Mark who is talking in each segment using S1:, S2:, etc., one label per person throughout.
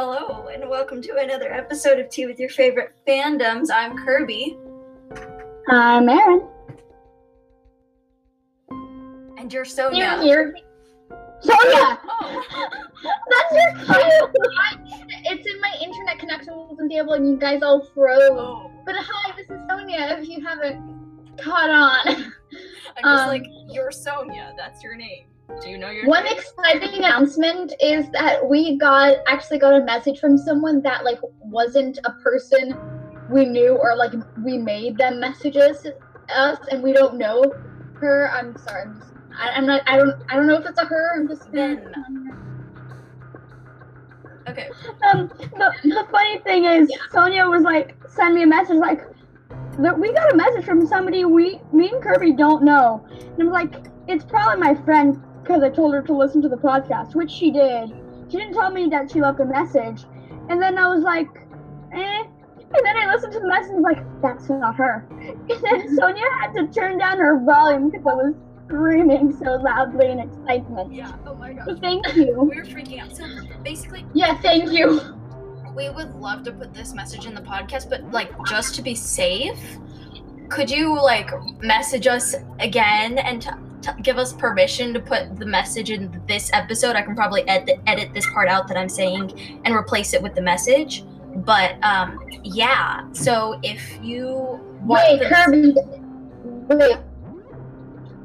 S1: and welcome to another episode of Tea with Your Favorite Fandoms. I'm Kirby,
S2: I'm Erin.
S1: and you're Sonia.
S2: You're here. Sonia!
S1: Oh,
S2: That's your cue! it's in my internet connection wasn't able and you guys all froze.
S1: oh.
S2: But hi, this is Sonia, if you haven't caught on.
S1: I'm just
S2: Um,
S1: like, you're Sonia. That's your name. Do you know your
S2: One
S1: name?
S2: exciting announcement is that we got actually got a message from someone that like wasn't a person we knew or like we made them messages us and we don't know her. I'm sorry, I'm just I, I'm not I don't I don't know if it's a her, I'm just
S1: Then. okay.
S3: Um, the, the funny thing is,
S2: Yeah.
S3: Sonia was like, send me a message, like, "There- we got a message from somebody we, me and Kirby don't know. And I'm like, it's probably my friend because I told her to listen to the podcast, which she did. She didn't tell me that she left a message. And then I was like, eh. And then I listened to the message and was like, that's not her. And then Sonia had to turn down her volume because I was screaming so loudly in excitement.
S1: Yeah. Oh my gosh.
S3: So thank you.
S1: We were freaking out. So basically,
S2: Yeah, thank you.
S1: we would love to put this message in the podcast, but like just to be safe, could you like message us again and t- t- give us permission to put the message in this episode? I can probably ed- edit this part out that I'm saying and replace it with the message. But um, yeah, so if you want
S2: Wait,
S1: the-
S2: Kirby. Wait.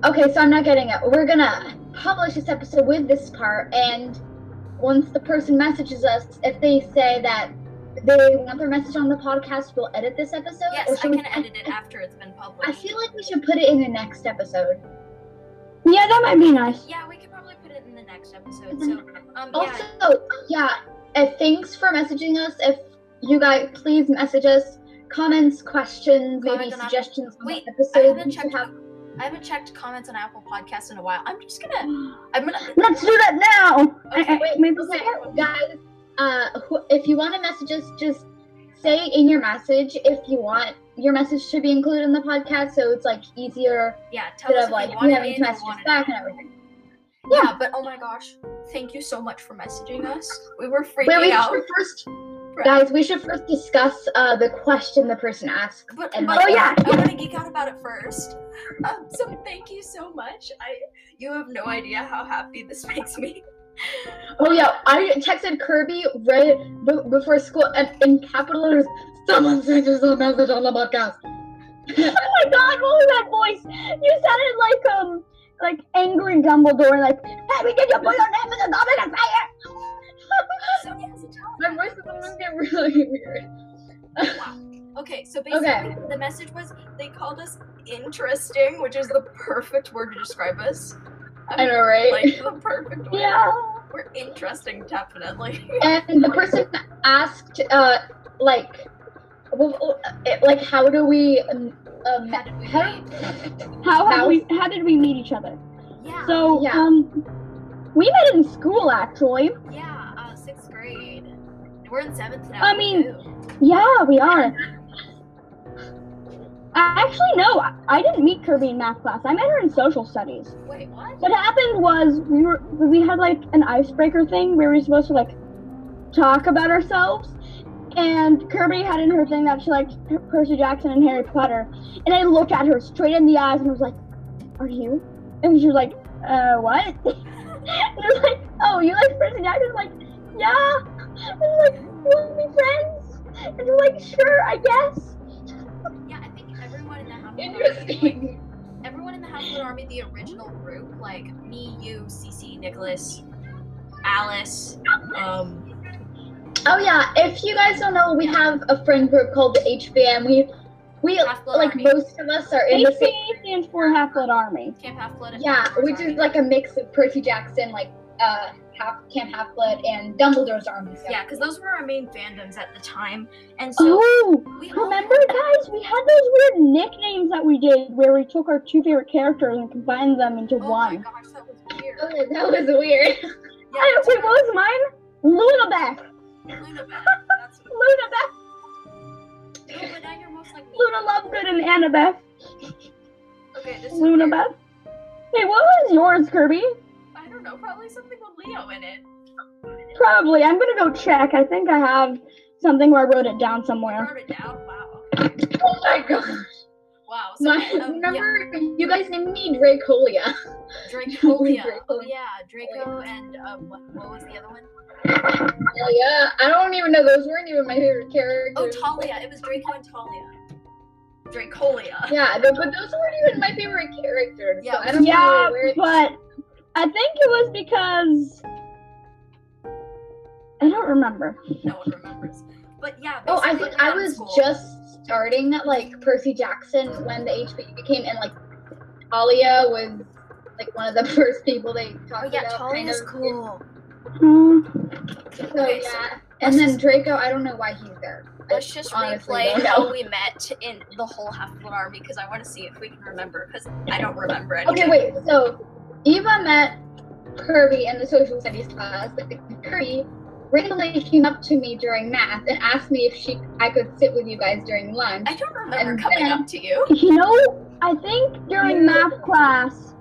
S2: Okay, so I'm not getting it. We're gonna publish this episode with this part, and once the person messages us, if they say that they want their message on the podcast, we'll edit this episode.
S1: yes, I
S2: should we-
S1: can edit it after it's been published.
S2: I feel like we should put it in the next episode.
S3: Yeah, that might be nice.
S1: yeah, we could probably put it in the next episode. So um, yeah,
S2: Mm-hmm. Also, yeah, uh, thanks for messaging us. If you guys please message us comments, questions, maybe
S1: Comment on our-
S2: suggestions on
S1: Wait,
S2: the
S1: I
S2: episode.
S1: haven't
S2: we should
S1: checked.
S2: have-
S1: I haven't checked comments on Apple Podcasts in a while. I'm just gonna. I'm gonna.
S3: Let's do that now.
S1: Okay,
S3: Uh, uh,
S2: Wait,
S3: maybe
S2: okay,
S3: second.
S2: guys. Uh, wh- if you want to message us, just say in your message if you want your message to be included in the podcast, so it's like easier
S1: Yeah, tell us
S2: instead of
S1: if
S2: like
S1: you
S2: you
S1: want
S2: having
S1: it
S2: to
S1: in or
S2: message
S1: want
S2: us
S1: it
S2: back
S1: out.
S2: and everything.
S1: Yeah. but oh my gosh, thank you so much for messaging us. We were freaking
S2: Wait, we
S1: out.
S2: should first, guys. We should first discuss uh the question the person asked.
S1: But,
S2: and-
S1: but
S3: Oh, yeah,
S1: I want to geek out about it first. Um, so thank you so much. I you have no idea how happy this makes me.
S2: Oh yeah, I texted Kirby right b- before school and in capital letters. Someone sent us a message on the podcast.
S3: Oh my god, what was that voice? You sounded like um like angry Dumbledore, like, hey, we get your put your name in the goblet of fire.
S1: So yeah, so tell
S2: My voice is going to get really weird.
S1: Okay, so basically the message was they called us interesting, which is the perfect word to describe us.
S2: I know, right?
S1: Like the perfect word.
S3: Yeah.
S1: We're interesting, definitely.
S2: and the person asked uh like well, uh, it- like how do we um, um
S1: How did we
S2: how
S1: meet?
S3: How have
S2: Mouse?
S3: we how did we meet each other?
S1: Yeah.
S3: So
S2: Yeah.
S3: um we met in school actually.
S1: Yeah, uh, sixth grade. We're in seventh now.
S3: I mean-
S1: too.
S3: Yeah, we are. I actually no, I, I didn't meet Kirby in math class. I met her in social studies.
S1: wait, what?
S3: What happened was we were we had like an icebreaker thing where we were supposed to like talk about ourselves, and Kirby had in her thing that she liked Percy Jackson and Harry Potter, and I looked at her straight in the eyes and was like, "Are you?" And she was like, "Uh, what?" and I was like, "Oh, you like Percy Jackson?" I'm like, "Yeah." And I'm like, "We'll be friends." And we're like, "Sure, I guess."
S1: Yeah, I think everyone in the house.
S2: interesting
S1: everyone in the Halfwood Army, the original group, like me, you, Cece, Nicholas, Alice, um,
S2: oh yeah if you guys don't know we have a friend group called the hbm we we
S1: Half-Blood
S2: like
S1: Army.
S2: most of us are in the same
S3: HBA stands for Half Blood Army.
S1: Camp Half Blood.
S2: yeah which is like a mix of percy jackson like uh half camp half blood and dumbledore's army so.
S1: Yeah, because those were our main fandoms at the time, and so
S3: Oh,
S1: we all-
S3: Remember, guys, we had those weird nicknames that we did where we took our two favorite characters and combined them into
S1: Oh my
S3: one.
S1: gosh, that was weird.
S2: Oh, that was weird
S1: Yeah,
S3: I, wait, what was mine? Lunabeck.
S1: Luna. That's what
S3: Lunabeck,
S1: it was. No, but now you're most like me.
S3: Luna Lovegood, and Annabeth.
S1: Okay, this is weird.
S3: Lunabeth. Hey, what was yours, Kirby?
S1: I don't know, probably something with Leo in it.
S3: Probably. I'm gonna go check. I think I have something where I wrote it down
S1: I
S3: somewhere.
S1: wrote it down. Wow. Okay.
S2: Oh my god.
S1: Wow. So,
S2: My,
S1: um,
S2: remember, you guys named me Dracolia.
S1: yeah, Dracolia.
S2: Draco.
S1: Oh yeah, Draco and um, what, what was the other one?
S2: Hell yeah. I don't even know. Those weren't even my favorite characters.
S1: Oh, Talia. It was Draco and Talia. Dracolia.
S2: Yeah, but, but those weren't even my favorite characters.
S1: Yeah.
S2: So I don't
S3: yeah,
S2: know where.
S3: but I think it was because I don't remember.
S1: No one remembers. But yeah.
S2: Oh, I
S1: basically
S2: think
S1: when
S2: I
S1: I'm in
S2: was
S1: school-
S2: just starting like Percy Jackson when the HBU came, and like Talia was like one of the first people they
S1: Oh
S2: talked
S1: yeah,
S2: about. kind
S1: Talia's
S2: of.
S1: cool.
S3: Hmm.
S2: So
S1: Okay, so
S2: yeah, and then Draco, I don't know why he's there. I
S1: Let's just
S2: honestly
S1: replay
S2: don't
S1: how
S2: know.
S1: we met in the whole half of our because I want to see if we can remember because I don't remember anything.
S2: Okay, wait. So Eva met Kirby in the social studies class. Like Kirby randomly came up to me during math and asked me if she I could sit with you guys during lunch.
S1: I don't remember
S2: And
S1: coming
S2: then-
S1: up to you.
S3: You know, I think during math class,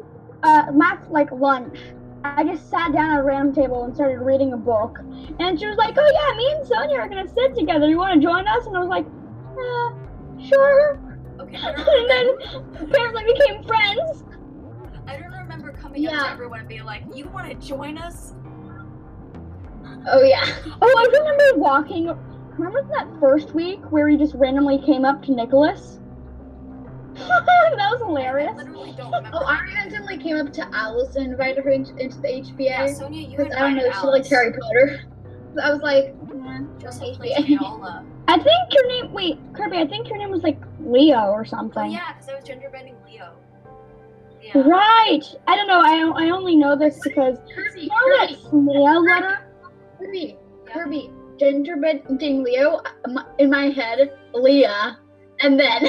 S3: uh, math like lunch, I just sat down at a random table and started reading a book. And she was like, "Oh yeah, me and Sonia are gonna sit together. You want to join us?" And I was like, uh, "Sure."
S1: Okay, I don't
S3: and then apparently became friends.
S1: I don't remember coming up to
S2: Yeah.
S1: everyone and being like, "You want to join us?"
S2: Oh yeah.
S3: Oh, I remember walking. Remember that first week where he just randomly came up to Nicholas? that was
S1: I- I
S3: hilarious.
S1: literally don't remember.
S2: Oh, I randomly came up to Alice and invited her into, into the HBA.
S1: yeah, Sonia, you
S2: Because
S1: invited
S2: I don't know, she liked
S1: Alex.
S2: Harry Potter. So I was like, "Mm,
S1: Joseph plays
S2: Yeah.
S1: Viola.
S3: I think your name. Wait, Kirby. I think your name was like Leo or something.
S1: Oh yeah, because I was gender bending Leo. Yeah.
S3: Right. I don't know. I, I only know this because
S2: Kirby,
S3: you know that
S2: Kirby,
S3: snail letter.
S2: Kirby,
S1: Yeah.
S2: Kirby, gingerbread ding Leo um, in my head, Leah, and then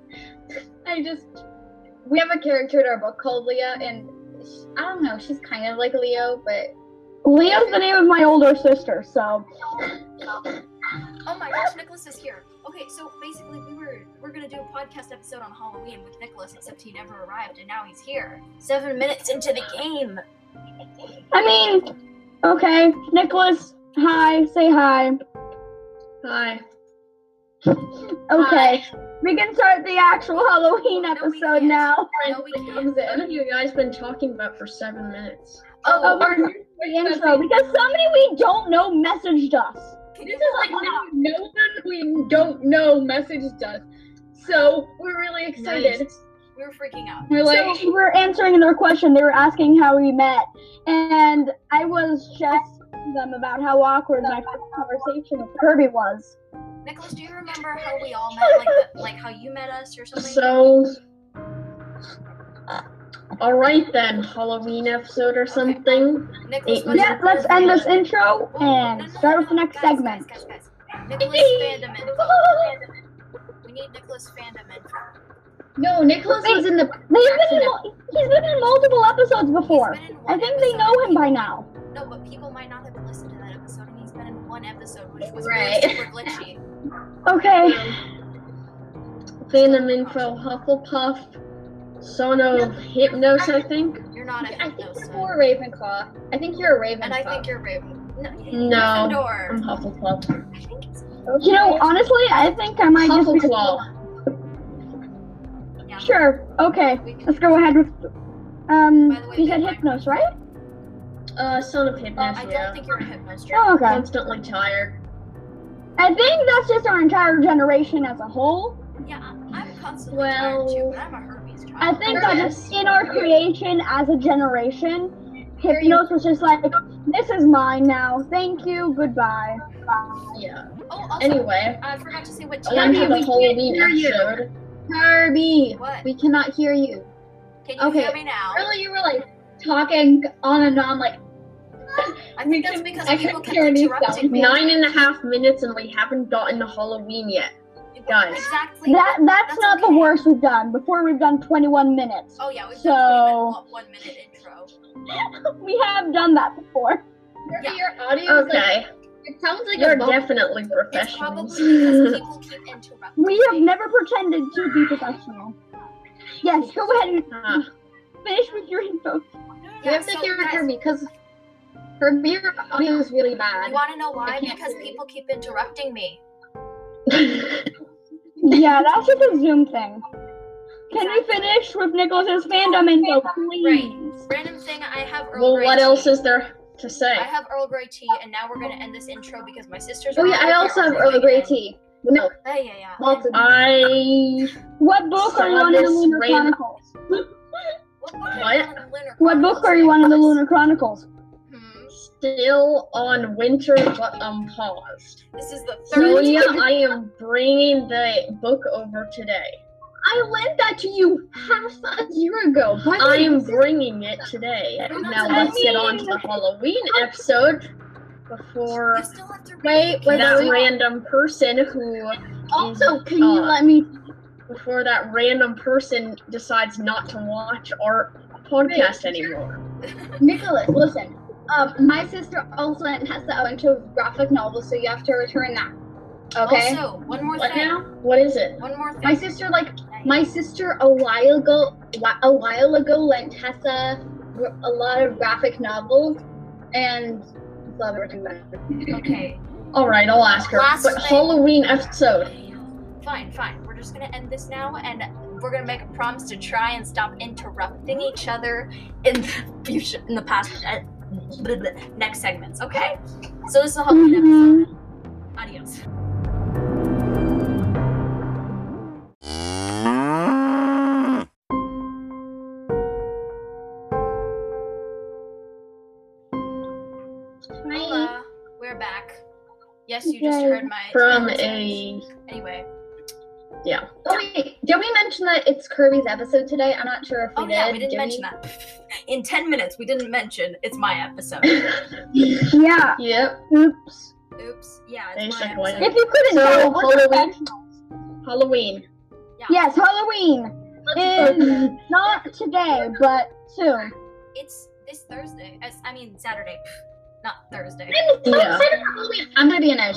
S2: I just we have a character in our book called Leah, and sh I don't know, she's kind of like Leo, but
S3: Leo's the name of my older sister. So
S1: Oh my gosh, Nicholas is here. Okay, so basically we were we're gonna do a podcast episode on Halloween with Nicholas, except he never arrived and now he's here. Seven minutes into the game.
S3: I mean, okay, Nicholas. Hi. Say hi.
S2: hi.
S3: Okay. We can start the actual Halloween
S1: No, we
S3: episode
S1: can't.
S3: now.
S1: No, we can't.
S2: Comes
S4: What have
S2: in.
S4: you guys been talking about for seven minutes?
S2: Oh,
S3: Oh,
S2: our
S3: we're
S2: new
S3: The intro because somebody we don't know messaged us.
S1: Can you
S2: This is oh, like no- no one we don't know messaged us, so we're really excited.
S1: we were freaking out.
S2: We're like,
S3: so we were answering their question. They were asking how we met, and I was just telling them about how awkward my first conversation with Kirby was.
S1: Nicholas, do you remember how we all met? Like the, like how you met us or something?
S4: So, uh, all right then, Halloween episode or something.
S1: Nicholas,
S4: Eight
S1: what's
S3: Yeah,
S1: your
S3: let's end this
S1: fandom?
S3: intro
S1: Whoa, no,
S3: and
S1: no, no,
S3: start with the
S1: no,
S3: next
S1: guys,
S3: segment.
S1: Guys, guys, guys. Nicholas fandom info. We need Nicholas fandom info.
S2: no, Nicholas was in the
S3: They've been in, mul- he's been in multiple episodes before.
S1: He's been in
S3: I
S1: one
S3: think they
S1: episode.
S3: know him by now.
S1: No, but people might not have listened to that episode, and he's been in one episode, which was
S2: Right.
S1: really super glitchy.
S3: Okay,
S4: Phantom Info, Hufflepuff, Sono Hypnos, I think.
S1: You're not a
S2: I think
S1: hypnosis.
S2: you're more Ravenclaw. I think you're a Ravenclaw.
S1: And I think you're Raven. No.
S4: No. I'm
S1: Gryffindor.
S4: Hufflepuff.
S1: I think it's
S3: you know, honestly, I think I might just be
S4: Hufflepuff.
S1: yeah.
S3: sure. Okay,
S1: We can-
S3: let's go ahead with.
S1: By
S3: Um,
S1: the way,
S3: you said
S1: they might-
S3: hypnos, right?
S4: Uh, Son of
S1: Oh, I
S4: Hypnos,
S1: don't
S4: yeah.
S1: think you're a hypnosis.
S3: Oh, okay.
S4: Constantly tired.
S3: I think that's just our entire generation as a whole.
S1: Yeah, I- I'm constantly
S4: Well-
S1: tired too, but I'm a herpes child.
S3: I think that just in our creation as a generation,
S2: Here you-
S3: Hypnos was just like, this is mine now. Thank you. Goodbye.
S4: Yeah.
S1: Oh, also,
S4: Anyway,
S1: I forgot to say what
S4: I went
S1: time
S4: to
S2: Anyway,
S1: it
S4: the
S1: was.
S2: we can't
S4: Halloween
S2: hear you.
S4: episode.
S2: Kirby.
S1: What?
S2: We cannot hear you.
S1: Can you
S2: okay.
S1: hear me now?
S2: Really, you were like talking on and on, like
S1: I think
S2: We
S1: that's
S2: can-
S1: because
S2: I
S1: people
S2: couldn't
S1: kept
S2: hear any
S1: interrupting
S2: sound.
S1: me.
S4: Nine and a half minutes, and we haven't gotten to Halloween yet. guys.
S1: Exactly.
S3: That That's,
S1: That's
S3: not the
S1: okay.
S3: worst we've done. Before we've done 21 minutes.
S1: Oh yeah, we've
S3: So-
S1: done one minute intro.
S5: Oh.
S3: We have done that before.
S2: Kirby,
S1: Yeah.
S2: your audio is like
S4: Okay,
S2: it sounds like
S4: you're
S2: a bubble.
S4: definitely
S1: It's probably
S4: professionals.
S1: because people keep interrupting.
S3: We have
S1: me.
S3: never pretended to be professional. Yes, go ahead and
S4: Ah,
S3: finish with your info.
S1: Yeah,
S2: You have to
S1: so
S2: hear
S1: guys,
S2: Kirby because
S5: Kirby, your audio is really bad.
S1: You want to know why?
S5: can't
S1: Because
S5: hear you.
S1: people keep interrupting me.
S3: Yeah, that's just a Zoom thing. Can we finish with Nicholas's fandom info, please?
S1: Random thing I have Earl
S2: Well,
S1: Grey
S2: what
S1: tea.
S2: else is there to say?
S1: I have Earl Grey tea, and now we're gonna end this intro because my sister's.
S5: oh yeah,
S1: already
S5: I
S1: here
S5: also have
S1: arguing
S5: Earl Grey
S1: again.
S5: tea. No,
S1: Yeah, yeah, yeah.
S5: lots of
S2: I
S3: What book are you
S2: Saw
S3: on in the
S2: this
S3: Lunar
S2: random-
S3: Chronicles?
S1: What,
S3: What book are you on in the Lunar Chronicles?
S1: Hmm.
S2: still on winter, but um, I'm paused.
S1: This is the
S2: So
S1: third.
S2: yeah, I am bringing the book over today.
S5: I lent that to you half a year ago. By the
S2: I
S5: way,
S2: am
S5: this is-
S2: bringing it today. Now let's get on to the Halloween episode before
S1: You still have to read.
S5: Wait, wait,
S2: that
S5: wait.
S2: random person who
S5: Also, can you
S2: Uh,
S5: let me?
S2: before that random person decides not to watch our podcast anymore.
S5: Nicholas, listen. Um, my sister also has a bunch of graphic novels, so you have to return that. Okay.
S1: Also, one more
S2: What
S1: thing.
S2: now? What is it?
S1: One more thing.
S5: my sister, like my sister, a while ago, wh- a while ago, lent Tessa gr- a lot of graphic novels, and love her too much.
S1: okay.
S2: All right, I'll ask her.
S1: Last
S2: but
S1: thing.
S2: Halloween episode.
S1: Fine, fine. We're just gonna end this now, and we're gonna make a promise to try and stop interrupting each other in the future, in the past, uh, the, the next segments. Okay. So this is the Halloween episode. Adios.
S5: oh,
S1: Hola, we're back. Yes, you just
S3: Yay.
S1: heard my
S2: From
S1: my message.
S2: a
S1: anyway.
S5: Oh wait, did we mention that it's Kirby's episode today? I'm not sure if we
S1: Oh
S5: did.
S1: yeah, we didn't
S5: did
S1: mention that. In ten minutes, we didn't mention it's my episode.
S3: Yeah.
S2: yep
S3: Oops.
S1: Oops. Yeah,
S2: They
S1: it's my
S2: said one.
S1: episode.
S3: If you couldn't
S2: So,
S3: tell, we're
S2: Halloween-
S3: professionals.
S2: Halloween.
S3: Yes, Halloween is not today, but soon.
S1: It's this Thursday. As, I mean Saturday, not Thursday.
S2: Yeah.
S5: I'm gonna be an edge.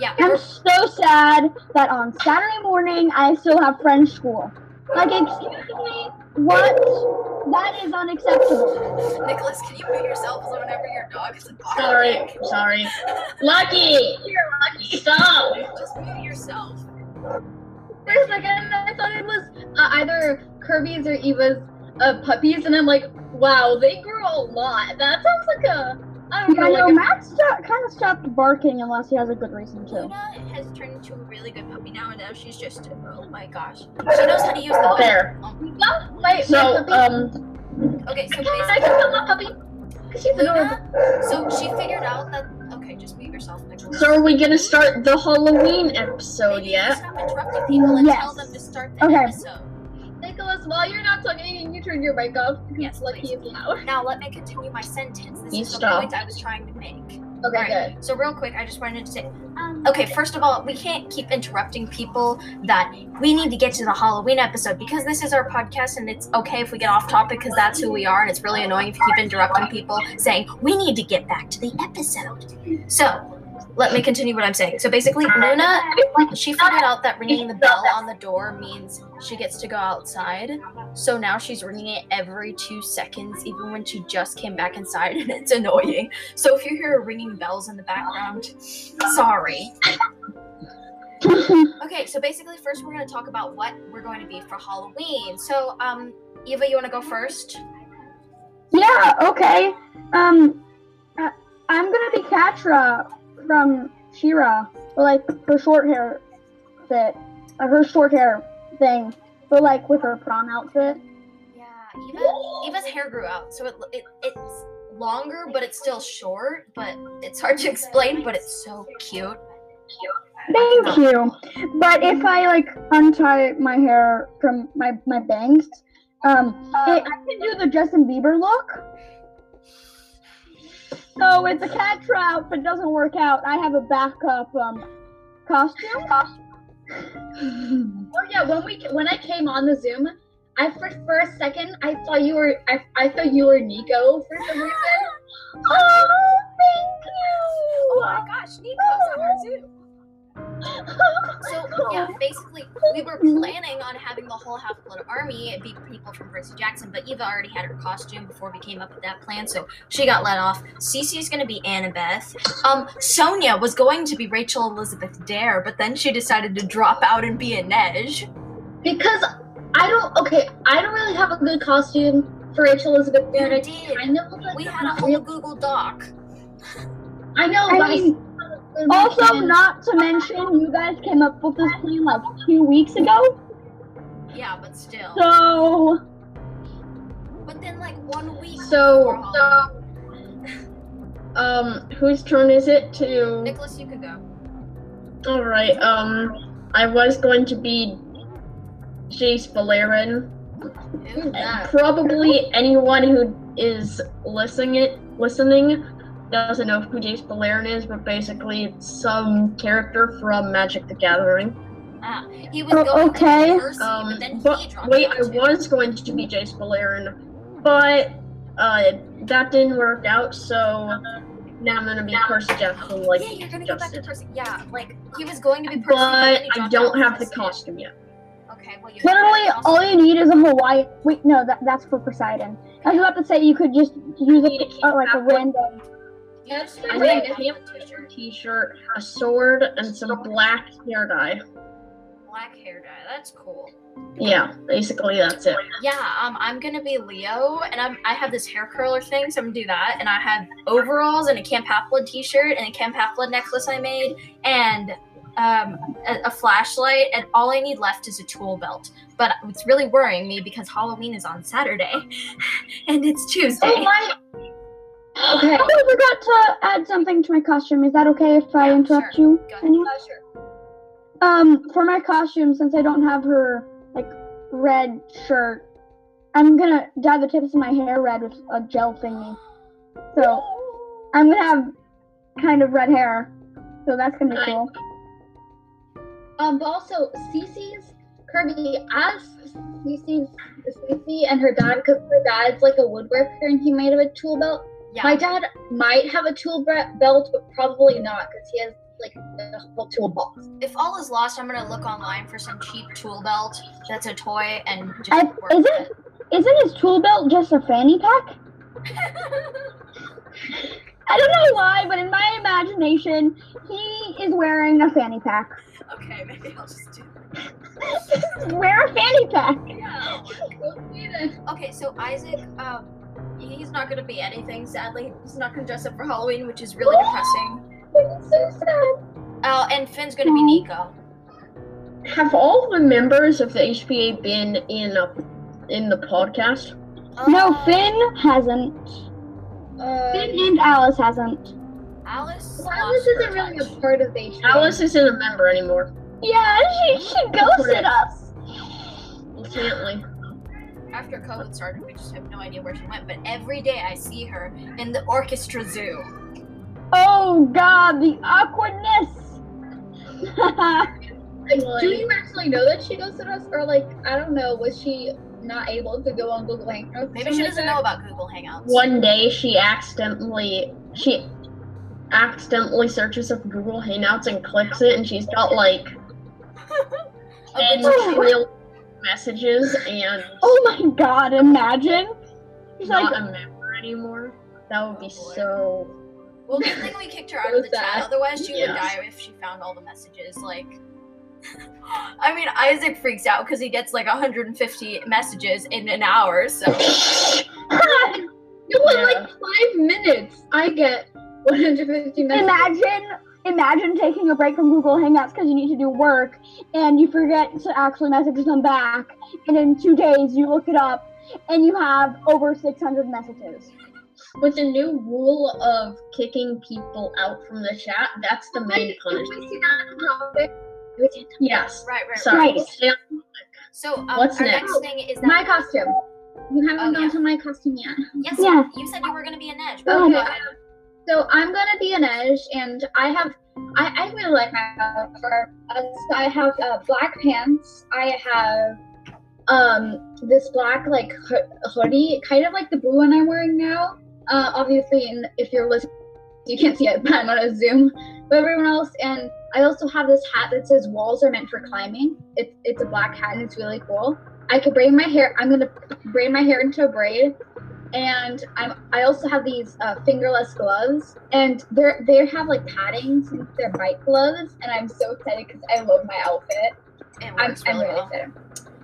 S1: Yeah.
S3: I'm so sad that on Saturday morning I still have French school. Like, excuse me, what? That is unacceptable.
S1: Nicholas, can you mute yourself so whenever your dog is barking?
S2: Sorry, sorry. Lucky, stop.
S1: Just mute yourself.
S5: For a second, I thought it was uh, either Kirby's or Eva's uh, puppies, and I'm like, wow, they grew a lot. That sounds like a I don't
S3: Yeah, I
S5: know, like
S3: know Matt kind of stopped barking unless he has a good reason to.
S1: Luna has turned into a really good puppy now, and now she's just oh my gosh, she knows how to use the button.
S2: There.
S5: a, well, my, my
S2: So
S5: puppy.
S2: um,
S1: Okay, so
S5: Can
S1: basically.
S5: I just tell my puppy? She's adorable.
S1: Luna, so she figured out that. Okay, just mute yourself, Nicholas.
S2: so are we gonna start the Halloween episode
S1: Maybe you
S2: yet?
S1: Stop interrupting people and
S3: Yes.
S1: tell them to start the
S3: Okay.
S1: episode.
S5: Nicholas, while you're not talking, can you turn your mic off? Because
S1: Yes,
S5: Lucky
S1: please.
S5: is loud.
S1: Now let me continue my sentence. This
S2: You
S1: is
S2: stop.
S1: the point I was trying to make.
S5: Okay,
S1: Alright.
S5: good.
S1: So real quick, I just wanted to say. Okay, first of all, we can't keep interrupting people that we need to get to the Halloween episode because this is our podcast and it's okay if we get off topic because that's who we are and it's really annoying if you keep interrupting people saying we need to get back to the episode. So. Let me continue what I'm saying. So basically, Luna, she figured out that ringing the bell on the door means she gets to go outside. So now she's ringing it every two seconds, even when she just came back inside, and it's annoying. So if you hear ringing bells in the background, sorry.
S5: um,
S1: okay, so basically, first we're gonna talk about what we're going to be for Halloween. So, um, Eva, you wanna go first?
S3: Yeah, okay. Um, I, I'm gonna be Katra from Shira, like her short hair fit, uh, her short hair thing, but like with her prom outfit.
S1: Yeah, Eva. Eva's hair grew out, so it, it it's longer, but it's still short. But it's hard to explain, but it's so cute.
S3: Thank you. But if I like untie my hair from my my bangs, um,
S1: Uh,
S3: it, I can do the Justin Bieber look. So it's a Katra outfit. Doesn't work out. I have a backup um costume.
S5: Oh yeah, when we when I came on the Zoom, I for, for a second I thought you were I, I thought you were Nico for some reason. oh, thank you.
S1: Oh my gosh, Nico's on our Zoom. So yeah, basically, we were planning on having the whole Half Blood Army be people from Percy Jackson, but Eva already had her costume before we came up with that plan, so she got let off. Cece's gonna be Annabeth. Um, Sonia was going to be Rachel Elizabeth Dare, but then she decided to drop out and be a Nej.
S6: Because I don't. Okay, I don't really have a good costume for Rachel Elizabeth Barrett. I
S1: did.
S6: kind of like
S1: We
S6: the
S1: had a
S6: real-
S1: whole Google Doc.
S6: I know,
S3: I
S6: but
S3: mean, also, not to mention, you guys came up with this plan like two weeks ago.
S1: Yeah, but still.
S3: So
S1: But then, like one week.
S2: So,
S1: before
S2: so, um, whose turn is it to?
S1: Nicholas, you could go.
S2: All right. Um, I was going to be Jace Valerin.
S1: Who?
S2: And Probably anyone who is listening it listening doesn't know who Jace Beleren is, but basically it's some character from Magic the Gathering.
S1: Ah, he was
S3: Oh,
S1: going
S3: okay.
S1: to Mercy, but
S2: Um,
S1: then he
S2: but
S1: dropped
S2: wait,
S1: out
S2: I
S1: too.
S2: was going to be Jace Beleren, but uh, that didn't work out. So now I'm gonna be Percy Jackson, like
S1: yeah, you're gonna go back to person.
S2: Justin.
S1: Yeah, like he was going to be person,
S2: But
S1: then he
S2: I
S1: dropped out
S2: don't have the
S1: because-
S2: costume yet.
S1: Okay, well you have
S3: literally,
S1: that
S3: all
S1: costume.
S3: you need is a Hawaii. Wait, no, that that's for Poseidon. I was about to say you could just use
S2: Need to keep
S3: a uh, like a
S2: that one.
S3: random.
S1: You just
S2: I
S1: wear
S2: need a
S1: that
S2: hamster
S1: t-shirt,
S2: t-shirt, a sword, and some black hair dye.
S1: black hair dye. That's cool.
S2: Yeah, basically that's it.
S1: Yeah, um, I'm gonna be Leo, and I'm I have this hair curler thing, so I'm gonna do that. And I have overalls and a Camp Half Blood T-shirt and a Camp Half Blood necklace I made, and um, a, a flashlight. And all I need left is a tool belt. But it's really worrying me because Halloween is on Saturday, and it's Tuesday.
S6: Oh my. Okay.
S3: Oh, I forgot to add something to my costume. Is that okay if I
S1: Yeah,
S3: interrupt
S1: sure.
S3: you?
S1: Go ahead.
S3: Anya? Um, for my costume, since I don't have her like red shirt, I'm gonna dye the tips of my hair red with a gel thingy. So I'm gonna have kind of red hair. So that's gonna be cool.
S6: Um. But also, Cece's Kirby asked Cece's Cece and her dad because her dad's like a woodworker and he might have a tool belt.
S1: Yeah.
S6: My dad might have a tool bre- belt, but probably not because he has like a whole toolbox.
S1: If all is lost, I'm gonna look online for some cheap tool belt that's a toy and just
S3: I-
S1: work
S3: is
S1: with
S3: it- Isn't his tool belt just a fanny pack? I don't know why, but in my imagination, he is wearing a fanny pack.
S1: it. Okay, maybe I'll just do.
S3: Wear a fanny pack.
S1: Yeah.
S6: Wait,
S1: Okay, so Isaac, um, he's not gonna be anything. Sadly, he's not gonna dress up for Halloween, which is really depressing.
S6: it's so sad.
S1: Oh, and Finn's gonna be Nico.
S2: Have all the members of the HPA been in a, in the podcast?
S3: No,
S1: Oh,
S3: Finn hasn't. Finn
S6: Uh,
S3: and Alice hasn't.
S1: Alice.
S6: Alice
S1: lost her
S6: isn't really a
S1: touch.
S6: part of the HPA.
S2: Alice isn't a member anymore,
S3: Yeah, she she ghosted us.
S2: unfortunately.
S1: After COVID started, we just have no idea where she went. But every day I see her in the orchestra zoo.
S3: Oh god, the awkwardness.
S6: Like, do you actually know that she ghosted us, or like I don't know, was she not able to go on Google Hangouts? or
S1: Maybe
S6: something
S1: she
S6: like
S1: doesn't
S6: that?
S1: know about Google Hangouts.
S2: One day she accidentally she accidentally searches up Google Hangouts and clicks it, and she's got like
S1: Okay,
S2: ten
S3: goodness.
S2: real messages and
S3: oh my god, imagine. She's
S2: not
S3: like,
S2: a member anymore. That would be
S1: Oh, boy.
S2: so.
S1: Well, good thing we kicked her out of the
S6: So sad.
S1: chat. Otherwise, she would
S2: Yeah.
S1: die if she found all the messages. Like, I mean, Isaac freaks out because he gets like 150 messages in an hour. So,
S6: No, in
S2: Yeah.
S6: like five minutes, I get 150 messages.
S3: imagine imagine taking a break from Google Hangouts because you need to do work and you forget to actually message them back, and in two days you look it up and you have over six hundred messages.
S2: With the new rule of kicking people out from the chat, that's the main
S6: Wait, did
S2: punishment.
S6: we see that in the topic? We did.
S2: Yes.
S1: right, right, right.
S2: Sorry.
S3: Right.
S2: Stay on-
S1: So, um,
S2: What's
S1: our
S2: next?
S1: next thing is that.
S6: Oh My costume. You haven't
S1: Oh,
S6: gone
S1: yeah.
S6: to my costume yet.
S1: yes,
S3: Yeah.
S1: you said you were going to be an edge.
S3: Oh,
S1: Go
S6: no.
S1: ahead.
S6: So I'm gonna be an edge, and I have, I, I really like my outfit. Uh, so I have uh, black pants. I have um this black like ho- hoodie, kind of like the blue one I'm wearing now. Uh, obviously, and if you're listening, you can't see it, but I'm on a Zoom. But everyone else, and I also have this hat that says walls are meant for climbing. It's it's a black hat and it's really cool. I could braid my hair. I'm gonna braid my hair into a braid, and I'm I also have these uh, fingerless gloves, and they're they have like padding since they're bike gloves, and I'm so excited because I love my outfit.
S1: It
S6: I'm,
S1: works
S6: I'm
S1: really
S6: really
S1: well.
S6: excited.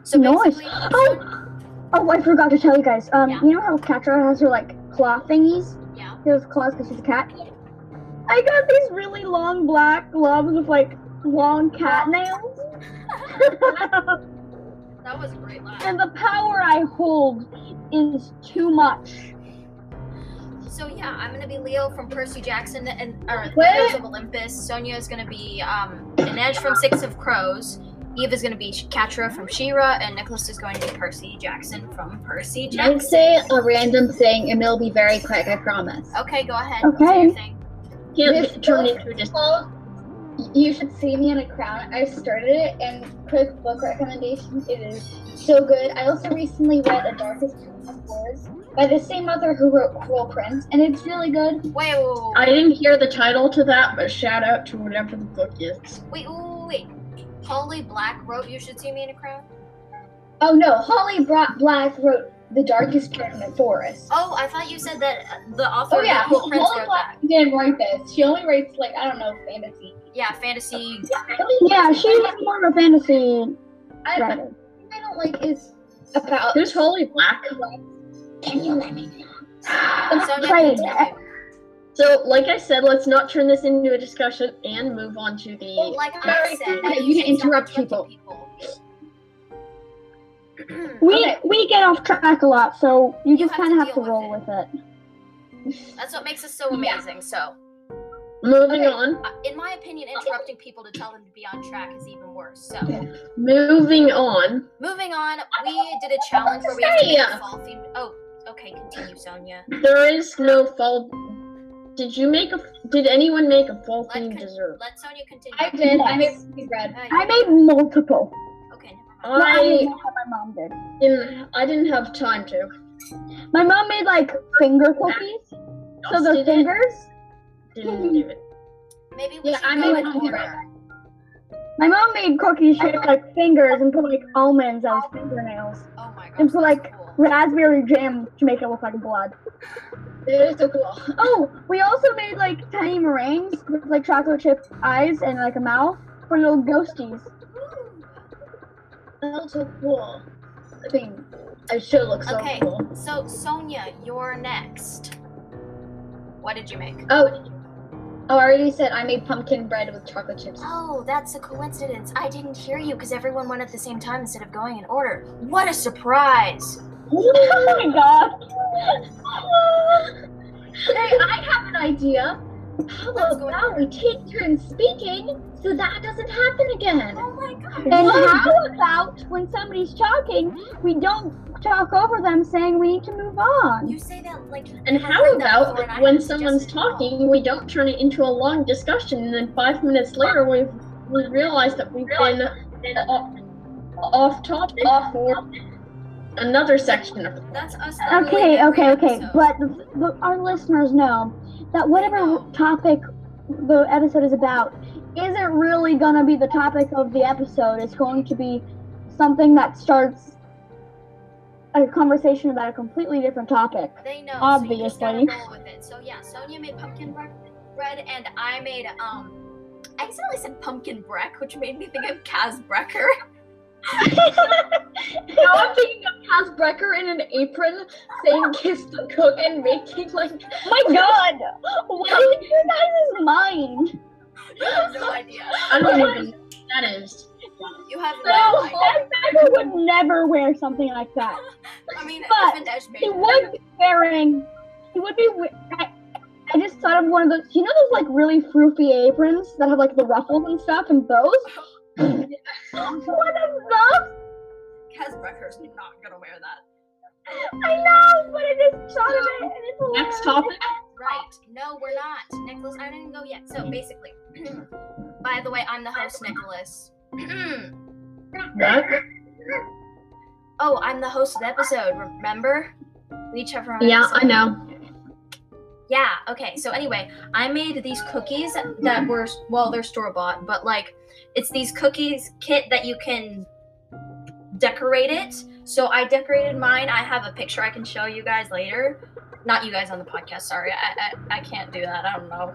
S1: So
S3: Nice.
S1: basically,
S3: Oh! Oh, I forgot to tell you guys. Um,
S1: Yeah.
S3: you know how Catra has her like claw thingies?
S1: yeah.
S3: Those claws because she's a cat. I got these really long black gloves with like long cat nails.
S1: That was a great laugh.
S3: and the power I hold is too much.
S1: So yeah, I'm gonna be Leo from Percy Jackson and or
S6: What?
S1: Heroes of Olympus. Sonia is gonna be um Inez from Six of Crows. Eve is gonna be Katra from Shira, and Nicholas is going to be Percy Jackson from Percy
S6: I
S1: Jackson.
S6: say a random thing, and it'll be very quick. I promise.
S1: Okay, go ahead. Say your
S3: Okay.
S1: thing.
S6: This
S2: Can't be turned
S6: book
S2: into just
S6: called You Should See Me in a Crown. I started it, and quick book recommendation. It is so good. I also recently read A Darkest of Wars by the same author who wrote Cruel Prince, and it's really good.
S1: Wait, wait, wait, wait,
S2: I didn't hear the title to that, but shout out to whatever the book is.
S1: Wait, wait, wait, wait. Holly Black wrote You Should See Me in a Crown?
S6: Oh no, Holly Bra- Black wrote The Darkest Tournament Forest.
S1: Oh, I thought you said that uh, the author
S6: Oh yeah,
S1: of the Cool Prince
S6: Holly
S1: wrote
S6: Black
S1: that.
S6: didn't write this. She only writes like I don't know fantasy.
S1: Yeah, fantasy.
S3: Yeah, she's more of a fantasy
S6: I, I
S3: writer.
S6: don't like is about.
S2: Who's Holy Black?
S6: Can you let me?
S1: Sonia,
S3: Right.
S1: continue.
S2: So, like I said, let's not turn this into a discussion and move on to
S1: Well,
S2: the.
S1: like I
S6: Sorry,
S1: said,
S6: Sonia,
S1: that
S6: you
S1: should
S6: can
S1: stop
S6: interrupt
S1: interrupting people.
S3: We
S6: Okay.
S3: we get off track a lot, so you,
S1: You
S3: just
S1: have
S3: kind of
S1: to
S3: have to
S1: deal with
S3: roll
S1: it.
S3: with it.
S1: That's what makes us so
S6: Yeah.
S1: amazing. So,
S2: Moving
S6: okay.
S2: on.
S1: uh, in my opinion, interrupting people to tell them to be on track is even worse. So,
S2: Moving on.
S1: moving on, we did a challenge where we
S2: Say
S1: had to make
S2: ya.
S1: a fall themed. Oh, okay, continue, Sonia.
S2: There is no fall. Did you make a? Did anyone make a fall themed
S1: Like-
S2: dessert?
S1: Let Sonia continue.
S6: I did. I made something red.
S1: Uh,
S3: I made multiple.
S1: okay, never mind.
S3: Well, I
S2: I
S3: didn't know how my mom did.
S2: didn't. I didn't have time to.
S3: My mom made like finger cookies, so the
S2: Dusted it,
S3: fingers.
S2: Didn't do it.
S1: Maybe we
S6: Yeah,
S1: should
S6: I
S1: go
S6: made
S1: in
S6: one
S1: order.
S3: My mom made cookies shaped like fingers and put like almonds as fingernails
S1: Oh my god.
S3: And so, like, raspberry jam to make it look like blood.
S6: They're so cool.
S3: Oh, we also made like tiny meringues with like chocolate chip eyes and like a mouth for little ghosties.
S6: That's so cool. I think I should look so
S1: Okay.
S6: cool.
S1: So Sonia, you're next. What did you make?
S6: Oh, I already said I made pumpkin bread with chocolate chips.
S1: Oh, that's a coincidence. I didn't hear you because everyone went at the same time instead of going in order. What a surprise!
S3: Oh my god.
S6: Hey, I have an idea. How
S1: Let's go
S6: about we take turns speaking so that doesn't happen again?
S1: Oh my god.
S3: And
S6: What?
S3: how about when somebody's talking, we don't talk over them saying we need to move on?
S1: You say that like. you
S2: And
S1: never
S2: how
S1: heard that before, and I
S2: about when
S1: haven't
S2: someone's
S1: suggested it at all.
S2: talking, we don't turn it into a long discussion, and then five minutes later, we we realize that we've been off, off topic for another section of
S1: That's us.
S3: Okay,
S1: literally
S3: okay,
S1: every
S3: okay.
S1: episode.
S3: But, but our listeners know that whatever topic the episode is about isn't really going to be the topic of the episode. It's going to be something that starts a conversation about a completely different topic.
S1: They know. So you
S3: Obviously.
S1: just gotta roll with it. So yeah, Sonia made pumpkin bre- bread, and I made um. I accidentally said pumpkin breck, which made me think of Kaz Brecker.
S6: Now I'm thinking of Kaz Brecker in an apron saying kiss the cook and making like
S3: My god! What is your guys' mind?
S1: you have no idea.
S2: I don't even know what that is.
S1: You have no
S3: No,
S1: idea.
S3: Ed Becker would never wear something like that.
S1: I mean,
S3: but
S1: even Dash made
S3: He
S1: it.
S3: would be wearing. He would be. we- I, I just thought of one of those. You know those like really froofy aprons that have like the ruffles and stuff and bows. one of those.
S1: Kaz Brecker's not gonna wear that.
S3: I know, but I just thought of it. And it's hilarious.
S2: Next topic.
S1: Right. No, we're not. Nicholas, I didn't go yet. So basically, by the way, I'm the host, Nicholas. oh, I'm the host of the episode, remember? We each have our own
S2: Yeah,
S1: episode.
S2: I know.
S1: Yeah, okay. So anyway, I made these cookies that were well, they're store bought, but like it's these cookies kit that you can decorate it. So I decorated mine. I have a picture I can show you guys later. Not you guys on the podcast, sorry. I I, I can't do that. I don't know.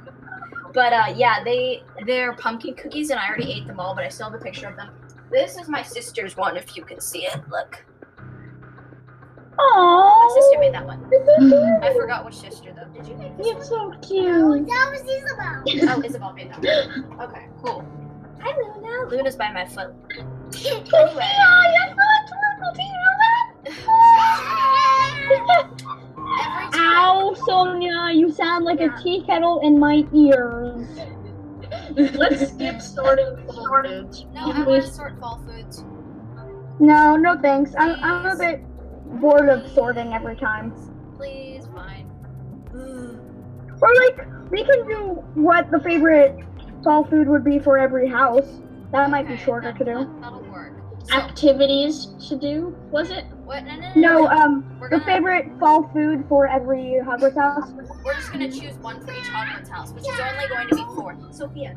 S1: But uh yeah, they they're pumpkin cookies and I already ate them all, but I still have a picture of them. This is my sister's one if you can see it. Look. My sister made that one. I forgot which sister though. Oh. Did you make this?
S3: You're so
S2: Oh,
S6: No,
S3: cute.
S6: that was Isabel.
S1: Oh, Isabel made that one. Okay, cool. Hi Luna. Luna's by my foot.
S6: Every time.
S3: Ow, Sonia, you sound like a tea kettle in my ears.
S2: Let's skip sorting Whole Foods.
S1: No, I want to sort fall foods.
S3: No, no thanks. I'm, I'm a bit bored of sorting every time.
S1: Please, fine.
S3: Or like we can do what the favorite fall food would be for every house. That might be
S1: Okay,
S3: shorter
S1: that-
S3: to do.
S1: that- That'll work. So,
S2: Activities to do, was it?
S1: what? No, no, no.
S3: No, um,
S1: We're
S3: the
S1: gonna,
S3: favorite fall food for every Hogwarts house.
S1: we're just gonna choose one for each Hogwarts house, which is only going to be four. Sophia.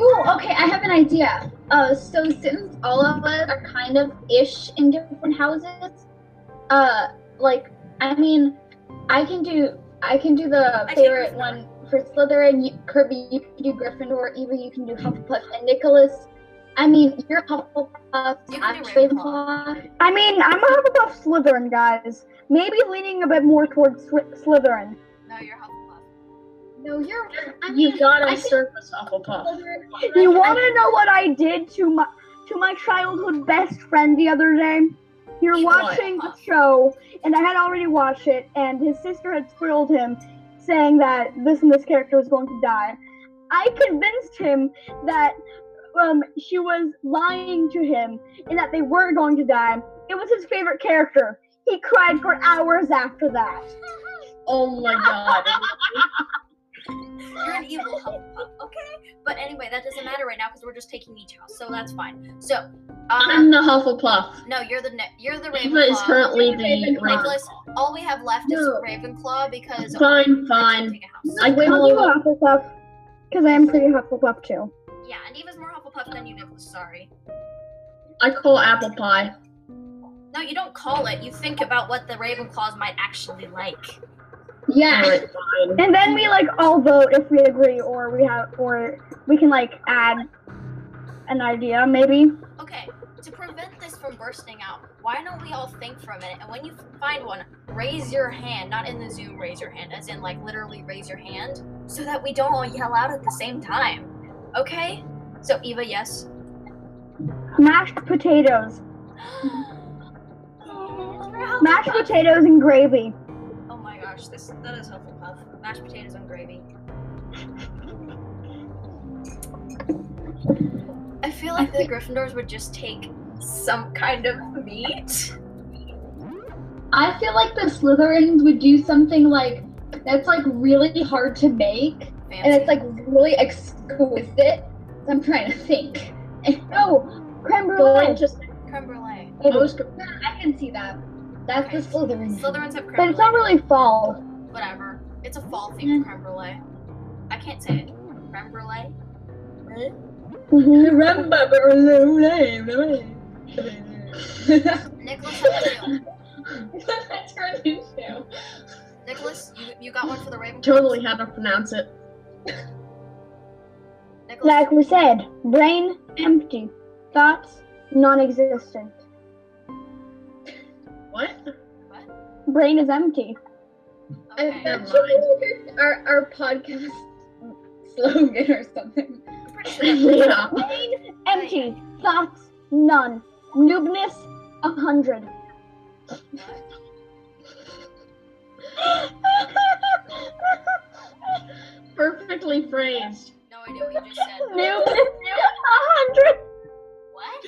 S5: Ooh, okay, I have an idea. Uh, so since all of us are kind of ish in different houses, uh, like I mean, I can do I can do the
S1: I take
S5: favorite
S1: Gryffindor.
S5: one for Slytherin. You, Kirby, you can do Gryffindor. Eva, you can do Hufflepuff, and Nicholas. I mean, you're Hufflepuff.
S1: You can
S5: I'm
S1: do
S5: Ravenclaw.
S3: I mean, I'm a Hufflepuff Slytherin, guys. Maybe leaning a bit more towards Sly- Slytherin.
S1: No, you're Hufflepuff.
S5: No, you're. I mean,
S2: You got
S5: I
S2: on
S5: think-
S2: surface Hufflepuff.
S5: Slytherin-
S3: You want to know what I did to my to my childhood best friend the other day? You're
S2: What?
S3: watching the show, and I had already watched it, and his sister had spoiled him, saying that this and this character was going to die. I convinced him that um, she was lying to him and that they were going to die. It was his favorite character. He cried for hours after that.
S2: Oh my god.
S1: You're an evil Hufflepuff, okay? But anyway, that doesn't matter right now because we're just taking each house, so that's fine. So, um,
S2: I'm the Hufflepuff.
S1: no, you're the ne- you're the
S2: Eva is
S1: Ravenclaw.
S2: currently the Ravenclaw.
S1: Nicholas, all we have left is
S5: No.
S1: Ravenclaw because
S2: Fine,
S1: we're
S2: fine.
S1: taking a house.
S2: I
S3: I'll do
S2: call
S3: Hufflepuff because I am pretty Hufflepuff too.
S1: Yeah, and Eva's more Hufflepuff than you, Nicholas. Sorry.
S2: I call apple pie.
S1: No, you don't call it. You think about what the Ravenclaws might actually like.
S5: Yeah.
S2: Alright, fine.
S3: And then we like all vote if we agree or we have or we can like add an idea maybe.
S1: Okay, to prevent this from bursting out, why don't we all think for a minute? And when you find one, raise your hand, not in the Zoom raise your hand, as in like literally raise your hand, so that we don't all yell out at the same time. Okay? So, Eva, yes.
S3: Mashed potatoes. Mashed
S1: Oh, Mashed
S3: potatoes and gravy.
S1: Oh my gosh, this that is Hufflepuff. Mashed potatoes and gravy. I feel like the Gryffindors would just take some kind of meat.
S5: I feel like the Slytherins would do something like that's like really hard to make. and it's like really exquisite. I'm trying to think.
S3: Oh, creme
S2: Well,
S3: brulee.
S2: just
S1: creme brulee.
S2: most
S5: I can see that. That's the Slytherin.
S1: Slytherins have creme
S3: Mm. But it's not
S1: brulee.
S3: really Mm. fall.
S1: Whatever. It's a fall thing, creme brulee. I can't say it. Creme brulee. Nicholas, how about you?
S5: That's her new show.
S1: Nicholas, you, you got one for the Ravenclaw.
S2: totally how to pronounce it.
S1: Nicholas,
S3: Like we said, brain empty, thoughts non-existent.
S2: What?
S3: Brain is empty.
S1: okay.
S5: I bet you like our, our podcast slogan or something.
S1: I'm pretty sure that's-
S2: yeah.
S3: Brain empty, thoughts none. Noobness a hundred.
S2: Perfectly phrased.
S1: no idea what you just said.
S3: Noobness a hundred.
S1: What?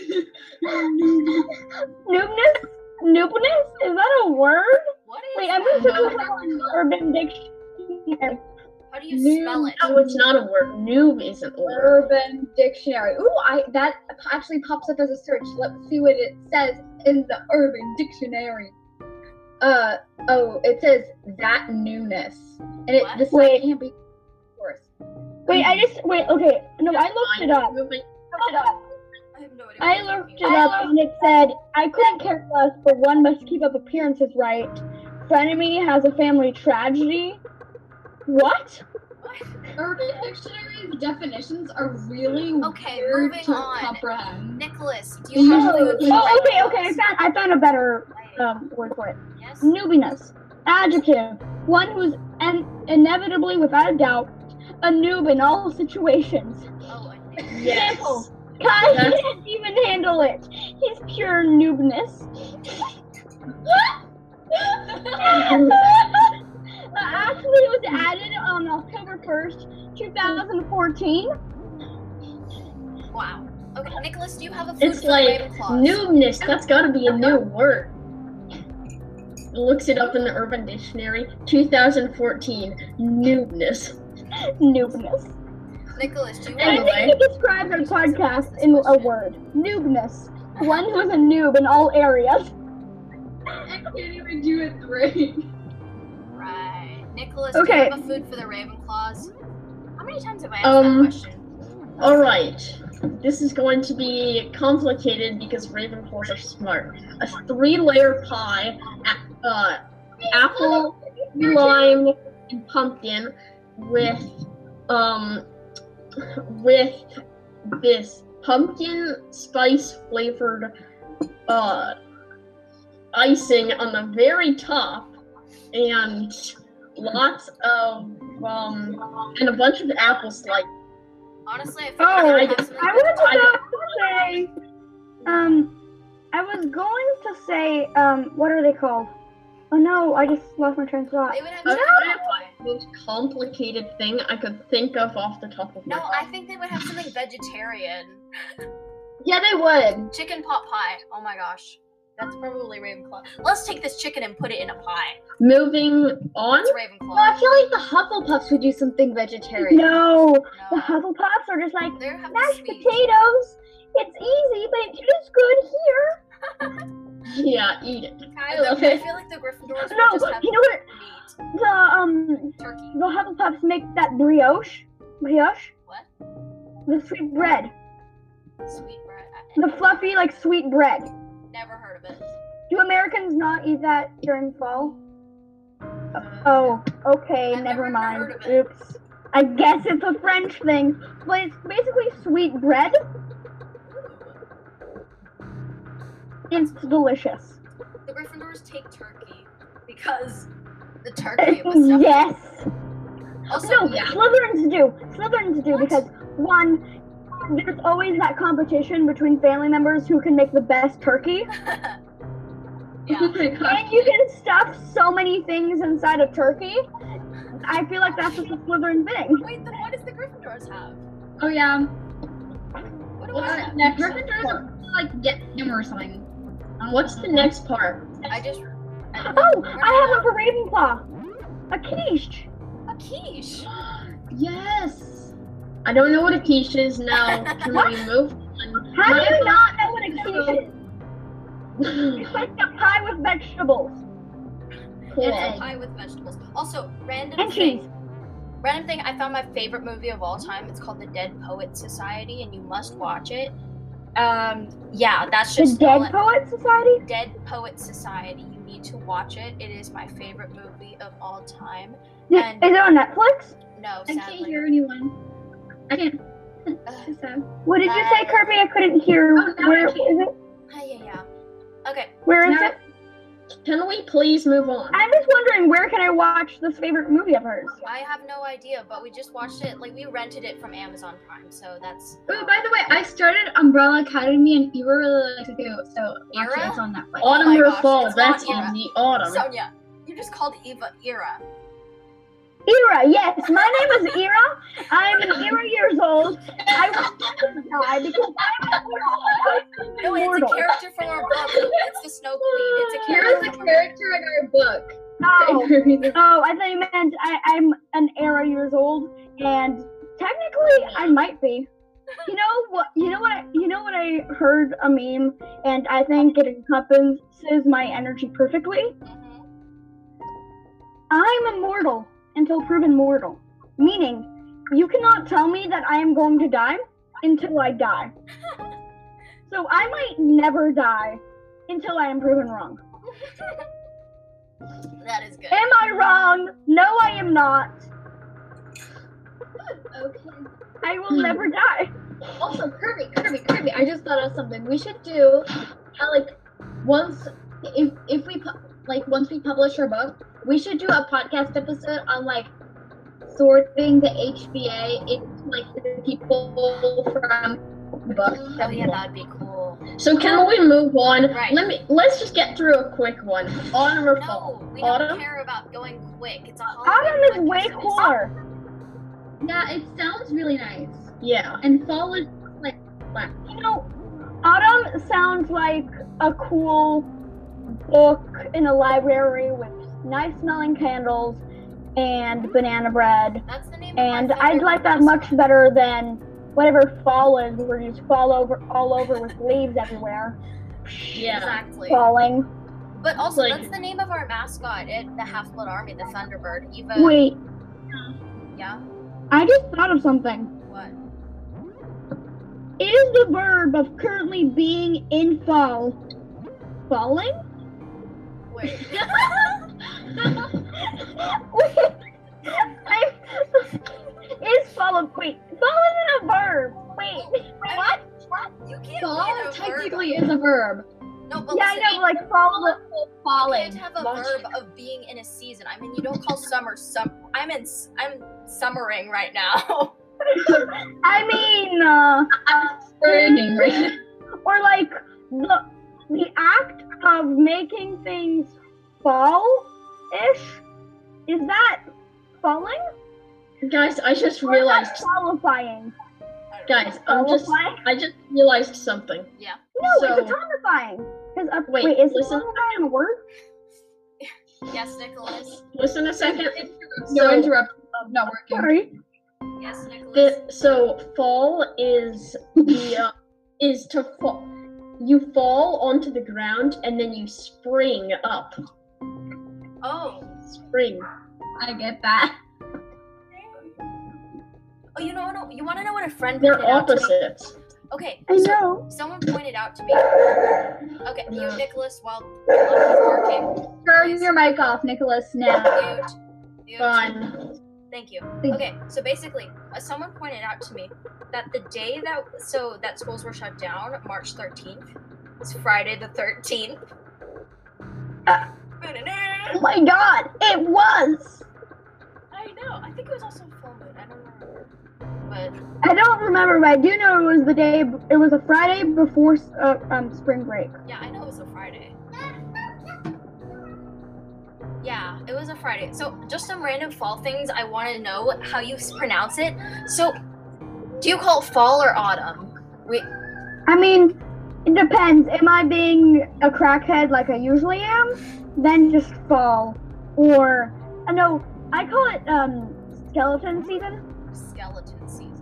S3: Noobness? Noobness? Is that a word?
S1: What is
S3: Wait,
S1: that?
S3: I'm gonna look it up on Urban Dictionary.
S1: How do you spell it?
S2: No, it's not a word. Noob isn't a word.
S5: Urban Dictionary. Ooh, I that actually pops up as a search. Let's see what it says in the Urban Dictionary. uh oh, it says that newness, and it
S1: What?
S5: this
S3: Wait.
S5: can't be. Forced.
S3: Wait, I just wait. Okay, no, I looked it up.
S2: Movement.
S3: Looked it up.
S1: I have no idea.
S3: I
S1: what you're
S3: looked it
S1: talking
S3: up and it said, I couldn't care less, but one must keep up appearances right. Frenemy has a family tragedy. What?
S5: Urban Dictionary's definitions are really
S1: Okay,
S5: weird
S1: moving
S5: to
S1: on.
S5: comprehend.
S1: Nicholas, do you have
S3: Oh,
S1: food?
S3: oh, okay, okay, I found, I found a better um, word for it.
S1: Yes.
S3: Newbiness. Adjective. One who's en- inevitably, without a doubt, a noob in all situations.
S1: Oh, I think.
S2: Yes.
S3: Simple. Kai
S2: That's-
S3: can't even handle it. He's pure noobness. Ashley was added on October 1st, 2014.
S1: Wow. Okay, Nicholas, do you have a food
S2: It's
S1: for
S2: like
S1: Ravenclaws?
S2: noobness. That's gotta be a new word. Looks it up in the Urban Dictionary, 2014. Noobness.
S3: Noobness.
S1: Nicholas, do you
S3: I
S1: have
S2: Anyway.
S3: think it describes our podcast in a word. Noobness. One who's a noob in all areas.
S5: I can't even do it three.
S1: Right. Nicholas, do
S3: Okay.
S1: you have a food for the Ravenclaws? How many times have I asked
S2: Um,
S1: that question?
S2: Alright. This is going to be complicated because Ravenclaws are smart. A three layer pie, a- uh, apple, lime, and pumpkin with, um, with this pumpkin spice flavored, uh, icing on the very top and lots of, um, and a bunch of apple slices.
S1: Honestly, I figured
S3: Oh,
S1: I
S2: I-
S1: would have something
S3: I
S1: good.
S3: was about to say, um, I was going to say, um, what are they called? Oh no, I just lost my train of thought.
S1: They would have
S2: No!
S1: something veg-
S2: most complicated thing I could think of off the top of my
S1: No, I
S2: head.
S1: think they would have something vegetarian.
S5: Yeah, they would.
S1: Chicken pot pie. Oh my gosh. That's probably Ravenclaw. Let's take this chicken and put it in a pie.
S2: Moving on.
S1: It's
S5: Well, I
S1: Ravenclaw.
S5: feel like the Hufflepuffs would do something vegetarian.
S3: No, the
S1: No.
S3: Hufflepuffs are just like
S1: They have the
S3: mashed
S1: sweet.
S3: potatoes. It's easy, but it tastes good here.
S2: Yeah, eat it.
S1: I,
S2: love
S1: I
S2: it.
S1: feel like the Gryffindors
S3: No,
S1: would just have
S3: you know what?
S1: meat,
S3: The um,
S1: turkey.
S3: the Hufflepuffs make that brioche, brioche,
S1: What?
S3: the sweet bread,
S1: Sweet bread. I-
S3: the fluffy like sweet bread.
S1: Never heard of it.
S3: Do Americans not eat that during fall? Oh, okay,
S1: I've never
S3: never
S1: even
S3: mind.
S1: heard of it.
S3: Oops. I guess it's a French thing, but it's basically sweet bread. It's delicious.
S1: The Gryffindors take turkey because the turkey was stuffed.
S3: yes.
S1: Also,
S3: No,
S1: yeah.
S3: Slytherins do. Slytherins do
S1: What?
S3: because one, there's always that competition between family members who can make the best turkey,
S1: yeah.
S3: and you can stuff so many things inside of turkey. I feel like that's just a Slytherin thing.
S1: Wait, then what does the Gryffindors have?
S5: Oh yeah.
S1: What do I
S2: What's
S1: have?
S2: the next?
S5: Gryffindors are like get him or something.
S2: What's the next part?
S1: I just. I
S3: Oh, I have one for Ravenclaw. A quiche.
S1: a quiche.
S5: Yes.
S2: I don't know what a quiche is now. Can we move on?
S3: How do you
S2: Mine-
S3: not know what a quiche is? It's like a pie with vegetables
S1: It's
S2: Cool.
S1: a pie with vegetables. Also, random
S3: and
S1: thing.
S3: cheese.
S1: Random thing. I found my favorite movie of all time. It's called The Dead Poet Society, and you must watch it. Um. Yeah, that's
S3: The
S1: just all
S3: Dead
S1: it-
S3: Poet Society?
S1: Dead Poet Society. You need to watch it. It is my favorite movie of all time.
S3: Is
S1: And-
S3: it on Netflix?
S1: No,
S5: I
S1: sadly.
S5: can't hear anyone. I can't. It's sad.
S3: What did you say,
S1: Uh,
S3: Kirby? I couldn't hear.
S5: Oh, now I
S3: Where is
S5: can.
S3: it?
S1: Ah, yeah, yeah. Okay,
S3: Where is
S2: Now-
S3: it?
S2: Can we please move on?
S1: Oh
S3: I'm just wondering where can I watch this favorite movie of hers?
S1: I have no idea, but we just watched it. Like we rented it from Amazon Prime, so that's
S5: Oh, by the way, I started Umbrella Academy and Eva really likes to do it, so
S1: Era?
S5: actually it's on Netflix.
S1: my
S2: Autumn or
S1: gosh,
S2: fall?
S1: it's
S2: That's
S1: not yet.
S2: easy. Autumn.
S1: Sonia. You just called Eva Era.
S3: Era, yes. My name is Era. I'm an Era years old. I oh, was die because I'm
S1: No, it's
S3: immortal.
S1: a character from our book. It's the Snow Queen. It's a character.
S5: Era's a
S1: from our-
S5: character in our book.
S3: No. Oh, I thought you meant I, I'm an era years old, and technically I might be. You know what? You know what? I, you know what? I heard a meme, and I think it encompasses my energy perfectly.
S1: Mhm.
S3: I'm immortal until proven mortal, meaning you cannot tell me that I am going to die until I die. so I might never die until I am proven wrong.
S1: That is good.
S3: Am I wrong? No, I am not.
S5: Okay.
S3: I will
S5: Hmm.
S3: never die.
S5: Also, Kirby, Kirby, Kirby. I just thought of something. We should do, uh, like, once if if we pu- like once we publish our book, we should do a podcast episode on like sorting the HBA into like the people from the book.
S1: Oh yeah, that'd be cool.
S2: So can we move on?
S1: Right.
S2: Let me. Let's just get through a quick one. Autumn or fall?
S1: No, we don't
S2: Autumn?
S1: care about going quick. It's a
S3: Autumn
S1: Halloween
S3: is way
S1: podcast.
S3: cooler.
S5: Yeah, it sounds really nice.
S2: Yeah.
S5: And fall is like
S3: You know, Autumn sounds like a cool book in a library with nice smelling candles and banana bread.
S1: That's the name.
S3: And
S1: of my
S3: I'd
S1: favorite
S3: like that much
S1: restaurant.
S3: better than whatever fall is, where you just fall over all over with leaves everywhere,
S2: Yeah.
S1: Exactly.
S3: falling.
S1: But also,
S2: Like-
S1: that's the name of our mascot at the Half Blood Army, the Thunderbird. Eva.
S3: Wait,
S1: Yeah.
S3: I just thought of something.
S1: What?
S3: Is the verb of currently being in fall falling?
S1: Wait.
S3: I, is fall of wait fall isn't a verb. Wait,
S1: what? What? You can't be
S5: fall
S1: a
S5: technically is a verb.
S1: verb. No, but
S3: yeah, I
S1: listen,
S3: know, but like fall. Of,
S1: you
S5: Falling.
S1: can't have a
S5: Much-
S1: verb of being in a season. I mean, you don't call summer sum. I'm in. s- I'm summering right now.
S3: I mean, uh,
S5: Burning, right?
S3: or like the the act of making things fall ish. Is that falling?
S2: Guys, I just
S3: Or is that
S2: realized.
S3: qualifying.
S1: I don't
S2: Guys, I'm just.
S3: Qualifying?
S2: I just realized something.
S3: No, it's
S2: So-
S3: atonifying. Because uh, wait,
S2: Wait,
S3: is
S2: listen.
S3: atonifying a word?
S1: know. Yes, Nicholas.
S2: Listen a second.
S5: No
S2: So-
S5: interrupt. Not working.
S3: Sorry.
S1: Yes, Nicholas.
S2: The, so fall is the uh, is to fall. You fall onto the ground and then you spring up.
S1: oh.
S2: Spring.
S5: I get that.
S1: Oh, you know, no, you want to know what a friend
S2: They're
S1: pointed out to me?
S2: opposites.
S1: Okay,
S3: I
S1: so
S3: know.
S1: someone pointed out to me. Okay, you, Nicholas, while the clock is working,
S5: Turn your mic off, Nicholas. Now.
S1: mute, mute.
S2: Fun.
S1: Thank you.
S5: Thank you.
S1: Okay, so basically, uh, someone pointed out to me that the day that so that schools were shut down, March 13th, it's Friday the 13th.
S3: Oh my god, it was.
S1: I know. I think it was also a full moon. I don't remember. But
S3: I don't remember, but I do know it was the day. b- It was a Friday before s- uh, um spring break.
S1: yeah, I know it was a Friday. Yeah, it was a Friday. So just some random fall things. I want to know how you s- pronounce it. So, do you call it fall or autumn? We
S3: I mean, it depends. Am I being a crackhead like I usually am? Then just fall, or I know I call it um skeleton season.
S1: skeleton season.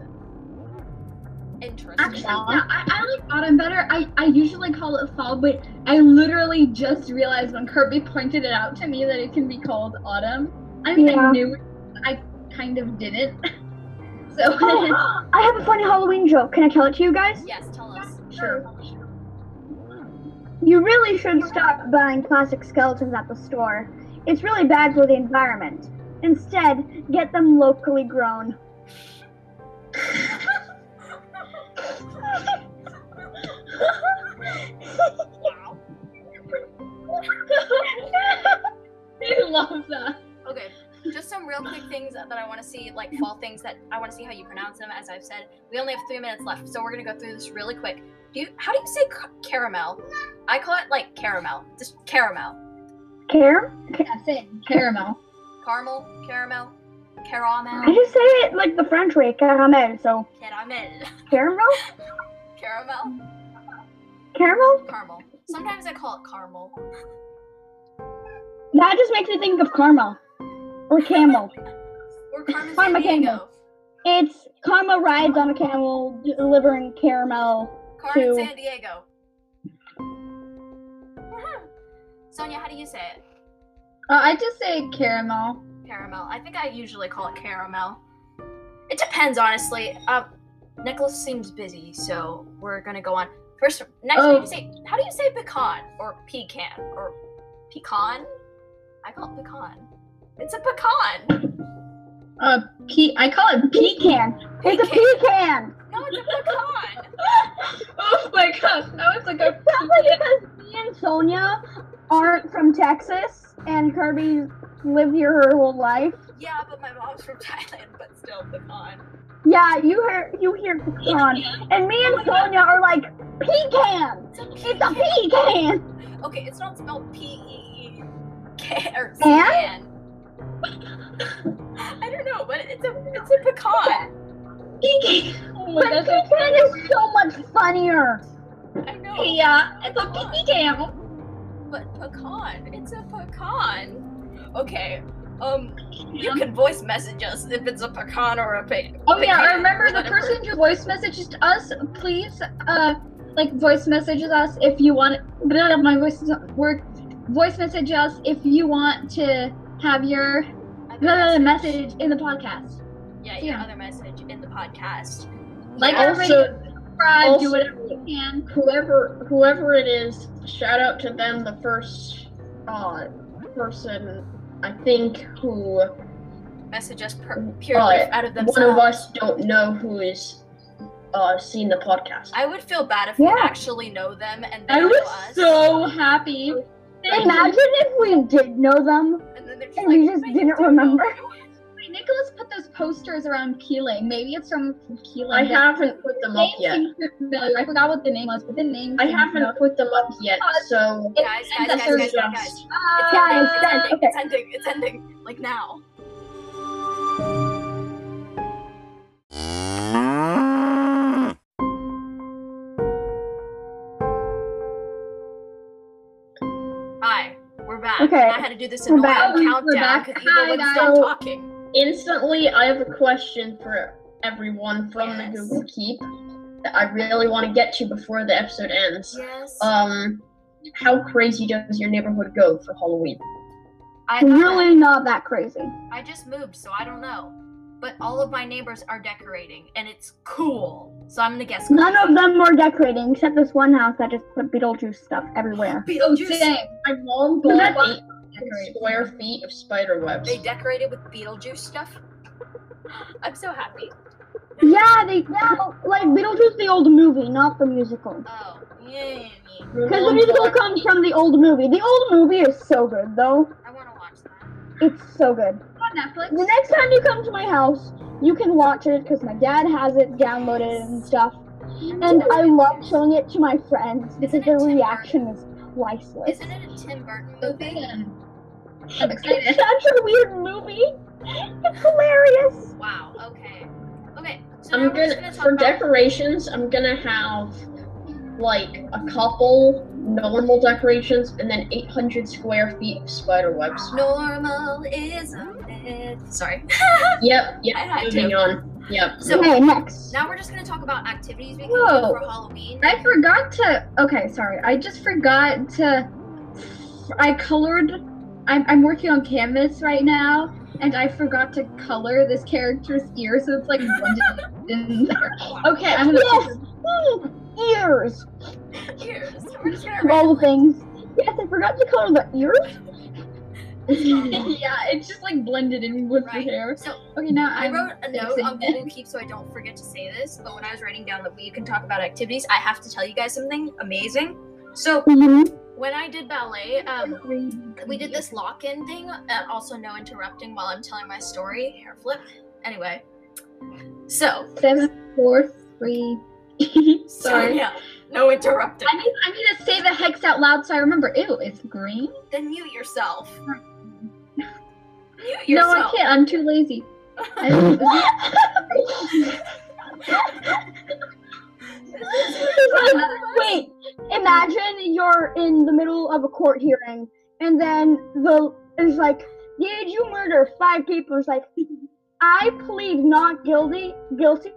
S1: Interesting.
S5: Actually, yeah, I, I like autumn better. I, I usually call it fall, but I literally just realized when Kirby pointed it out to me that it can be called autumn. I mean,
S3: Yeah.
S5: I knew it, but I kind of didn't. so,
S3: Oh, I have a funny Halloween joke. Can I tell it to you guys?
S1: yes, tell us.
S5: sure.
S3: You really should stop buying plastic skeletons at the store. It's really bad for the environment. Instead, get them locally grown.
S5: I love that.
S1: Okay, just some real quick things that I want to see, like fall things that I want to see how you pronounce them. As I've said, we only have three minutes left, so we're gonna go through this really quick. Do you? How do you say ca- caramel? I call it like caramel, just caramel,
S3: Care?
S5: Yeah, same. Caramel.
S1: caramel, caramel,
S3: I
S1: caramel,
S3: just say it like the French way, caramel. So
S1: caramel,
S3: caramel,
S1: caramel,
S3: caramel.
S1: caramel. Sometimes I call it caramel.
S3: That just makes me think of karma or camel.
S1: Or Carmen
S3: Find my
S1: Sandiego.
S3: It's karma rides on a camel delivering caramel.
S1: Carmen
S3: Two.
S1: San Diego. Sonia, how do you say it?
S6: Uh, I just say caramel.
S1: Caramel. I think I usually call it caramel. It depends, honestly. Um, Nicholas seems busy, so we're gonna go on. First, next,
S6: Oh.
S1: we say, how do you say pecan or pecan or pecan? I call it pecan. It's a pecan.
S2: Uh, pe- I call it
S3: Pecan. It's a pecan.
S1: No, it's a pecan.
S2: Oh my gosh, now it's like a
S3: Me and Sonia aren't from Texas, and Kirby lived here her whole life.
S1: yeah, but my mom's from Thailand, but still pecan.
S3: Yeah, you hear you hear pecan, and me and Sonia are like pecan.
S1: It's a
S3: It's a pecan.
S1: Okay, it's not spelled P E E K or
S3: Can?
S1: can. I don't know, but it's a it's a pecan.
S2: pecan. Oh my
S3: But
S2: gosh.
S3: pecan is so much funnier.
S1: I know.
S2: Yeah, it's a pecan.
S1: But pecan, it's a pecan. Okay. Um, you can voice message us if it's a pecan or a pe-
S6: Oh yeah, I
S1: pecan,
S6: remember the
S1: whatever.
S6: person who voice messages us. Please, uh, like voice messages us if you want. Blah, blah, my voice doesn't work. Voice message us if you want to have your
S1: Other
S6: blah, blah, blah,
S1: message.
S6: message in the podcast.
S1: Yeah, your
S6: Yeah.
S1: other message in the podcast.
S6: Like
S1: Yeah.
S6: everybody,
S2: Also,
S6: subscribe,
S2: also-
S6: do whatever you can.
S2: whoever whoever it is, shout out to them. The first uh person I think who
S1: message us per- purely
S2: Alright,
S1: out of themselves.
S2: one of us don't know who is uh seen the podcast.
S1: I would feel bad if
S3: Yeah.
S1: we actually know them and they
S6: I
S1: know
S6: was
S1: us.
S6: so happy.
S3: Imagine if we did know them.
S1: and then they're just
S3: and
S1: like, "Oh
S3: we just
S1: "Wait,
S3: didn't
S1: you do know
S3: remember."
S1: you."
S6: Wait, Nicholas put those posters around Keeling. Maybe it's from Keeling.
S2: I
S6: but
S2: haven't put
S6: the
S2: them up
S6: name
S2: yet.
S6: seems familiar. I forgot what the name was, but the name.
S2: I
S6: seems
S2: haven't
S6: familiar.
S2: put them up yet, so
S1: Guys, guys, guys, guys, guys, guys. It's
S3: Guys,
S1: ending, it's
S3: guys,
S1: ending,
S3: okay.
S1: it's ending, it's ending, like now. Hi, we're back.
S3: Okay,
S1: And I had to do this
S3: we're
S1: annoying
S3: back.
S6: Oh, we're
S1: countdown
S6: back.
S1: because Eva
S6: Hi,
S1: wouldn't stop
S2: guys.
S1: talking.
S2: instantly I have a question for everyone from
S1: Yes.
S2: the Google Keep that I really want to get to before the episode ends.
S1: Yes.
S6: Uh,
S2: Um, how crazy does your neighborhood go for Halloween?
S1: I
S3: Really not that crazy.
S1: I just moved, so I don't know. But all of my neighbors are decorating, and it's cool. So I'm gonna guess.
S3: None
S1: crazy.
S3: of them were decorating except this one house that just put Beetlejuice stuff everywhere.
S6: Oh,
S1: Beetlejuice.
S6: dang.
S2: My mom
S3: Well,
S2: bought
S3: that's-
S2: 800 square feet of spider webs.
S1: They decorated with Beetlejuice stuff. I'm so happy.
S3: Yeah, they yeah, like Beetlejuice the old movie, not the musical.
S1: Oh, yeah.
S3: Because the musical comes from the old movie. The old movie is so good though.
S1: I want to watch that.
S3: It's so good.
S6: on Netflix.
S3: The next time you come to my house, you can watch it because my dad has it downloaded and stuff. And I love showing it to my friends because their reaction is priceless.
S1: Isn't it a Tim Burton
S6: So
S1: movie?
S6: then, I'm
S3: It's
S6: excited.
S3: such a weird movie. It's hilarious.
S1: Wow. Okay. Okay. So now
S2: I'm
S1: we're just
S2: gonna
S1: gonna
S2: for
S1: talk about.
S2: decorations. I'm gonna have like a couple normal decorations and then 800 square feet of spider webs.
S1: Normal is a myth. Sorry.
S2: Yep, yep.
S1: I had
S2: Moving
S1: to.
S2: on. Yep.
S1: So-
S3: okay, next.
S1: Now we're just gonna talk about activities we can
S6: Whoa.
S1: do for Halloween.
S6: I forgot to. Okay, sorry. I just forgot to. I colored. I'm, I'm working on canvas right now, and I forgot to color this character's ear, so it's like blended in there.
S1: Oh,
S6: Okay, I'm gonna.
S3: Yes. Mm, ears.
S1: Here, so we're just gonna
S3: Of all the
S1: randomly-
S3: things. Yes, I forgot to color the ears.
S6: yeah, it's just like blended in with
S1: Right.
S6: the hair.
S1: So
S6: Okay, now
S1: I
S6: I'm,
S1: wrote a note
S6: fixing
S1: on Google Keep so I don't forget to say this, but when I was writing down that we can talk about activities, I have to tell you guys something amazing. So
S3: Mhm.
S1: when I did ballet, um, we did this lock-in thing, and also no interrupting while I'm telling my story. Hair flip. Anyway, so
S6: seven, four, three.
S1: sorry, no interrupting.
S6: I need I need to say the hex out loud so I remember. Ew, it's green.
S1: Then mute yourself. Mute
S6: No, I
S1: yourself.
S6: can't. I'm too lazy. I
S3: Wait, imagine you're in the middle of a court hearing, and then the is like, did you murder five people? It's like, I plead not guilty. Guilty.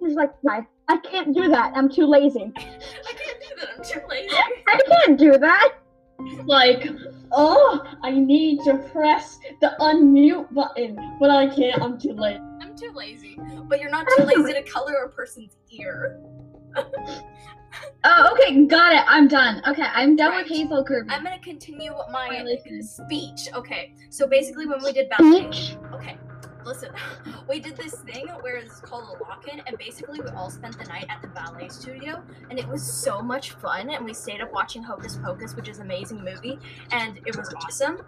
S3: It's like, I, I can't do that. I'm too lazy.
S1: I can't do that. I'm too lazy.
S3: I can't do that.
S2: like, oh, I need to press the unmute button, but I can't. I'm too late.
S1: I'm too lazy. But you're not too lazy to color a person's ear.
S6: Oh, okay, got it. I'm done. Okay, I'm done
S1: Right.
S6: with Hazel Kirby.
S1: I'm gonna continue my
S6: Finally finished.
S1: speech. Okay, so basically when we did ballet,
S3: Bitch.
S1: okay, listen, we did this thing where it's called a lock-in, and basically we all spent the night at the ballet studio, and it was so much fun, and we stayed up watching Hocus Pocus, which is an amazing movie, and it was awesome.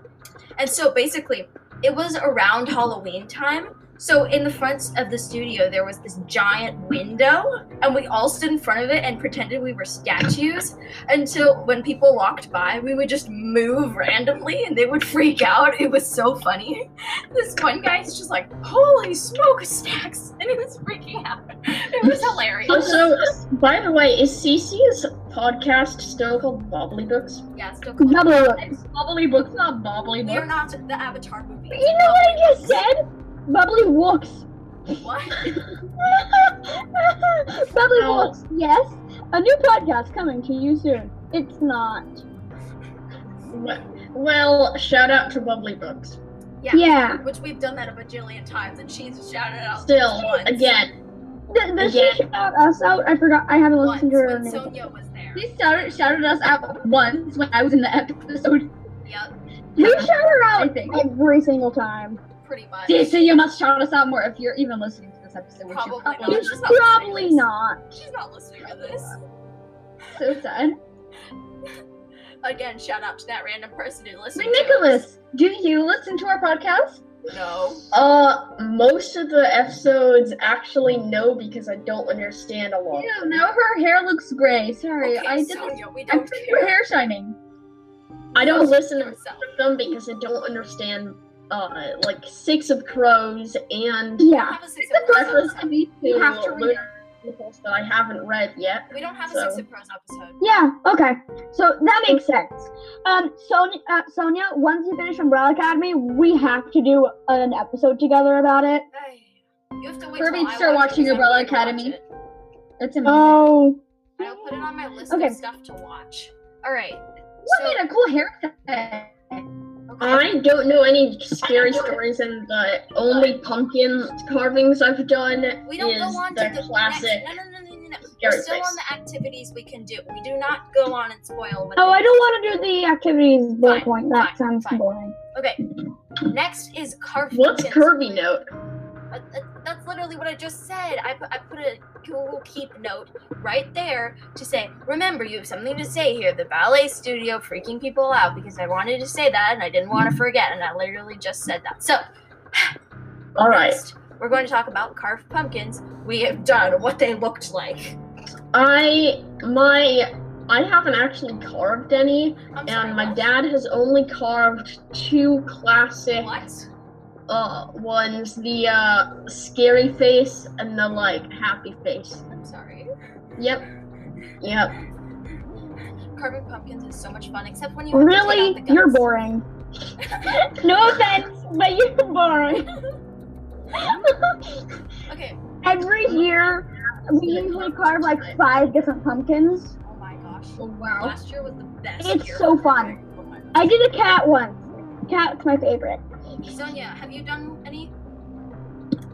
S1: And so basically, it was around Halloween time. So in the front of the studio, there was this giant window, and we all stood in front of it and pretended we were statues. Until when people walked by, we would just move randomly, and they would freak out. It was so funny. This one guy is just like, "Holy smoke, stacks!" and he was freaking out. It was hilarious.
S2: Also, by the way, is Cece's podcast still called Bobbly Books?
S1: yeah, still cool.
S3: Bubble.
S2: It's Bobbly Books, not Bobbly
S1: We are
S2: Books.
S1: not the Avatar movie.
S3: You know what I just said? Bubbly Wooks.
S1: What?
S3: Bubbly
S2: No.
S3: Wooks, yes. A new podcast coming to you soon. It's not.
S2: We- Well, shout out to Bobbly Books.
S1: Yeah.
S3: Yeah.
S1: Which we've done that a bajillion times, and she's shouted out
S2: Still,
S1: once.
S2: again,
S3: Th- Does
S2: Yeah.
S3: she shout us out? I forgot. I haven't
S1: once
S3: listened to her
S1: when
S3: name.
S1: Sonia was there.
S6: She shouted, shouted us out once when I was in the episode.
S1: Yep,
S3: we shout her
S6: I
S3: out
S6: think.
S3: every single time.
S1: pretty much.
S6: Jason, you must shout us out more if you're even listening to this episode. Which
S1: Probably
S6: you probably
S1: No,
S3: She's
S1: not. she's listening to
S3: probably
S1: this.
S3: not.
S1: She's not listening to this.
S6: So sad.
S1: Again, shout out to that random person who listened.
S6: But
S1: to us.
S6: Nicholas, do you listen to our podcast?
S1: No.
S2: uh, most of the episodes actually no because I don't understand a lot.
S6: No, now her hair looks gray. Sorry,
S1: okay,
S6: I didn't.
S1: Sonia, we
S6: I'm
S1: don't
S6: pretty
S1: care.
S6: her hair shining.
S2: I don't listen to
S1: Yourself.
S2: them because I don't understand, uh, like Six of Crows and
S1: We don't
S3: Yeah.
S1: have a six
S6: The
S1: of crows
S6: process
S2: reference
S1: episode.
S6: to me
S2: to
S6: You have to read.
S2: articles that I haven't read yet.
S1: We don't have a
S2: So-
S1: six of crows episode.
S3: Yeah. Okay. So that makes sense. Um, Sonia, uh, Sonia, once you finish Umbrella Academy, we have to do an episode together about it.
S1: Ay, You have to wait.
S6: Kirby,
S1: till I
S6: start
S1: watch it
S6: watching
S1: because I'm
S6: Umbrella
S1: going to watch
S6: Academy.
S1: it.
S6: It's amazing.
S3: Oh.
S1: I'll put it on my list
S3: Okay.
S1: of stuff to watch. All right.
S6: what
S1: so,
S6: made a cool haircut?
S1: okay.
S2: I don't know any scary stories, and the only pumpkin carvings I've done
S1: We don't
S2: is
S1: go on
S2: the
S1: to the
S2: classic
S1: Next, no, no, no, no, no, no.
S2: scary
S1: We're still
S2: place.
S1: on the activities we can do. We do not go on and spoil. What
S3: Oh,
S1: they
S3: I don't want to do the activities bullet
S1: Fine,
S3: point.
S1: fine,
S3: That sounds
S1: fine.
S3: boring.
S1: Next is Carfington's.
S2: What's Kirby note?
S1: Uh, uh, That's literally what I just said. I put, I put a Google Keep note right there to say, remember, you have something to say here. The ballet studio freaking people out because I wanted to say that and I didn't want to forget. And I literally just said that. So,
S2: All right,
S1: next, we're going to talk about carved pumpkins. We have done what they looked like.
S2: I my I haven't actually carved any,
S1: I'm sorry,
S2: and my
S1: what?
S2: dad has only carved two classic
S1: What?
S2: uh ones: the uh scary face and the like happy face.
S1: I'm sorry.
S2: Yep, yep.
S1: Carving pumpkins is so much fun, except when you have to take out
S3: Really,
S1: the guts.
S3: you're boring. no offense, but you're boring.
S1: Okay.
S3: Every year, we usually carve like five different pumpkins.
S1: Oh my gosh.
S6: Oh, wow.
S1: Last year was the best.
S3: It's
S1: year
S3: so
S1: for
S3: fun.
S1: carving. Oh my
S3: I did a cat once. Cat's my favorite.
S1: Sonia, have you done any?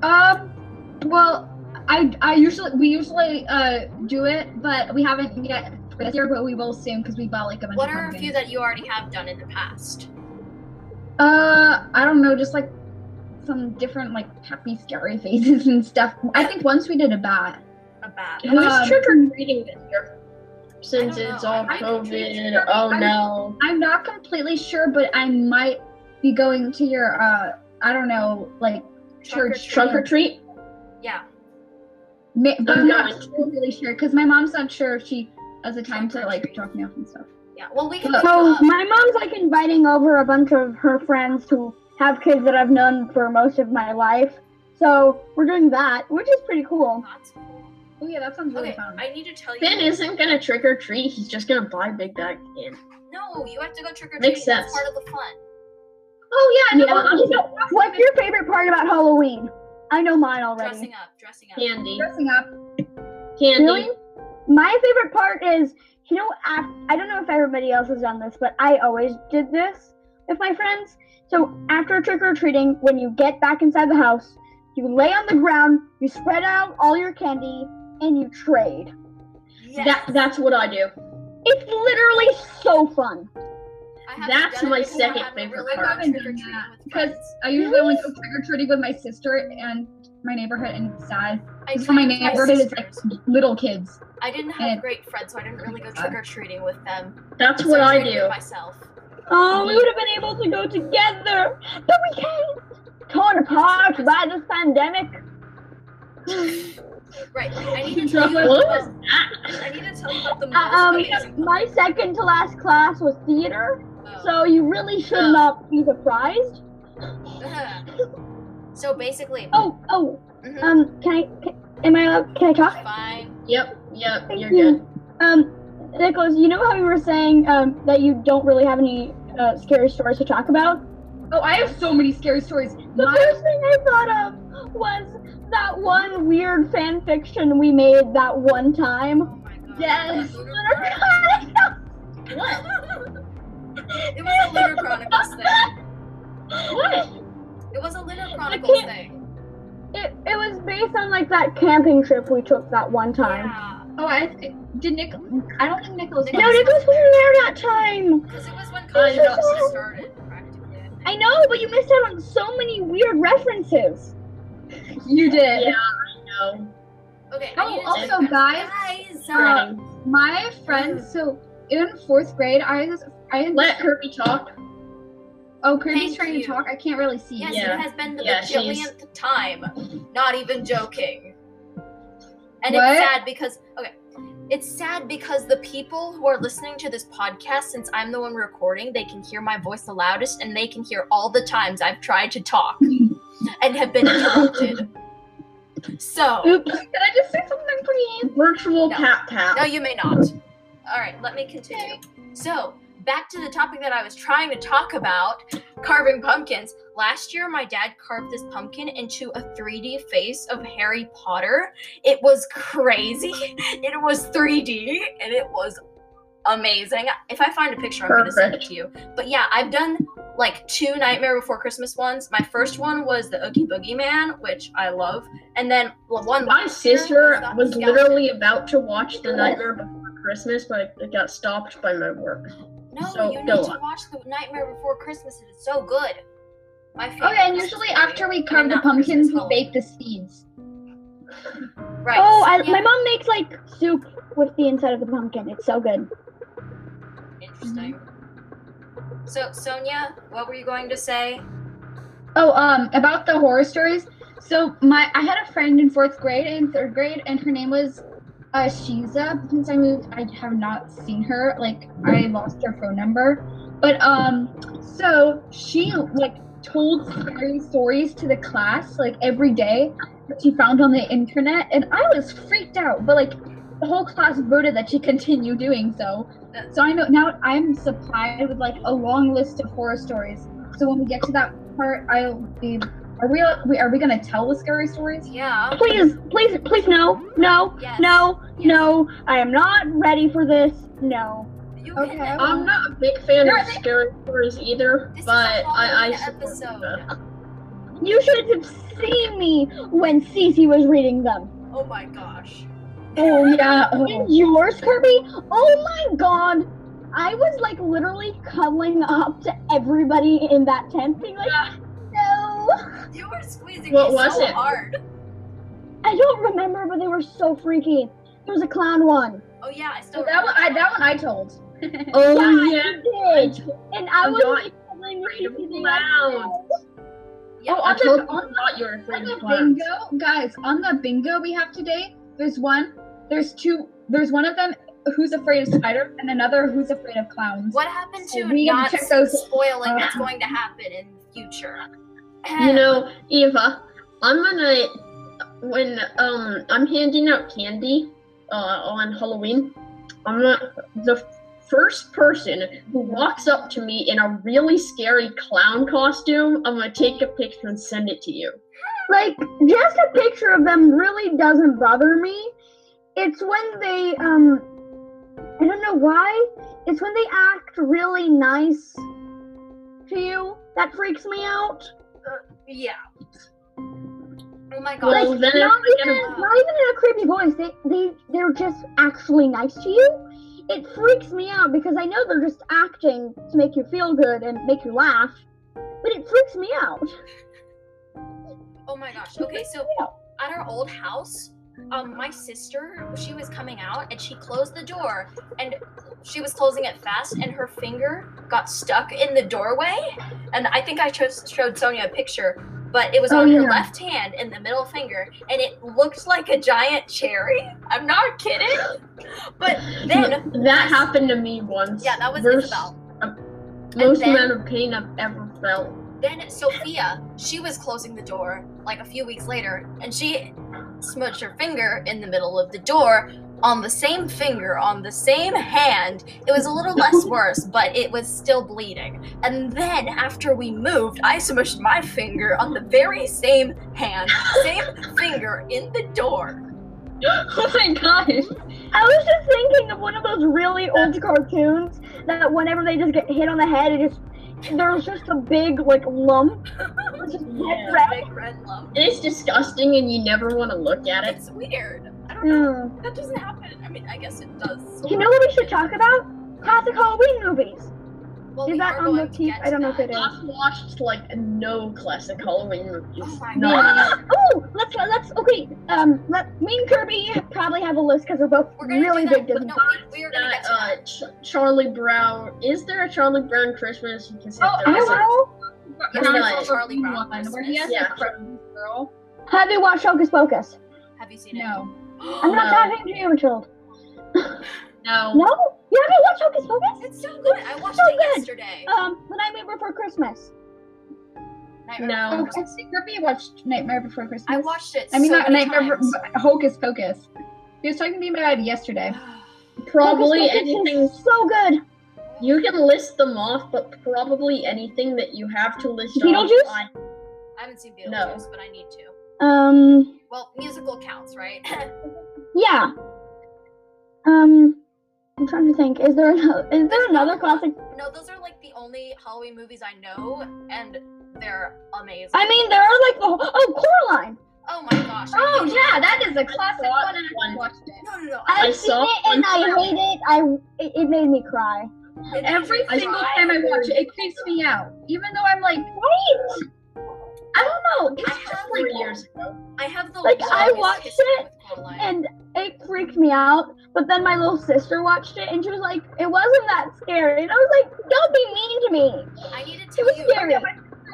S6: Um, well, I I usually we usually uh do it, but we haven't yet this year, but we will soon because we bought like a bunch
S1: What
S6: of
S1: are a
S6: pumpkins.
S1: few that you already have done in the past?
S6: Uh, I don't know, just like some different like happy scary faces and stuff. I think once we did a bat.
S1: A bat.
S2: Who's
S6: Um,
S2: trick or treating this year? Since
S1: I don't
S2: it's
S1: know.
S2: all
S1: I don't
S6: trick
S2: COVID.
S6: or
S2: Oh
S6: treat.
S2: no.
S6: I'm not completely sure, but I might be going to your uh I don't know like church
S2: Trunk or treat?
S1: Yeah.
S6: Ma- but I'm
S2: I'm
S6: not
S2: going to.
S6: completely sure because my mom's not sure if she has the time
S1: Trunk
S6: to
S1: or
S6: like
S1: treat.
S6: drop me off and stuff.
S1: Yeah. Well, we can. uh,
S6: Look.
S1: look
S3: So
S1: up.
S3: my mom's like inviting over a bunch of her friends who have kids that I've known for most of my life. So we're doing that, which is pretty cool.
S1: That's cool.
S6: Oh yeah, that sounds really
S1: Okay.
S6: fun.
S1: I need to tell you.
S2: Finn isn't gonna trick or treat, he's just gonna buy Big Bag in.
S1: No, you have to go trick or treating.
S2: Makes
S1: That's
S2: sense.
S1: part of the fun.
S6: oh yeah, I know.
S3: Yeah.
S6: I'm
S3: You know, what's your favorite part about Halloween? I know mine already.
S1: Dressing up. Dressing up.
S2: Candy.
S6: dressing up.
S2: Candy.
S3: Really? My favorite part is, you know, af- I don't know if everybody else has done this, but I always did this with my friends. So after trick or treating, when you get back inside the house, you lay on the ground, you spread out all your candy, and you trade.
S1: Yes.
S2: That that's what I do.
S3: It's literally so fun.
S1: I haven't
S2: that's
S1: done it
S2: my
S1: before,
S2: second
S1: I haven't
S2: favorite
S1: really
S2: part.
S1: gone trick-or-treating with
S6: Because-
S1: friends.
S6: I usually only go trick or treating with my sister and my neighborhood, and it's sad.
S1: I
S6: Because for my
S1: tried with
S6: neighborhood, it's like
S1: sisters.
S6: little kids.
S1: I didn't have
S6: and-
S1: great friends, so I didn't really go trick or treating with them.
S2: That's
S1: So
S2: what I
S1: treated
S2: do.
S1: myself.
S3: Oh, we would have been able to go together, but we can't. Torn apart by this pandemic.
S1: Right. I need to tell
S2: What
S1: you.
S2: was
S1: About,
S2: that?
S1: I need to tell you about the most
S3: Uh,
S1: amazing.
S3: um, my second to last class was theater,
S1: Oh.
S3: so you really should
S1: Oh.
S3: not be surprised.
S1: so basically,
S3: Oh, oh,
S1: mhm,
S3: um, can I? Can, am I allowed? Can I talk?
S1: fine.
S2: Yep, yep,
S3: Thank
S2: you're
S3: you.
S2: good.
S3: Um, Nicholas, you know how you were saying um that you don't really have any uh, scary stories to talk about.
S6: Oh, I have so many scary stories.
S3: The
S6: My,
S3: first thing I thought of was that one weird fan fiction we made that one
S1: Oh
S3: time.
S1: my god.
S3: Yes.
S1: It was a Lunar Chronicles thing.
S2: What?
S1: It was a Lunar Chronicles thing.
S3: It, it was based on like that camping trip we took that one time.
S1: Yeah.
S6: oh, I th- did Nick. I don't think Nicholas.
S1: Yeah.
S3: No, Nicholas wasn't there that time.
S1: Because it was when
S2: I
S1: college
S2: know.
S1: just started, practically. I think.
S3: I know, but you missed out on so many weird references.
S6: You did.
S2: Yeah, I know.
S1: Okay.
S6: Oh,
S1: I need to
S6: also,
S1: tell you
S6: guys-
S1: guys uh,
S2: Alright,
S6: My friends. So in fourth grade, I just I
S2: Let Kirby talk.
S6: oh Kirby's
S1: Thank
S6: trying
S1: you.
S6: to talk. I can't really see.
S1: Yes,
S2: Yeah.
S1: it has been the
S2: Yeah, she's-
S1: bajillionth time. Not even joking. And
S6: What?
S1: it's sad because okay. It's sad because the people who are listening to this podcast, since I'm the one recording, they can hear my voice the loudest and they can hear all the times I've tried to talk and have been interrupted. So
S3: Oops.
S6: Can I just say something, please?
S2: Virtual
S1: No.
S2: pat pat.
S1: no you may not. Alright, let me continue. So back to the topic that I was trying to talk about, carving pumpkins. Last year, my dad carved this pumpkin into a 3D face of Harry Potter. It was crazy. It was 3D and it was amazing. If I find a picture, I'm going to send it
S2: Perfect.
S1: to you. But yeah, I've done like two Nightmare Before Christmas ones. My first one was the Oogie Boogie Man, which I love. And then well, one
S2: My
S1: last year
S2: sister
S1: the-
S2: was
S1: yeah.
S2: literally about to watch The Nightmare Before Christmas, but it got stopped by my work.
S1: No,
S2: so
S1: you need
S2: go
S1: to
S2: on.
S1: watch the Nightmare Before Christmas. It is so good. My favorite.
S6: Okay, Oh, and
S1: Christmas
S6: usually
S1: movie.
S6: after
S1: I
S6: we
S1: mean,
S6: carve the
S1: not Christmas,
S6: pumpkins, we
S1: Halloween.
S6: bake the seeds.
S1: Right.
S3: Oh, I,
S1: yeah.
S3: my mom makes like soup with the inside of the pumpkin. It's so good.
S1: Interesting. So, Sonia, what were you going to say?
S6: Oh, um, about the horror stories. So my, I had a friend in fourth grade and third grade, and her name was uh, Shiza. Since I moved, I have not seen her. Like I lost her phone number, but um, so she like told scary stories to the class like every day that she found on the internet, and I was freaked out. But like the whole class voted that she continue doing so. So I know now I'm supplied with like a long list of horror stories. So when we get to that part, I'll be. Are we? we- Are we gonna tell the scary stories?
S1: Yeah.
S3: Please, please, please, no, no,
S1: Yes.
S3: no, no. I am not ready for this. No.
S1: You
S6: Okay.
S1: Can,
S2: I'm not a big fan
S6: No, I
S2: of
S6: think-
S2: scary stories either,
S1: this
S2: but
S1: is a
S2: I, I
S1: Halloween
S2: support them.
S1: episode.
S3: You should have seen me when Cece was reading them.
S1: Oh my gosh.
S6: Oh yeah. Oh.
S3: And yours, Kirby? Oh my god. I was like literally cuddling up to everybody in that tent, being like, no.
S1: You were squeezing
S2: What
S1: me
S2: was
S1: so
S2: it?
S1: hard.
S3: I don't remember, but they were so freaky. There was a clown one.
S1: Oh yeah, I still.
S6: So that one, I, that one I told.
S2: Oh
S3: yeah,
S2: yeah. Oh,
S3: I did. And I
S2: I'm
S3: was
S2: not
S3: like, cuddling
S2: afraid of
S3: Cece, being like,
S2: clowns.
S1: Yeah.
S6: Oh,
S2: I
S6: on
S2: told
S6: the
S2: you
S6: on,
S2: not you were
S6: on
S2: afraid
S6: the
S2: of clowns.
S6: bingo, guys, on the bingo we have today, there's one, there's two, there's one of them who's afraid of spiders and another who's afraid of clowns.
S1: What happened
S6: So
S1: to
S6: we gotta
S1: not
S6: check those-
S1: spoiling
S6: Uh,
S1: what's going to happen in the future?
S2: You know, Eva, I'm gonna when um I'm handing out candy uh on Halloween. I'm gonna, the first person who walks up to me in a really scary clown costume. I'm gonna take a picture and send it to you.
S3: like just a picture of them really doesn't bother me it's when they um I don't know why. It's when they act really nice to you that freaks me out.
S1: Yeah. Oh my god.
S2: Well, then
S3: Not
S2: it's
S3: even,
S2: gonna-
S3: not even in a creepy voice. They they they're just actually nice to you. It freaks me out because I know they're just acting to make you feel good and make you laugh. But it freaks me out.
S1: Oh my gosh. Okay, so
S3: Yeah.
S1: at our old house, um, my sister, she was coming out and she closed the door and she was closing it fast and her finger got stuck in the doorway. And I think I chose, showed Sonia a picture, but it was
S6: Oh,
S1: on her
S6: yeah.
S1: left hand and the middle finger and it looked like a giant cherry. I'm not kidding. But then,
S2: that happened to me once.
S1: yeah, that was
S2: Worst-
S1: Isabel.
S2: Most
S1: then-
S2: amount of pain I've ever felt.
S1: Then Sophia, she was closing the door like a few weeks later, and she smudged her finger in the middle of the door on the same finger, on the same hand. It was a little less worse, but it was still bleeding. And then after we moved, I smushed my finger on the very same hand, same finger in the door.
S6: Oh my gosh.
S3: I was just thinking of one of those really old cartoons that whenever they just get hit on the head, it just there's just a big like lump. It's just
S2: Yeah.
S3: red.
S1: Big red lump.
S2: It's disgusting, and you never want to look at it.
S1: It's weird. I don't know.
S3: Mm.
S1: That doesn't happen. I mean, I guess it does.
S3: You know what we should talk about? Classic Halloween movies.
S1: Well,
S3: Is
S1: we
S3: that
S1: are
S3: on the
S1: going to
S3: teeth?
S1: get
S3: I don't
S1: to
S3: know if
S1: that.
S3: it is.
S2: I've watched like no classic Halloween movies.
S1: Oh my
S2: None.
S3: Oh, let's let's okay. Um, let me and Kirby probably have a list because we're both
S1: We're gonna
S3: really
S1: do that,
S3: big
S1: but
S3: Disney.
S1: no, we, we are gonna get
S2: That,
S1: to that.
S2: uh, Ch- Charlie Brown. Is there a Charlie Brown Christmas? Because if
S6: Oh,
S2: there
S3: I
S2: is,
S3: don't know.
S1: Yes,
S2: Not
S1: it's
S2: it.
S1: Charlie Brown
S6: One, where
S1: Christmas.
S6: he has
S2: Yeah.
S6: a crazy girl.
S3: Have you watched Hocus Pocus?
S2: uh,
S1: Have you seen it?
S6: No.
S3: I'm
S1: Oh,
S3: not
S2: No.
S3: talking to you, child.
S2: no.
S3: No, you haven't watched Hocus Pocus?
S1: It's so good. I watched
S3: so
S1: it
S3: good.
S1: yesterday.
S3: Um, The Nightmare Before Christmas.
S1: Nightmare
S2: no.
S1: Before
S6: Oh,
S1: Christmas.
S6: Kirby watched Nightmare Before Christmas.
S1: I watched it.
S6: I mean,
S1: so
S6: not
S1: many
S6: Nightmare,
S1: times.
S6: Before- Hocus Pocus. He was talking to me about it yesterday.
S2: Probably
S3: Hocus Pocus is
S2: anything.
S3: so good.
S2: You can list them off, but probably anything that you have to list
S3: Beetlejuice?
S2: off.
S1: I haven't seen Beetlejuice,
S2: No.
S1: but I need to.
S3: Um,
S1: Well, musical counts, right?
S3: yeah. Um, I'm trying to think. Is there another? Is there another classic?
S1: no, those are like the only Halloween movies I know, and they're amazing.
S3: I mean, there are like the whole, oh Coraline.
S1: oh my gosh. I
S6: Oh
S1: hate it.
S6: yeah, that is a classic
S2: saw
S6: one. and I
S2: one.
S6: watched it.
S1: No, no, no.
S3: I've
S2: I
S3: seen
S2: saw
S3: it and I
S2: one-
S3: hate it. I it, it made me cry.
S1: It-
S6: Every
S1: I-
S6: single time I watch it, it creeps me out. Even though I'm like,
S3: Right?
S6: I don't know.
S1: I
S6: It's
S1: have
S6: just
S1: like
S2: Four years ago.
S1: I have the
S3: Like, I
S1: longest
S3: watched
S1: history
S3: it
S1: with Coraline.
S3: And it freaked me out. But then my little sister watched it and she was like, "It wasn't that scary." And I was like, "Don't be mean to me."
S1: I need to
S3: It
S1: tell
S3: was
S1: you.
S3: scary.
S6: I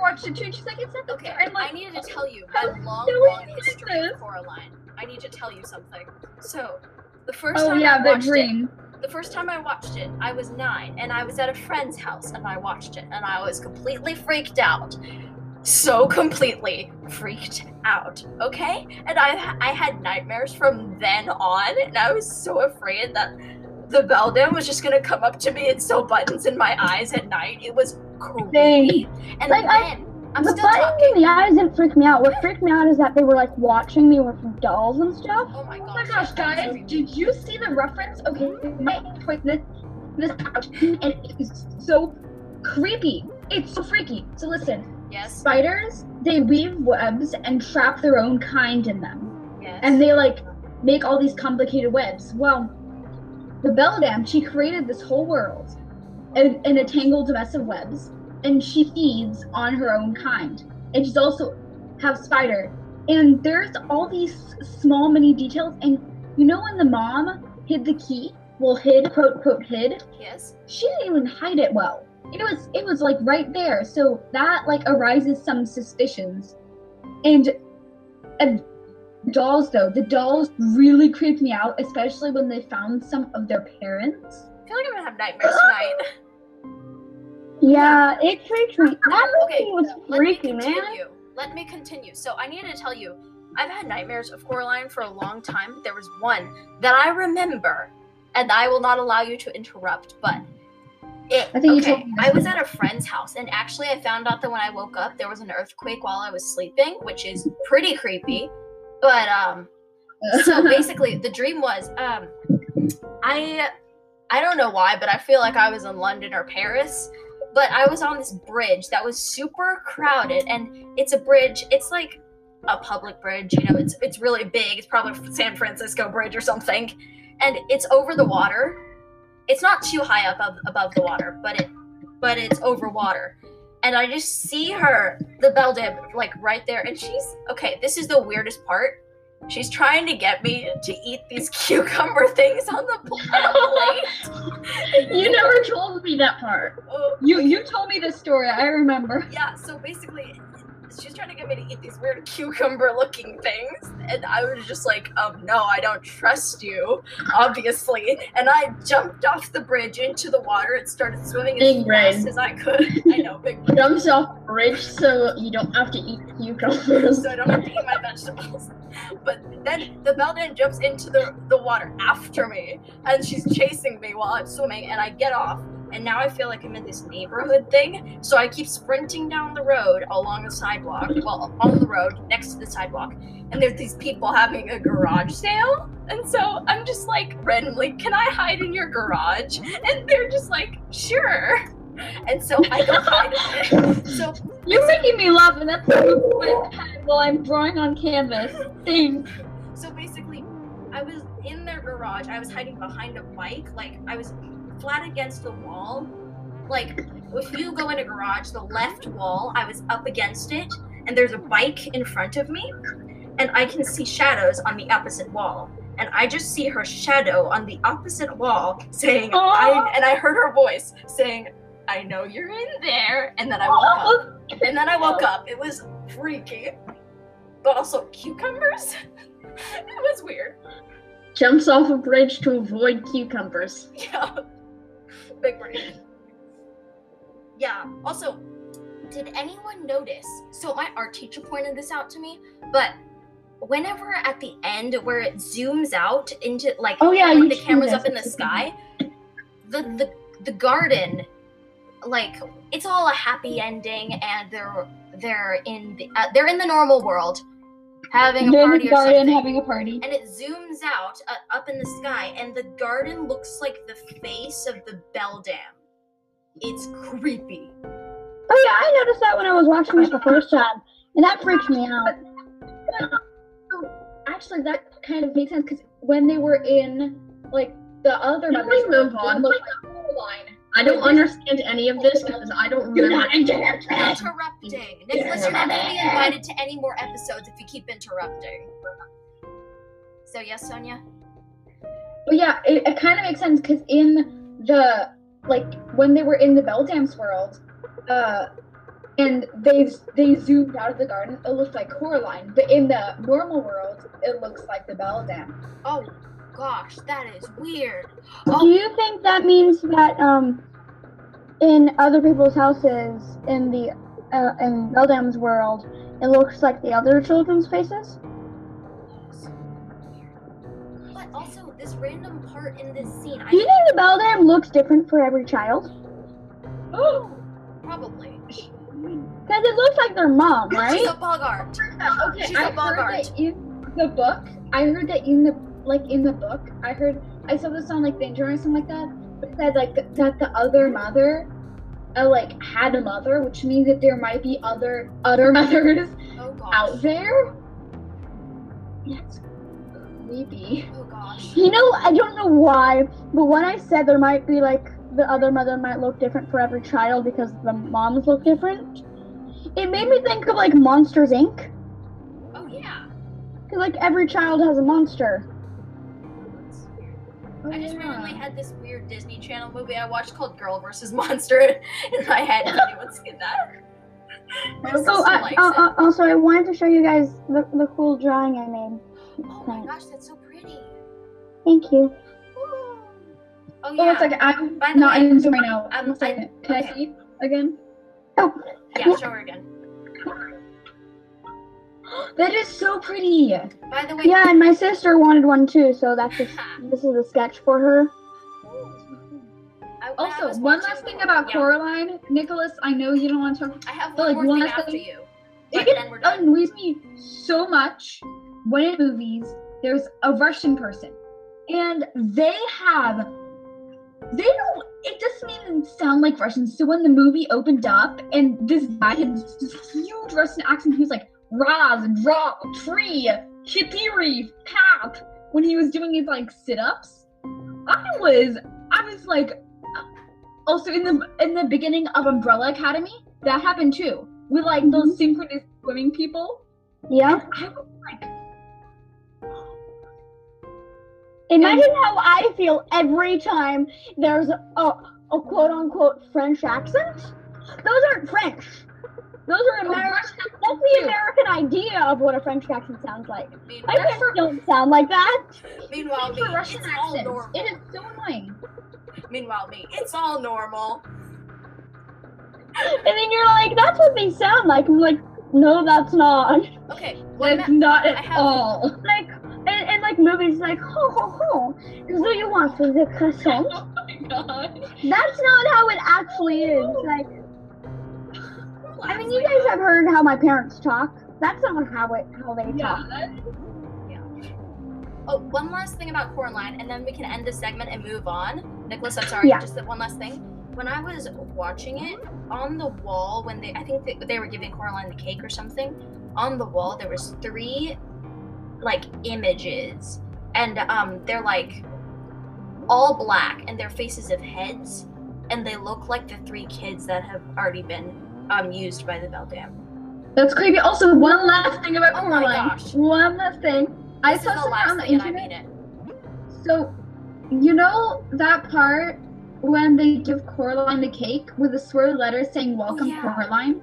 S6: watched it too. and She's like, it's not the
S1: Okay,
S6: I'm
S1: I
S6: like,
S1: needed to tell you my long,
S6: do we
S1: long
S6: do
S1: history with
S6: this?
S1: Coraline. I need to tell you something. So, the first
S6: oh
S1: time
S6: yeah,
S1: I
S6: the
S1: watched
S6: dream.
S1: it, the first time I watched it, I was nine, and I was at a friend's house, and I watched it, and I was completely freaked out, so completely freaked out. Okay, and I I had nightmares from then on, and I was so afraid that the beldam was just gonna come up to me and sew buttons in my eyes at night. It was creepy. And
S3: Like,
S1: then
S3: I-
S1: I, am
S3: the
S1: still
S3: buttons
S1: talking.
S3: in the eyes didn't freak me out. What freaked me out is that they were like watching me with dolls and stuff.
S1: Oh my gosh.
S6: Oh my gosh, guys, did you see the reference? Okay, my point this this out, and it is so creepy. It's so freaky. So listen,
S1: Yes.
S6: spiders they weave webs and trap their own kind in them.
S1: Yes.
S6: and they like make all these complicated webs. Well, the Belladam, she created this whole world in, in a tangled mess of webs, and she feeds on her own kind. And she's also have spider, and there's all these small mini details. And you know when the mom hid the key, well, hid quote quote hid,
S1: yes.
S6: she didn't even hide it well. It was it was like right there. So that like arises some suspicions. And, and dolls though, the dolls really creeped me out, especially when they found some of their parents.
S1: I feel like I'm gonna have nightmares tonight.
S3: Yeah, it freaked me. That
S1: Okay,
S3: movie was
S1: Let
S3: freaky,
S1: me
S3: man.
S1: continue. Let me continue. So I needed to tell you, I've had nightmares of Coraline for a long time. There was one that I remember, and I will not allow you to interrupt, but it
S6: I think you
S1: okay,
S6: told me this
S1: I was at a friend's house and actually I found out that when I woke up there was an earthquake while I was sleeping, which is pretty creepy. But um so basically the dream was um i i don't know why but i feel like i was in london or paris but i was on this bridge that was super crowded and it's a bridge it's like a public bridge you know it's it's really big it's probably san francisco bridge or something and it's over the water it's not too high up ab- above the water but it but it's over water and i just see her the bell dip like right there and she's okay this is the weirdest part She's trying to get me to eat these cucumber things on the pl- on the plate.
S2: You never told me that part.
S1: Oh,
S6: You you told me this story. I remember.
S1: yeah, so basically, she's trying to get me to eat these weird cucumber looking things. And I was just like, um, no, I don't trust you, obviously. And I jumped off the bridge into the water and started swimming as
S2: Big brain.
S1: fast as I could. I know, big brain,
S2: Jumps off bridge so you don't have to eat cucumbers.
S1: so I don't have to eat my vegetables. But then the Belden jumps into the, the water after me, and she's chasing me while I'm swimming, and I get off. And now I feel like I'm in this neighborhood thing, so I keep sprinting down the road along the sidewalk, well, on the road next to the sidewalk, and there's these people having a garage sale, and so I'm just like randomly, can I hide in your garage? And they're just like, sure. And so I go hide. in it. So
S6: You're making me laugh, and that's my pen while I'm drawing on canvas. Thanks.
S1: So basically, I was in their garage. I was hiding behind a bike. Like I was flat against the wall. Like if you go in a garage, the left wall, I was up against it, and there's a bike in front of me, and I can see shadows on the opposite wall. And I just see her shadow on the opposite wall saying, I, and I heard her voice saying, I know you're in there. And then I woke up. And then I woke up. It was freaky, but also cucumbers it was weird.
S2: Jumps off a bridge to avoid cucumbers.
S1: Yeah. Big brain. Yeah. Also, did anyone notice? So my art teacher pointed this out to me, but whenever at the end where it zooms out into like
S3: Oh, yeah,
S1: when
S3: you
S1: the
S3: told me
S1: camera's
S3: this.
S1: up in the sky, the the the garden, like it's all a happy ending, and they're they're in the uh, they're in the normal world, having a
S6: They're in
S1: party
S6: the
S1: or something.
S6: garden having a party.
S1: and it zooms out uh, up in the sky, and the garden looks like the face of the bell dam. It's creepy.
S3: Oh yeah, I noticed that when I was watching it the first time, and that freaked me out.
S6: Actually, that kind of makes sense because when they were in like the other
S2: Can we move on?
S6: looked like Coraline.
S2: I don't understand any of this because I don't remember.
S1: Interrupting, Nicholas. You're not going to be invited to any more episodes if you keep interrupting. So yes, Sonia.
S6: But yeah, it, it kind of makes sense because in the like when they were in the Beldams world, uh, and they they zoomed out of the garden, it looked like Coraline. But in the normal world, it looks like the Beldam.
S1: Oh gosh, that is weird.
S3: Do
S1: Oh,
S3: you think that means that um, in other people's houses in the uh, in Beldam's world, it looks like the other children's faces?
S1: but also this random part in this scene.
S3: Do you
S1: I
S3: think the Beldam looks different for every child?
S1: probably
S3: Because it looks like their mom, right?
S1: she's a bug art.
S6: okay,
S1: She's a
S6: I heard
S1: Bogart.
S6: that in the book. I heard that in the like in the book. I heard I saw this on like the internet or something like that. But it said like that the other mother, uh, like had a mother, which means that there might be other other mothers
S1: Oh gosh.
S6: out there. That's creepy.
S1: Oh gosh.
S3: You know, I don't know why, but when I said there might be like the other mother might look different for every child because the moms look different, it made me think of like Monsters Inc.
S1: Oh yeah.
S3: Because like every child has a monster.
S1: I
S6: Oh,
S1: just randomly had this weird Disney Channel movie I watched called Girl vs. Monster in my head. Did anyone see that? My sister
S3: Oh, I,
S1: likes
S3: uh,
S1: it.
S3: uh, also, I wanted to show you guys the, the cool drawing I made.
S1: oh my gosh, that's so pretty.
S3: Thank you.
S1: Ooh. Oh
S6: Oh, it's
S1: yeah.
S6: like I'm
S1: By the
S6: not
S1: way,
S6: in Zoom right now.
S1: I'm-
S6: One second. Can
S1: okay.
S6: I see again?
S3: Oh,
S1: yeah, show her again.
S6: That is so pretty.
S1: By the way,
S3: Yeah, and my sister wanted one too, so that's just,
S1: Ha.
S3: this is a sketch for her.
S1: Oh, I- when I
S6: Also,
S1: was
S6: one
S1: watching
S6: last thing
S1: Cor-
S6: about
S1: yeah,
S6: Coraline, Nicholas. I know you don't want to talk.
S1: I have
S6: but,
S1: one
S6: like,
S1: more
S6: one
S1: thing
S6: last
S1: after
S6: thing-
S1: you. But
S6: It
S1: then we're done.
S6: annoys me so much when in movies There's a Russian person, and they have. They don't. It doesn't even sound like Russian. So when the movie opened up, and this guy had this huge Russian accent, he was like "Raz, draw, tree, shitiri, pap." When he was doing his like sit-ups, I was, I was like, also in the in the beginning of Umbrella Academy, that happened too. With like those synchronous swimming people.
S3: Yeah.
S6: I was
S3: Imagine how I feel every time there's a, a quote unquote French accent. Those aren't French. Those are
S1: Oh,
S3: American. That's the
S6: too.
S3: American idea of what a French accent sounds like.
S1: Meanwhile,
S3: My French don't sound like that.
S1: meanwhile me,
S6: for Russian
S1: it's all
S6: accents.
S1: normal.
S6: It is so annoying.
S1: Meanwhile me, it's all normal.
S3: And then you're like, that's what they sound like. I'm like, no, that's not.
S1: Okay, one
S6: That's
S1: ma-
S6: not at
S1: I have-
S6: all.
S3: Like, and, and like movies, like, ho ho ho, do you want for the croissant?
S6: Oh my god.
S3: That's not how it actually is. Like, I mean, you guys have heard how my parents talk. That's not how it how they talk.
S6: Yeah, that's
S1: oh, one last thing about Coraline, and then we can end this segment and move on. Nicholas, I'm sorry,
S3: Yeah.
S1: just that one last thing. When I was watching it, on the wall when they, I think they, they were giving Coraline the cake or something. On the wall, there was three, like images, and um, they're like all black, and they're faces of heads, and they look like the three kids that have already been um used by the Bell Dam.
S6: That's creepy. Also, one last thing about
S1: Oh my
S6: Coraline.
S1: gosh.
S6: One last thing. I
S1: This
S6: saw
S1: is the
S6: something
S1: last
S6: on the
S1: thing, and I
S6: internet.
S1: mean it.
S6: So, you know that part when they give Coraline the cake with a swirly letter saying "Welcome,
S1: Oh, yeah.
S6: Coraline."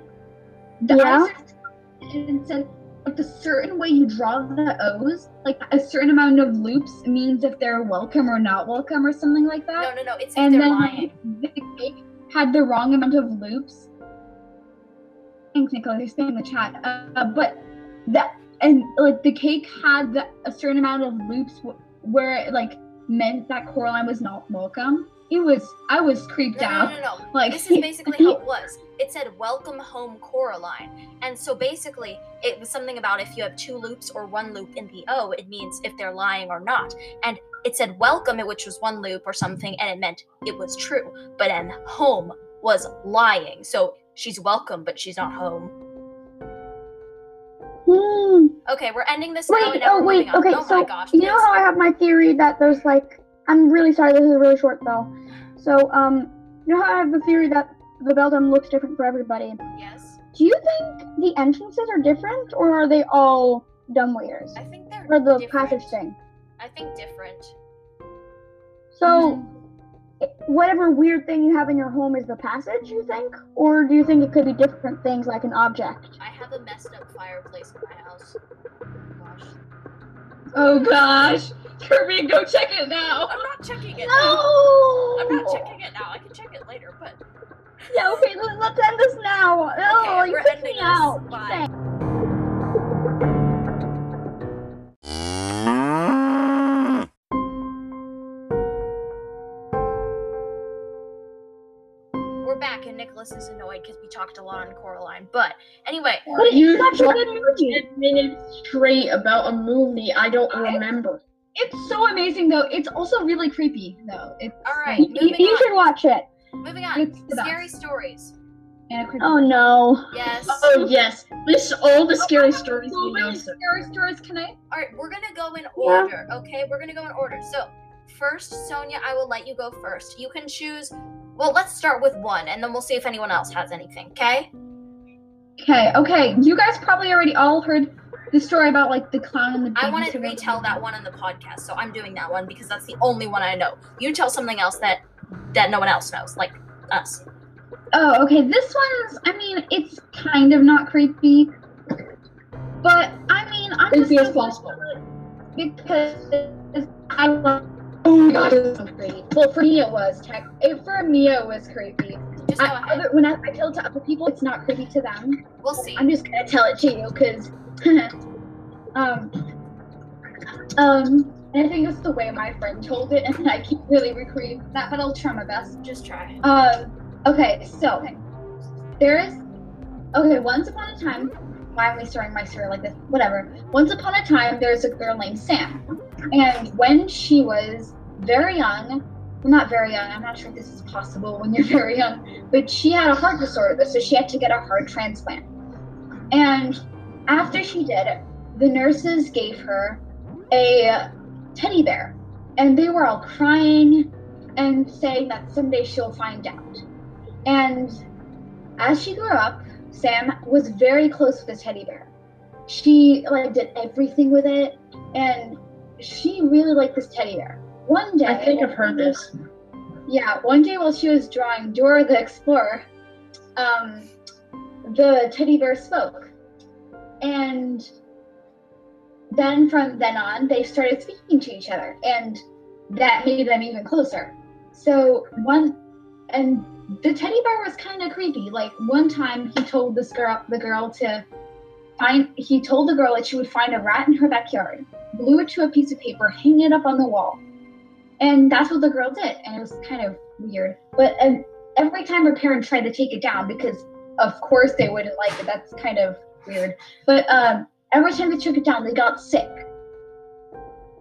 S6: The
S3: Yeah.
S6: I searched and it said like the certain way you draw the O's, like a certain amount of loops means if they're welcome or not welcome or something like
S1: No,
S6: that.
S1: no, no. It's if
S6: and
S1: they're
S6: then
S1: lying.
S6: the cake had the wrong amount of loops. Thanks, Nicola. You're saying in the chat, uh, uh, but that and like the cake had the, a certain amount of loops w- where it like meant that Coraline was not welcome. It was I was creeped
S1: No, no,
S6: out.
S1: no, no. no.
S6: Like
S1: This is basically how it was. It said "Welcome home, Coraline," and so basically, it was something about if you have two loops or one loop in the O, it means if they're lying or not. And it said "Welcome," it- which was one loop or something, and it meant it was true. But then "home" was lying, so she's welcome, but she's not home.
S3: Hmm.
S1: Okay, we're ending this now.
S3: Wait,
S1: and now
S3: oh
S1: we're
S3: wait,
S1: moving on.
S3: okay.
S1: oh
S3: so
S1: my gosh,
S3: you know
S1: yes.
S3: how I have my theory that there's like, I'm really sorry, this is really short though. So um, you know how I have the theory that the Beldum looks different for everybody.
S1: yes,
S3: Do you think the entrances are different, or are they all dumbwaiters,
S1: I think they're
S3: or the
S1: different.
S3: passage thing?
S1: I think different.
S3: So. it- Whatever weird thing you have in your home is the passage, you think? Or do you think it could be different things like an object?
S1: I have a messed up fireplace in my house. Gosh.
S6: Oh gosh, Kirby, go check it now.
S1: I'm not checking it. now.
S3: No!
S1: I'm not checking it now. I can check it later, but
S3: Yeah, okay, let- let's end this now. Oh,
S1: okay,
S3: you
S1: we're
S3: freaked
S1: ending
S3: me
S1: this.
S3: out.
S1: Bye. We're back, and Nicholas is annoyed because we talked a lot on Coraline. But anyway,
S3: But it's
S2: You
S3: such a good movie.
S2: minutes straight about a movie I don't remember.
S6: It's so amazing though. It's also really creepy though. It's
S1: all right,
S3: You,
S1: moving
S3: you
S1: on.
S3: should watch it.
S1: Moving on.
S6: It's the
S1: Scary
S6: best.
S1: stories.
S6: And a creepy.
S3: Oh no.
S1: Yes.
S2: Oh yes, list all the scary stories
S6: so
S2: we know.
S6: many
S2: so-
S6: scary stories. Can I?
S1: All right, we're gonna go in order, okay? We're gonna go in order. So, first, Sonia, I will let you go first. You can choose. Well, let's start with one, and then we'll see if anyone else has anything, okay?
S6: Okay, okay. You guys probably already all heard the story about like the clown and the.
S1: I want to
S6: babysitter.
S1: retell that one in the podcast, so I'm doing that one because that's the only one I know. You tell something else that that no one else knows, like us.
S6: Oh, okay. This one's. I mean, it's kind of not creepy, but I mean, I'm
S2: Creepy
S6: just
S2: as possible.
S6: because I love. Oh my god, it was so creepy. Well, for me it was. Tech. It, for me it was creepy.
S1: Just go
S6: I,
S1: ahead.
S6: other, when I, I tell it to other people, it's not creepy to them.
S1: We'll see.
S6: I'm just gonna tell it to you because, um, um, and I think it's the way my friend told it, and I keep really recreating that, but I'll try my best.
S1: Just try.
S6: Um, okay, so there is, okay, once upon a time, why am I starting my story like this? Whatever. Once upon a time, there's a girl named Sam. And when she was very young, well, not very young, I'm not sure if this is possible when you're very young, but she had a heart disorder, so she had to get a heart transplant. And after she did, the nurses gave her a teddy bear. And they were all crying and saying that someday she'll find out. And as she grew up, Sam was very close with this teddy bear. She like did everything with it, and she really liked this teddy bear. One day,
S2: I think I've heard this.
S6: yeah, one day while she was drawing Dora the Explorer, um, the teddy bear spoke, and then from then on, they started speaking to each other, and that made them even closer. So one, and the teddy bear was kind of creepy. Like one time, he told this girl, the girl to find. He told the girl that she would find a rat in her backyard, glue it to a piece of paper, hang it up on the wall, and that's what the girl did. And it was kind of weird. But um, every time her parent tried to take it down, because of course they wouldn't like it. That's kind of weird. But um, every time they took it down, they got sick.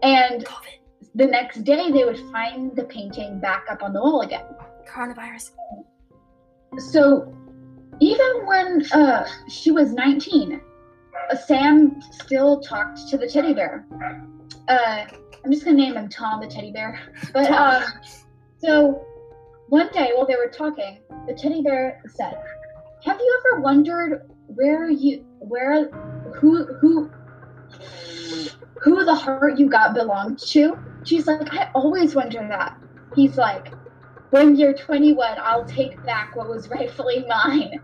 S6: And
S1: COVID.
S6: the next day, they would find the painting back up on the wall again
S1: Coronavirus.
S6: so even when uh, she was 19 uh, sam still talked to the teddy bear uh, i'm just going to name him tom the teddy bear but uh, so one day while they were talking the teddy bear said have you ever wondered where you where who who who the heart you got belonged to she's like i always wonder that he's like when you're 21, I'll take back what was rightfully mine.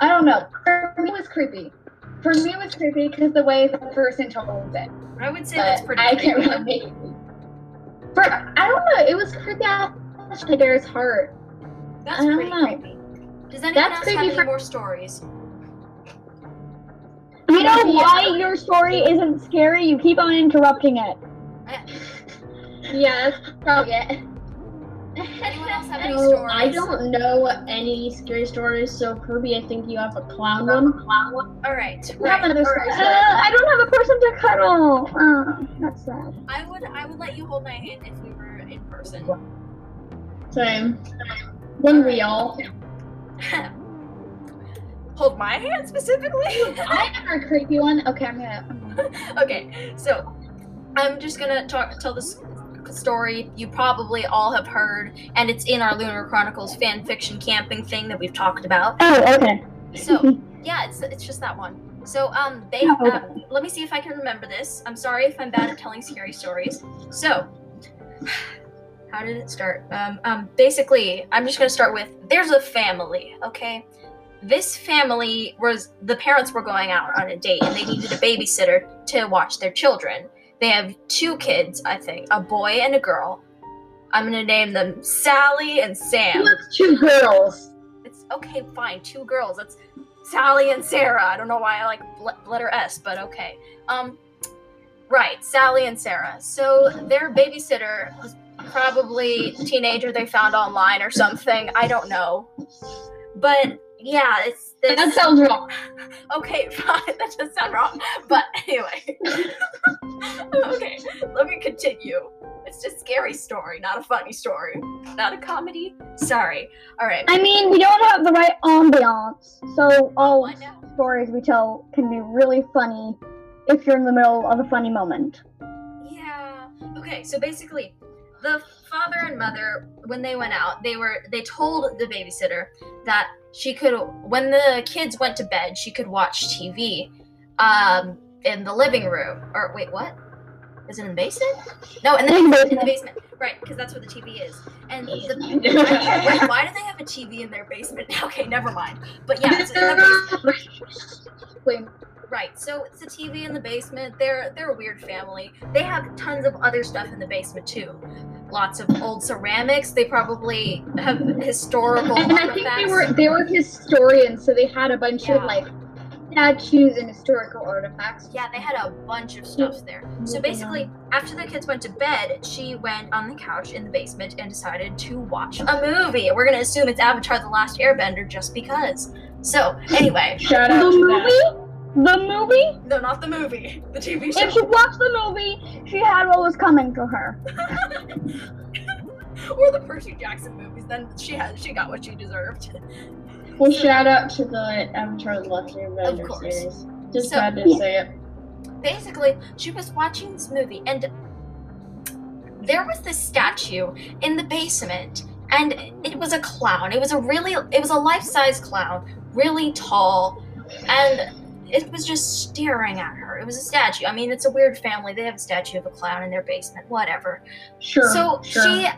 S6: I don't know. For me, it was creepy. For me, it was creepy because the way the person told it.
S1: I would say
S6: But
S1: that's pretty.
S6: I
S1: creepy.
S6: can't really make. For I don't know. It was creepy. I touched the bear's heart.
S1: That's
S6: I don't
S1: pretty
S6: know.
S1: creepy. Does anyone
S6: That's
S1: else
S6: creepy
S1: have any
S6: for-
S1: more stories?
S3: You know
S6: Yeah.
S3: why your story isn't scary? You keep on interrupting it.
S2: Yeah, that's probably
S6: Yeah.
S1: Anyone else have any
S2: No,
S1: stories?
S2: I don't know any scary stories, so Kirby, I think you have a clown one.
S1: All right.
S6: We have another story.
S3: Uh, I don't have a person to cuddle. Oh, that's sad.
S1: I would I would let you hold my hand if we were in person.
S2: Same. One we all.
S1: hold my hand specifically?
S6: I have a creepy one. Okay, I'm gonna.
S1: okay, so I'm just gonna talk, tell this story you probably all have heard, and it's in our Lunar Chronicles fan fiction camping thing that we've talked about.
S3: Oh, okay.
S1: So yeah, it's it's just that one. So um, they
S3: Oh,
S1: uh, let me see if I can remember this. I'm sorry if I'm bad at telling scary stories. So. How did it start? Um, um, basically, I'm just gonna start with there's a family, okay? This family was the parents were going out on a date and they needed a babysitter to watch their children. They have two kids, I think, a boy and a girl. I'm gonna name them Sally and Sam.
S5: It's two girls.
S1: It's okay, fine. Two girls. That's Sally and Sarah. I don't know why I like bl- letter S, but okay. Um, right, Sally and Sarah. So their babysitter was probably teenager they found online or something. I don't know. But yeah, it's, it's
S6: That sounds wrong.
S1: okay, fine. That does sound wrong. But anyway. okay, let me continue. It's just a scary story, not a funny story. Not a comedy. Sorry. All right.
S3: I mean, we don't have the right ambiance, so all
S1: Oh, I know.
S3: stories we tell can be really funny if you're in the middle of a funny moment.
S1: Yeah. Okay, so basically, the father and mother, when they went out, they were they told the babysitter that she could when the kids went to bed, she could watch TV um in the living room. Or wait, what? Is it in the basement? No, in the
S3: In the
S1: basement. In the basement. Right, because that's where the TV is. And the wait, why do they have a TV in their basement? Okay, never mind. But yeah, it's in the basement.
S6: Wait,
S1: Right. So it's a TV in the basement. They're they're a weird family. They have tons of other stuff in the basement too. Lots of old ceramics. They probably have historical
S6: and I think they
S1: artifacts.
S6: were they were historians, so they had a bunch of
S1: Yeah.
S6: like statues and historical artifacts.
S1: Yeah, they had a bunch of
S6: Mm,
S1: stuff there. So basically, after the kids went to bed, she went on the couch in the basement and decided to watch a movie. We're gonna assume it's Avatar: The Last Airbender just because. So anyway,
S2: Shout
S3: The
S2: out to that.
S3: movie? The movie?
S1: No, not the movie. The TV
S3: If
S1: show.
S3: she watched the movie, she had what was coming to her.
S1: or the Percy Jackson movies. Then she had she got what she deserved.
S2: Well, shout out to the Avatar: The Last Airbender
S1: Of course.
S2: series. Just
S1: So-
S2: had to say it.
S1: basically she was watching this movie and there was this statue in the basement and it was a clown it was a really it was a life-size clown really tall and it was just staring at her it was a statue i mean it's a weird family they have a statue of a clown in their basement whatever
S2: Sure.
S1: so
S2: sure.
S1: she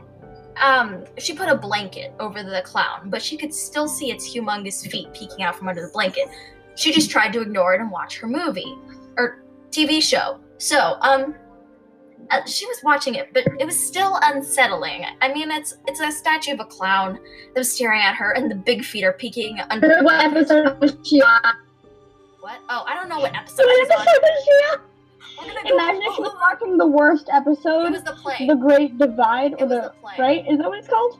S1: um she put a blanket over the clown, but she could still see its humongous feet peeking out from under the blanket. She just tried to ignore it and watch her movie or TV show. So, um uh, she was watching it, but it was still unsettling. I mean, it's it's a statue of a clown that was staring at her and the big feet are peeking under the
S5: What
S1: blanket.
S5: episode was she on?
S1: What? Oh, I don't know what episode
S3: What
S1: it was on.
S3: episode is she
S1: We're gonna
S3: on? Imagine
S1: go
S3: if she was
S1: all over.
S3: watching the worst
S1: It
S3: episode,
S1: was the play.
S3: The Great Divide,
S1: It
S3: or
S1: was
S3: the
S1: the play.
S3: right? Is that what it's called?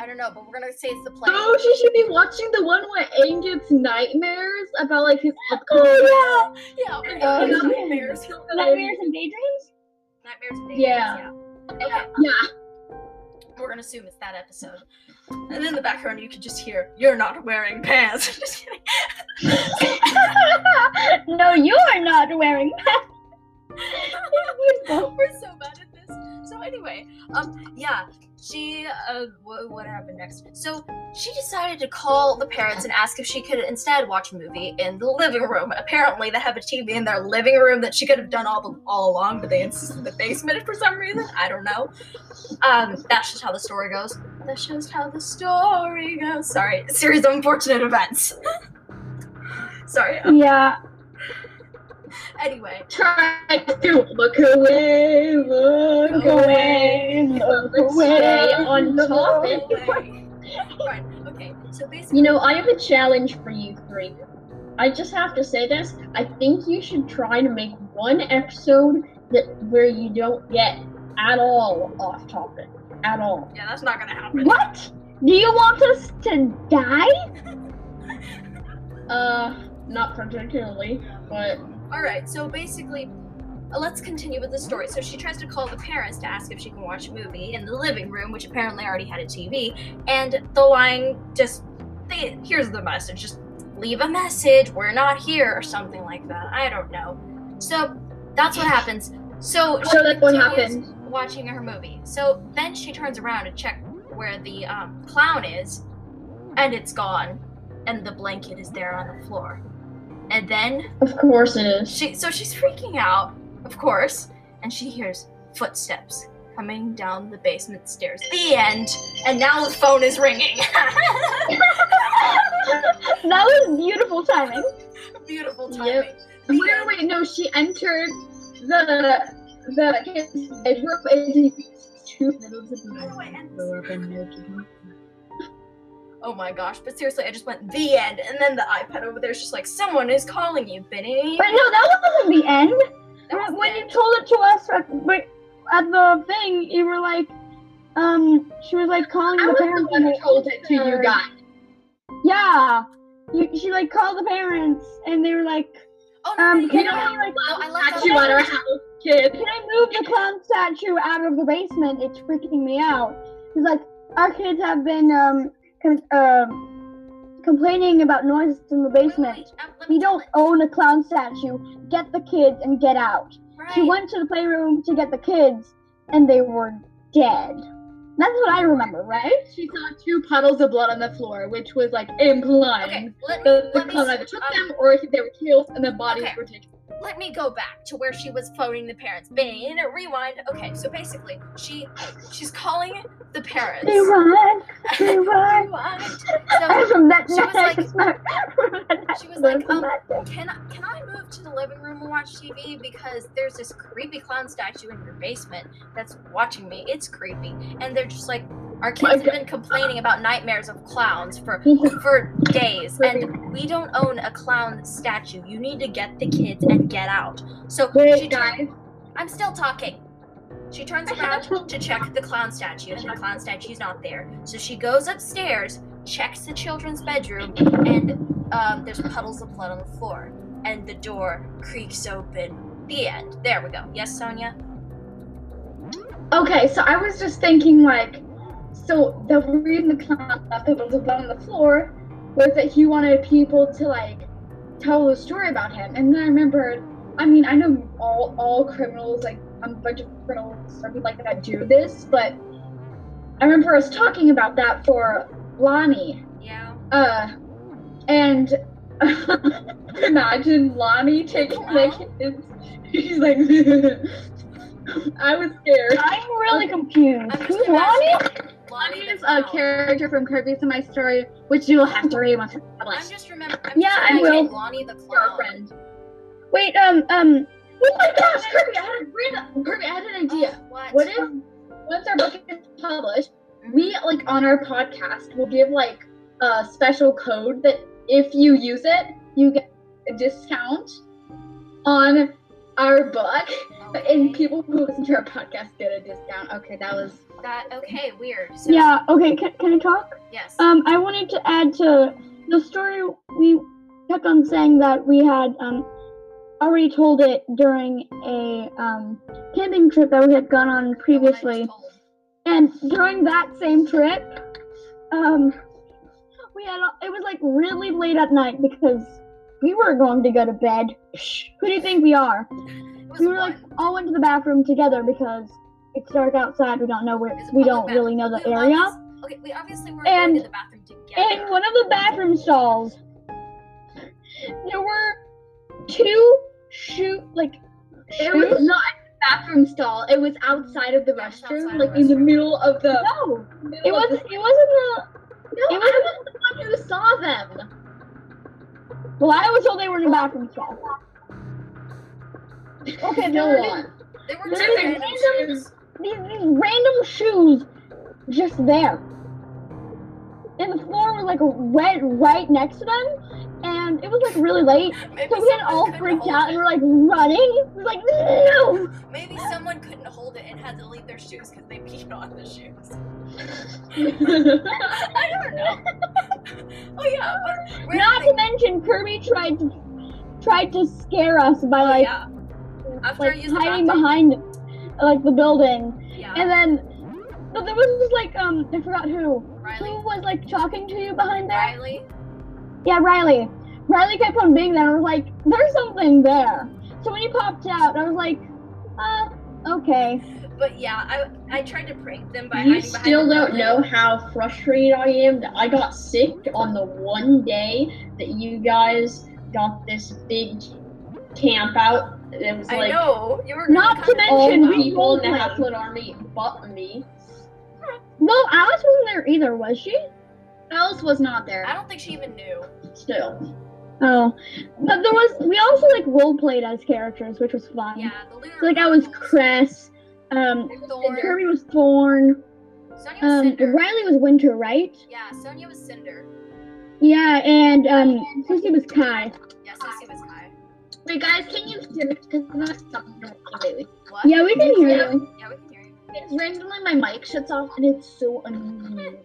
S1: I don't know, but we're gonna say it's the play.
S5: Oh, she should be watching the one where Aang gets nightmares about like his upcoming.
S3: Oh
S1: Yeah, we're
S5: Oh,
S1: gonna
S5: yeah.
S1: nightmares.
S3: yeah, nightmares and daydreams.
S1: Nightmares and
S5: Yeah.
S1: Daydreams, yeah. Okay.
S5: Yeah.
S1: We're gonna assume it's that episode. And in the background, you could just hear, "You're not wearing pants." just kidding.
S3: no, you are not wearing
S1: We're so bad at this. So anyway, um, yeah, she, uh, wh- what happened next? So she decided to call the parents and ask if she could instead watch a movie in the living room. Apparently, they have a TV in their living room that she could have done all the all along, but they insisted in the basement for some reason. I don't know. Um, that's just how the story goes. That's just how the story goes. Sorry, series of unfortunate events. Sorry. um,
S3: Yeah.
S1: Anyway,
S5: Try to look away,
S1: Oh.
S5: look away.
S2: Let's stay on topic.
S1: Right. right. Okay. So basically,
S2: You know, I have a challenge for you three. I just have to say this. I think you should try to make one episode that where you don't get at all off topic. At all.
S1: yeah, that's not gonna happen.
S3: What? Do you want us to die?
S2: Uh not particularly, but
S1: All right. So basically, uh, let's continue with the story. So she tries to call the parents to ask if she can watch a movie in the living room, which apparently already had a TV. And the line just they here's the message: just leave a message. We're not here, or something like that. I don't know. So that's what happens. So
S5: So that's what
S1: continues-
S5: happened.
S1: watching her movie. So then she turns around to check where the um, clown is, and it's gone, and the blanket is there on the floor. And then
S2: of course it is.
S1: she, so she's freaking out, of course, and she hears footsteps coming down the basement stairs. The end. And now the phone is ringing.
S3: That was beautiful timing.
S1: Beautiful timing.
S2: Yep.
S1: The
S5: Wait,
S1: end.
S5: wait, wait, no, she entered the the his bedroom and two middles of the
S1: How do I end this?
S5: night.
S1: Oh my gosh! But seriously, I just went the end, and then the iPad over there is just like someone is calling you, Benny.
S3: But no, that wasn't the end.
S1: That was the
S3: when you
S1: end.
S3: told it to us at, wait, at the thing, you were like, um, she was like calling
S5: I
S3: the
S5: was the
S3: parents.
S5: one who told it to you
S3: Sorry.
S5: guys.
S3: Yeah. You, she like called the parents, and they were like,
S1: Oh no!
S3: um,
S1: no, no,
S3: can
S1: no,
S3: I like,
S1: no, I left
S5: Got you on our house, kid.
S3: can I move the clown statue out of the basement? It's freaking me out. She's like, our kids have been um, com- um, complaining about noises in the basement.
S1: um,
S3: We don't own a clown statue. Get the kids and get out.
S1: Right.
S3: She went to the playroom to get the kids, and they were dead. That's what I remember, right?
S5: She saw two puddles of blood on the floor, which was like implying
S1: Okay, let
S5: that
S1: me,
S5: the
S1: let, me,
S5: clown either
S1: s-
S5: took
S1: um,
S5: them or they were killed and the bodies
S1: Okay.
S5: were taken.
S1: let me go back to where she was phoning the parents. Bane, rewind. Okay, so basically, she she's calling the parents.
S3: They run, they run.
S1: Rewind.
S3: I'm
S1: So
S3: from that
S1: Oh. She was like- she
S3: She
S1: was like, um, can I- can I move to the living room and watch TV because there's this creepy clown statue in your basement that's watching me. It's creepy, and they're just like. Our kids have been complaining about nightmares of clowns for for days, and we don't own a clown statue. You need to get the kids and get out. So she
S5: Wait,
S1: turns
S5: guys.
S1: I'm still talking. She turns
S5: I
S1: around
S5: haven't-
S1: to check the clown statue, and the clown statue's not there. So she goes upstairs, checks the children's bedroom, and um, there's puddles of blood on the floor. and the door creaks open. The end. There we go. Yes, Sonia?
S6: Okay, so I was just thinking like, so the reason the clown left that was on the floor was that he wanted people to like tell the story about him, and then I remembered. I mean, I know all all criminals like um, a bunch of criminals something like that do this, but I remember us talking about that for Lonnie.
S1: Yeah.
S6: Uh, and imagine Lonnie taking like his, she's like, I was scared.
S3: I'm really confused.
S1: I'm
S3: Who's
S1: just
S3: Lonnie?
S1: imagining Lonnie
S6: Lonnie
S1: the
S6: is a
S1: clown.
S6: character from Kirby's and My Story, which you'll have to read once it's
S1: I'm
S6: published.
S1: just remember. I'm
S6: Yeah,
S1: just
S6: I will.
S1: imagining Lonnie the
S6: You're a
S1: clown.
S6: friend.
S3: Wait, um, um,
S6: Oh my gosh, Kirby, I had a great, Kirby, I had an
S1: Oh,
S6: idea.
S1: What?
S6: What if once our book is published, we like on our podcast will give like a special code that if you use it, you get a discount on our book,
S1: Oh,
S6: and
S1: Okay.
S6: people who listen to our podcast get a discount. Okay, that was
S1: That okay? Weird. So,
S3: yeah, okay, can, can I talk?
S1: Yes.
S3: Um, I wanted to add to the story we kept on saying that we had um already told it during a um camping trip that we had gone on previously. And during that same trip, um, we had it was like really late at night because we were going to go to bed. Who do you think we are?
S1: It was
S3: We were like
S1: one.
S3: all went to the bathroom together because it's dark outside. We don't know where
S1: It's a
S3: we
S1: public
S3: don't really know the
S1: We
S3: area.
S1: obvious- okay, we obviously were
S3: And-
S1: going to the bathroom
S3: In
S1: together.
S3: one of the bathroom stalls, there were two shoot like
S6: it was
S3: shoes.
S6: not in the bathroom stall. It was outside of the
S1: Yeah, it was outside
S6: restroom,
S1: of
S6: like
S1: the
S6: in the
S1: restroom.
S6: middle of the.
S3: No,
S6: middle
S3: it
S6: of
S3: wasn't. It wasn't
S6: the- No,
S3: it
S6: I
S3: was-
S6: was the one who saw them.
S3: the. Well, I was told they were in the bathroom stall. Okay,
S6: no
S3: there were
S6: one.
S1: There were
S3: There's
S1: two
S3: a
S1: random
S3: random-
S1: shoes.
S3: these, these random shoes just there. And the floor was like right right next to them. And it was like really late.
S1: Maybe
S3: So we
S1: someone
S3: had all
S1: couldn't
S3: freaked
S1: hold it.
S3: out and we're like running. We're like, no!
S1: Maybe someone couldn't hold it and had to leave their shoes because they peed on the shoes. I don't know. oh yeah, but random
S3: Not to
S1: thing-
S3: mention Kirby tried to tried to scare us by like,
S1: yeah. After
S3: like
S1: I used the
S3: hiding
S1: bathroom.
S3: behind like the building.
S1: Yeah,
S3: And then but there was just like um I forgot who. Who
S1: Riley,
S3: was like talking to you behind there?
S1: Riley,
S3: Yeah, Riley. Riley kept on being there. I was like, there's something there. So when he popped out, I was like, uh, okay.
S1: but yeah, I I tried to prank them by
S2: you
S1: hiding behind.
S2: still
S1: the
S2: don't
S1: building.
S2: know how frustrated I am that I got sick on the one day that you guys got this big camp out. It was
S1: I
S2: like
S1: know you were
S3: Not to
S1: kinda-
S2: all
S3: mention,
S2: the
S3: we
S2: people in
S3: told
S2: the
S3: him.
S2: Halfling army but me.
S3: Well, Alice wasn't there either, was she?
S6: Alice was not there.
S1: I don't think she even knew.
S2: Still,
S3: Oh, but there was. We also like role played as characters, which was fun.
S1: Yeah, the lunar.
S3: So, like I was
S1: cycles,
S3: Cress. Um,
S1: Thorn.
S3: Kirby was Thorn.
S1: Sonia was
S3: Um,
S1: Cinder.
S3: Riley was Winter, right?
S1: Yeah, Sonia was Cinder.
S3: Yeah, and um, Susie was Kai.
S1: Yeah, Cece was Kai.
S6: Wait, guys, can you hear me? Because I'm not talking completely.
S1: What?
S3: Yeah, we can hear you.
S1: Yeah, we can hear you.
S6: It's randomly my mic shuts off and it's so annoying.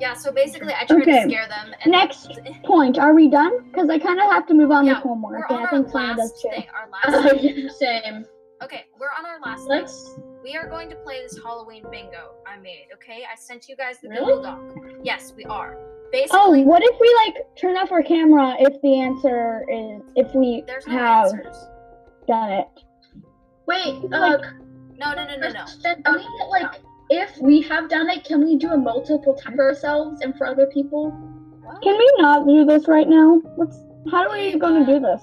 S1: Yeah, so basically, I tried
S3: Okay.
S1: to scare them. And
S3: Next point. Are we done? Because I kind of have to move on
S1: Yeah,
S3: with homework,
S1: we're
S3: and
S1: on
S3: I
S1: our
S3: think Sonia does
S1: last
S3: too.
S1: thing. Our last.
S2: Uh,
S1: thing.
S2: yeah, same.
S1: Okay, we're on our last. thing.
S2: Let's
S1: We are going to play this Halloween bingo I made. Okay, I sent you guys the
S2: Really?
S1: Google Doc. Yes, we are.
S3: Oh,
S1: Basically,
S3: what if we like turn off our camera if the answer is if we
S1: there's no
S3: have
S1: answers.
S3: done it?
S6: Wait, uh,
S3: Like-
S1: No, no, no, no, no.
S6: question, I mean, like, if we have done it, can we do a multiple time for ourselves and for other people?
S3: Can we not do this right now? What's how are we going to do this?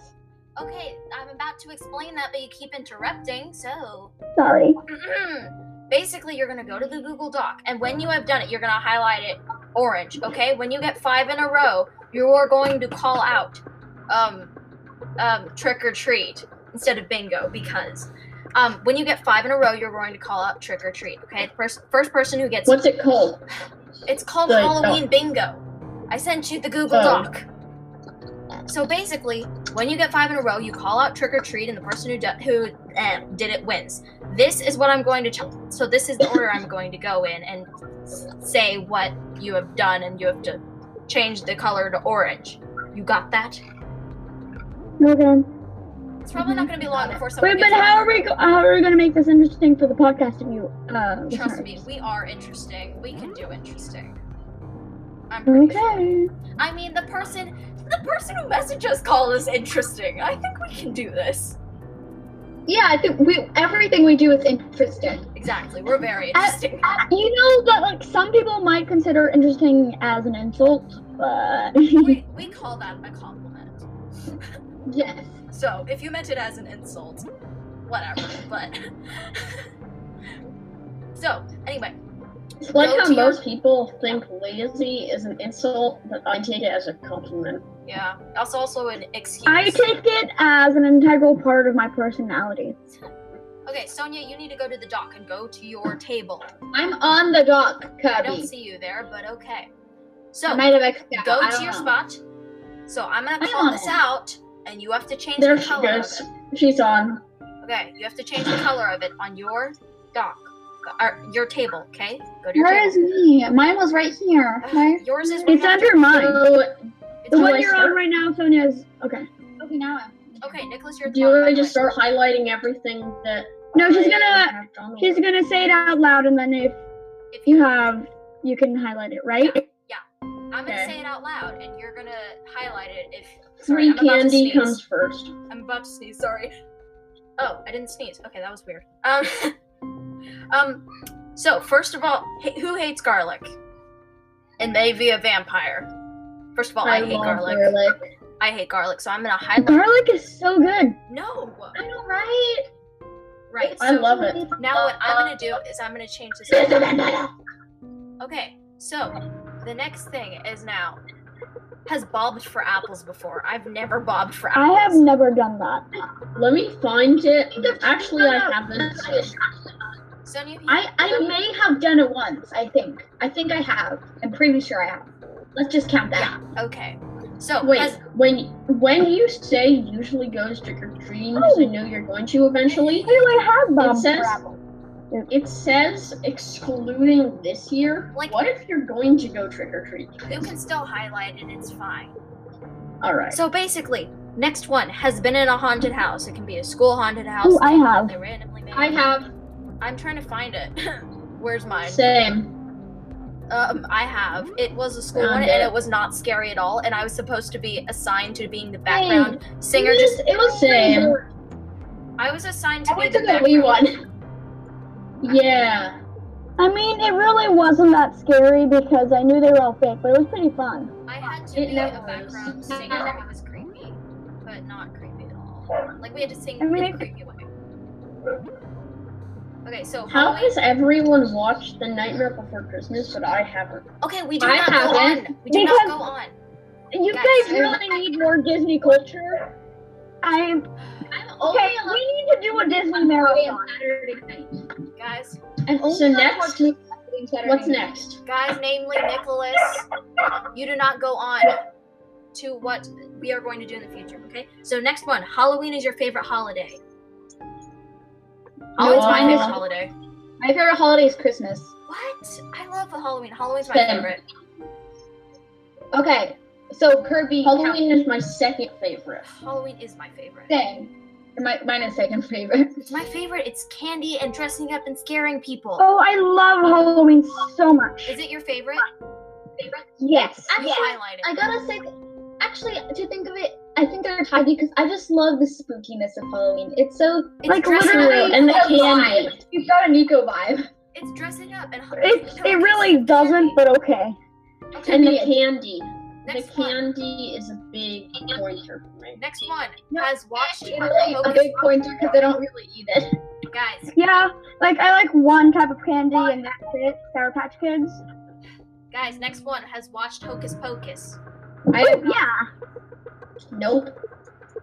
S1: Okay, I'm about to explain that, but you keep interrupting, so.
S3: Sorry.
S1: Basically, you're gonna go to the Google Doc, and when you have done it, you're gonna highlight it orange. Okay, when you get five in a row, you are going to call out, um, um, trick or treat instead of bingo because, um, when you get five in a row, you're going to call out trick or treat. Okay, the first first person who gets
S2: What's it called?
S1: it's called
S2: The
S1: Halloween Bingo. I sent you the Google
S2: Oh.
S1: Doc. So basically, when you get five in a row, you call out trick or treat, and the person who do- who eh, did it wins. This is what I'm going to tell. So this is the order I'm going to go in and s- say what you have done, and you have to change the color to orange. You got that?
S3: Okay.
S1: It's probably not going to be long before someone
S3: Mm-hmm. Wait, but
S1: gets
S3: how are
S1: on.
S3: we go- how are we gonna make this interesting for the podcast if you uh
S1: Trust
S3: listeners?
S1: me, we are interesting. We can do interesting. I'm pretty sure.
S3: Okay.
S1: I mean, the person, the person who messaged us called us interesting. I think we can do this.
S5: Yeah, I think we everything we do is interesting.
S1: Exactly, we're very interesting.
S3: You know that like some people might consider interesting as an insult, but
S1: we, we call that a compliment.
S5: Yes.
S1: So if you meant it as an insult, whatever. But so anyway,
S2: It's like
S1: Go
S2: how
S1: to your-
S2: most people think lazy is an insult, but I take it as a compliment.
S1: yeah, that's also an excuse.
S3: I take it as an integral part of my personality.
S1: okay, Sonia, you need to go to the dock and go to your table.
S5: I'm on the dock,
S1: I don't
S5: Kirby.
S1: see you there, but okay.
S5: I
S1: So
S5: might have extra.
S1: go
S5: I
S1: to
S5: don't
S1: your
S5: know.
S1: spot. So I'm gonna
S5: I'm
S1: call
S5: on
S1: this
S5: it.
S1: out, and you have to change
S2: There
S1: the
S2: she
S1: color. Of
S2: goes.
S1: it.
S2: She's on.
S1: Okay, you have to change the color of it on your dock or your table. Okay, go to your
S6: Where is
S1: table.
S6: me? Mine was right here. Okay.
S1: Yours is
S3: It's under mine.
S2: So,
S3: The
S1: It's
S2: Do
S3: one
S2: I
S3: you're on
S2: start?
S3: right now, Sonia, is okay.
S6: Okay, now I'm.
S1: okay, Nicholas. You're at
S2: do
S1: the
S2: you
S1: bottom,
S2: want
S1: by
S2: me to
S1: the
S2: just
S1: way.
S2: start highlighting everything that?
S3: No, she's
S2: I
S3: gonna
S2: have done
S3: she's gonna say it out loud, and then if
S1: If
S3: you have, you can highlight it, right?
S1: I'm gonna
S2: Okay.
S1: say it out loud, and you're gonna highlight it if. Sorry,
S2: Free
S1: I'm about to
S2: candy
S1: sneeze.
S2: comes first.
S1: I'm about to sneeze. Sorry. Oh, I didn't sneeze. Okay, that was weird. Um. um. So first of all, h- who hates garlic? And maybe a vampire. First of all, I,
S2: I
S1: hate
S2: love
S1: garlic. I hate garlic, so I'm gonna highlight.
S3: Garlic is so good.
S1: No.
S5: I know, right?
S1: Right.
S2: I
S1: so
S2: love it.
S1: Now what I'm gonna do is I'm gonna change this. Okay. So the next thing is now. Has bobbed for apples before. I've never bobbed for
S3: I
S1: apples.
S3: have never done that.
S2: Let me find it. Actually, I have this.
S1: Sonia, if you-
S5: I, I may have done it once, I think. I think I have. I'm pretty sure I have. Let's just count that.
S1: Okay. So
S2: Wait,
S1: has-
S2: when when you say usually goes trick or treating, because I know you're going to eventually.
S3: Wait, wait, I have bombs for
S2: says-
S3: apples.
S2: It says excluding this year.
S1: Like-
S2: what if you're going to go trick or treat?
S1: you can still highlight it. It's fine.
S2: All right.
S1: So basically, next one has been in a haunted house. It can be a school haunted house.
S3: Ooh, I have.
S1: They randomly made.
S5: I have.
S1: I'm trying to find it. Where's mine?
S2: Same.
S1: Um, I have. It was a school one,
S2: Found
S1: and
S2: it.
S1: it was not scary at all. And I was supposed to be assigned to being the background singer.
S5: it
S1: Just
S5: was, it was
S2: Same.
S5: pretty
S1: I was assigned
S5: I
S1: to be
S5: went
S1: the
S5: to the wee
S1: background.
S5: one.
S2: Yeah.
S3: I mean, it really wasn't that scary because I knew they were all fake, but it was pretty fun.
S1: I had to
S2: It
S1: be a
S2: never
S1: background
S2: was.
S1: singer. It was creepy, but not creepy at all. Like we had to sing
S3: I mean,
S1: in a
S3: I-
S1: creepy way. Okay, so
S2: How
S1: Halloween-
S2: has everyone watched The Nightmare Before Christmas, but I haven't?
S1: Okay, we do
S5: I
S1: not go
S5: haven't,
S1: on. We do not
S3: because-
S1: go on.
S3: You
S1: Yes.
S3: guys really need more Disney culture. I
S5: I'm
S3: okay.
S5: only allowed
S3: We need to do a Disney
S5: Friday
S3: marathon.
S5: and Saturday night.
S1: Guys,
S5: I'm
S6: Oh
S5: only
S2: So
S5: allowed
S2: next-
S5: to watch movies Friday and Saturday
S2: What's
S5: night.
S2: next?
S1: guys, namely Nicholas, you do not go on to what we are going to do in the future, okay? So next one, Halloween is your favorite holiday. Halloween's my
S2: No.
S1: favorite holiday.
S5: My favorite holiday is Christmas.
S1: What? I love Halloween. Halloween's my
S2: Same.
S1: favorite.
S5: Okay, so Kirby.
S2: Halloween is my second favorite.
S1: Halloween is my favorite.
S5: Same. My, mine is second favorite.
S1: It's my favorite. It's candy and dressing up and scaring people.
S3: Oh, I love Halloween so much.
S1: Is it your favorite?
S3: Yes.
S1: You
S5: Actually,
S1: highlight it.
S5: I gotta say, that- actually, to think of it, I think they're tied because I just love the spookiness of Halloween. It's so
S1: It's
S3: like,
S1: dressing
S3: literally-
S1: up.
S2: And the
S5: Nico
S2: candy.
S5: vibe. You've got a Nico vibe.
S1: It's dressing up and
S3: It it really doesn't, but okay.
S1: Okay,
S2: And the candy. The
S1: next one.
S2: candy is a big pointer for me.
S1: Next one
S5: No,
S1: has watched
S5: It's really a
S1: Hocus
S5: big pointer because I don't really eat it.
S1: guys.
S3: Yeah, like I like one type of candy and that's it. Sour Patch Kids.
S1: Guys, next one has watched Hocus Pocus.
S2: I have
S3: Yeah.
S2: nope.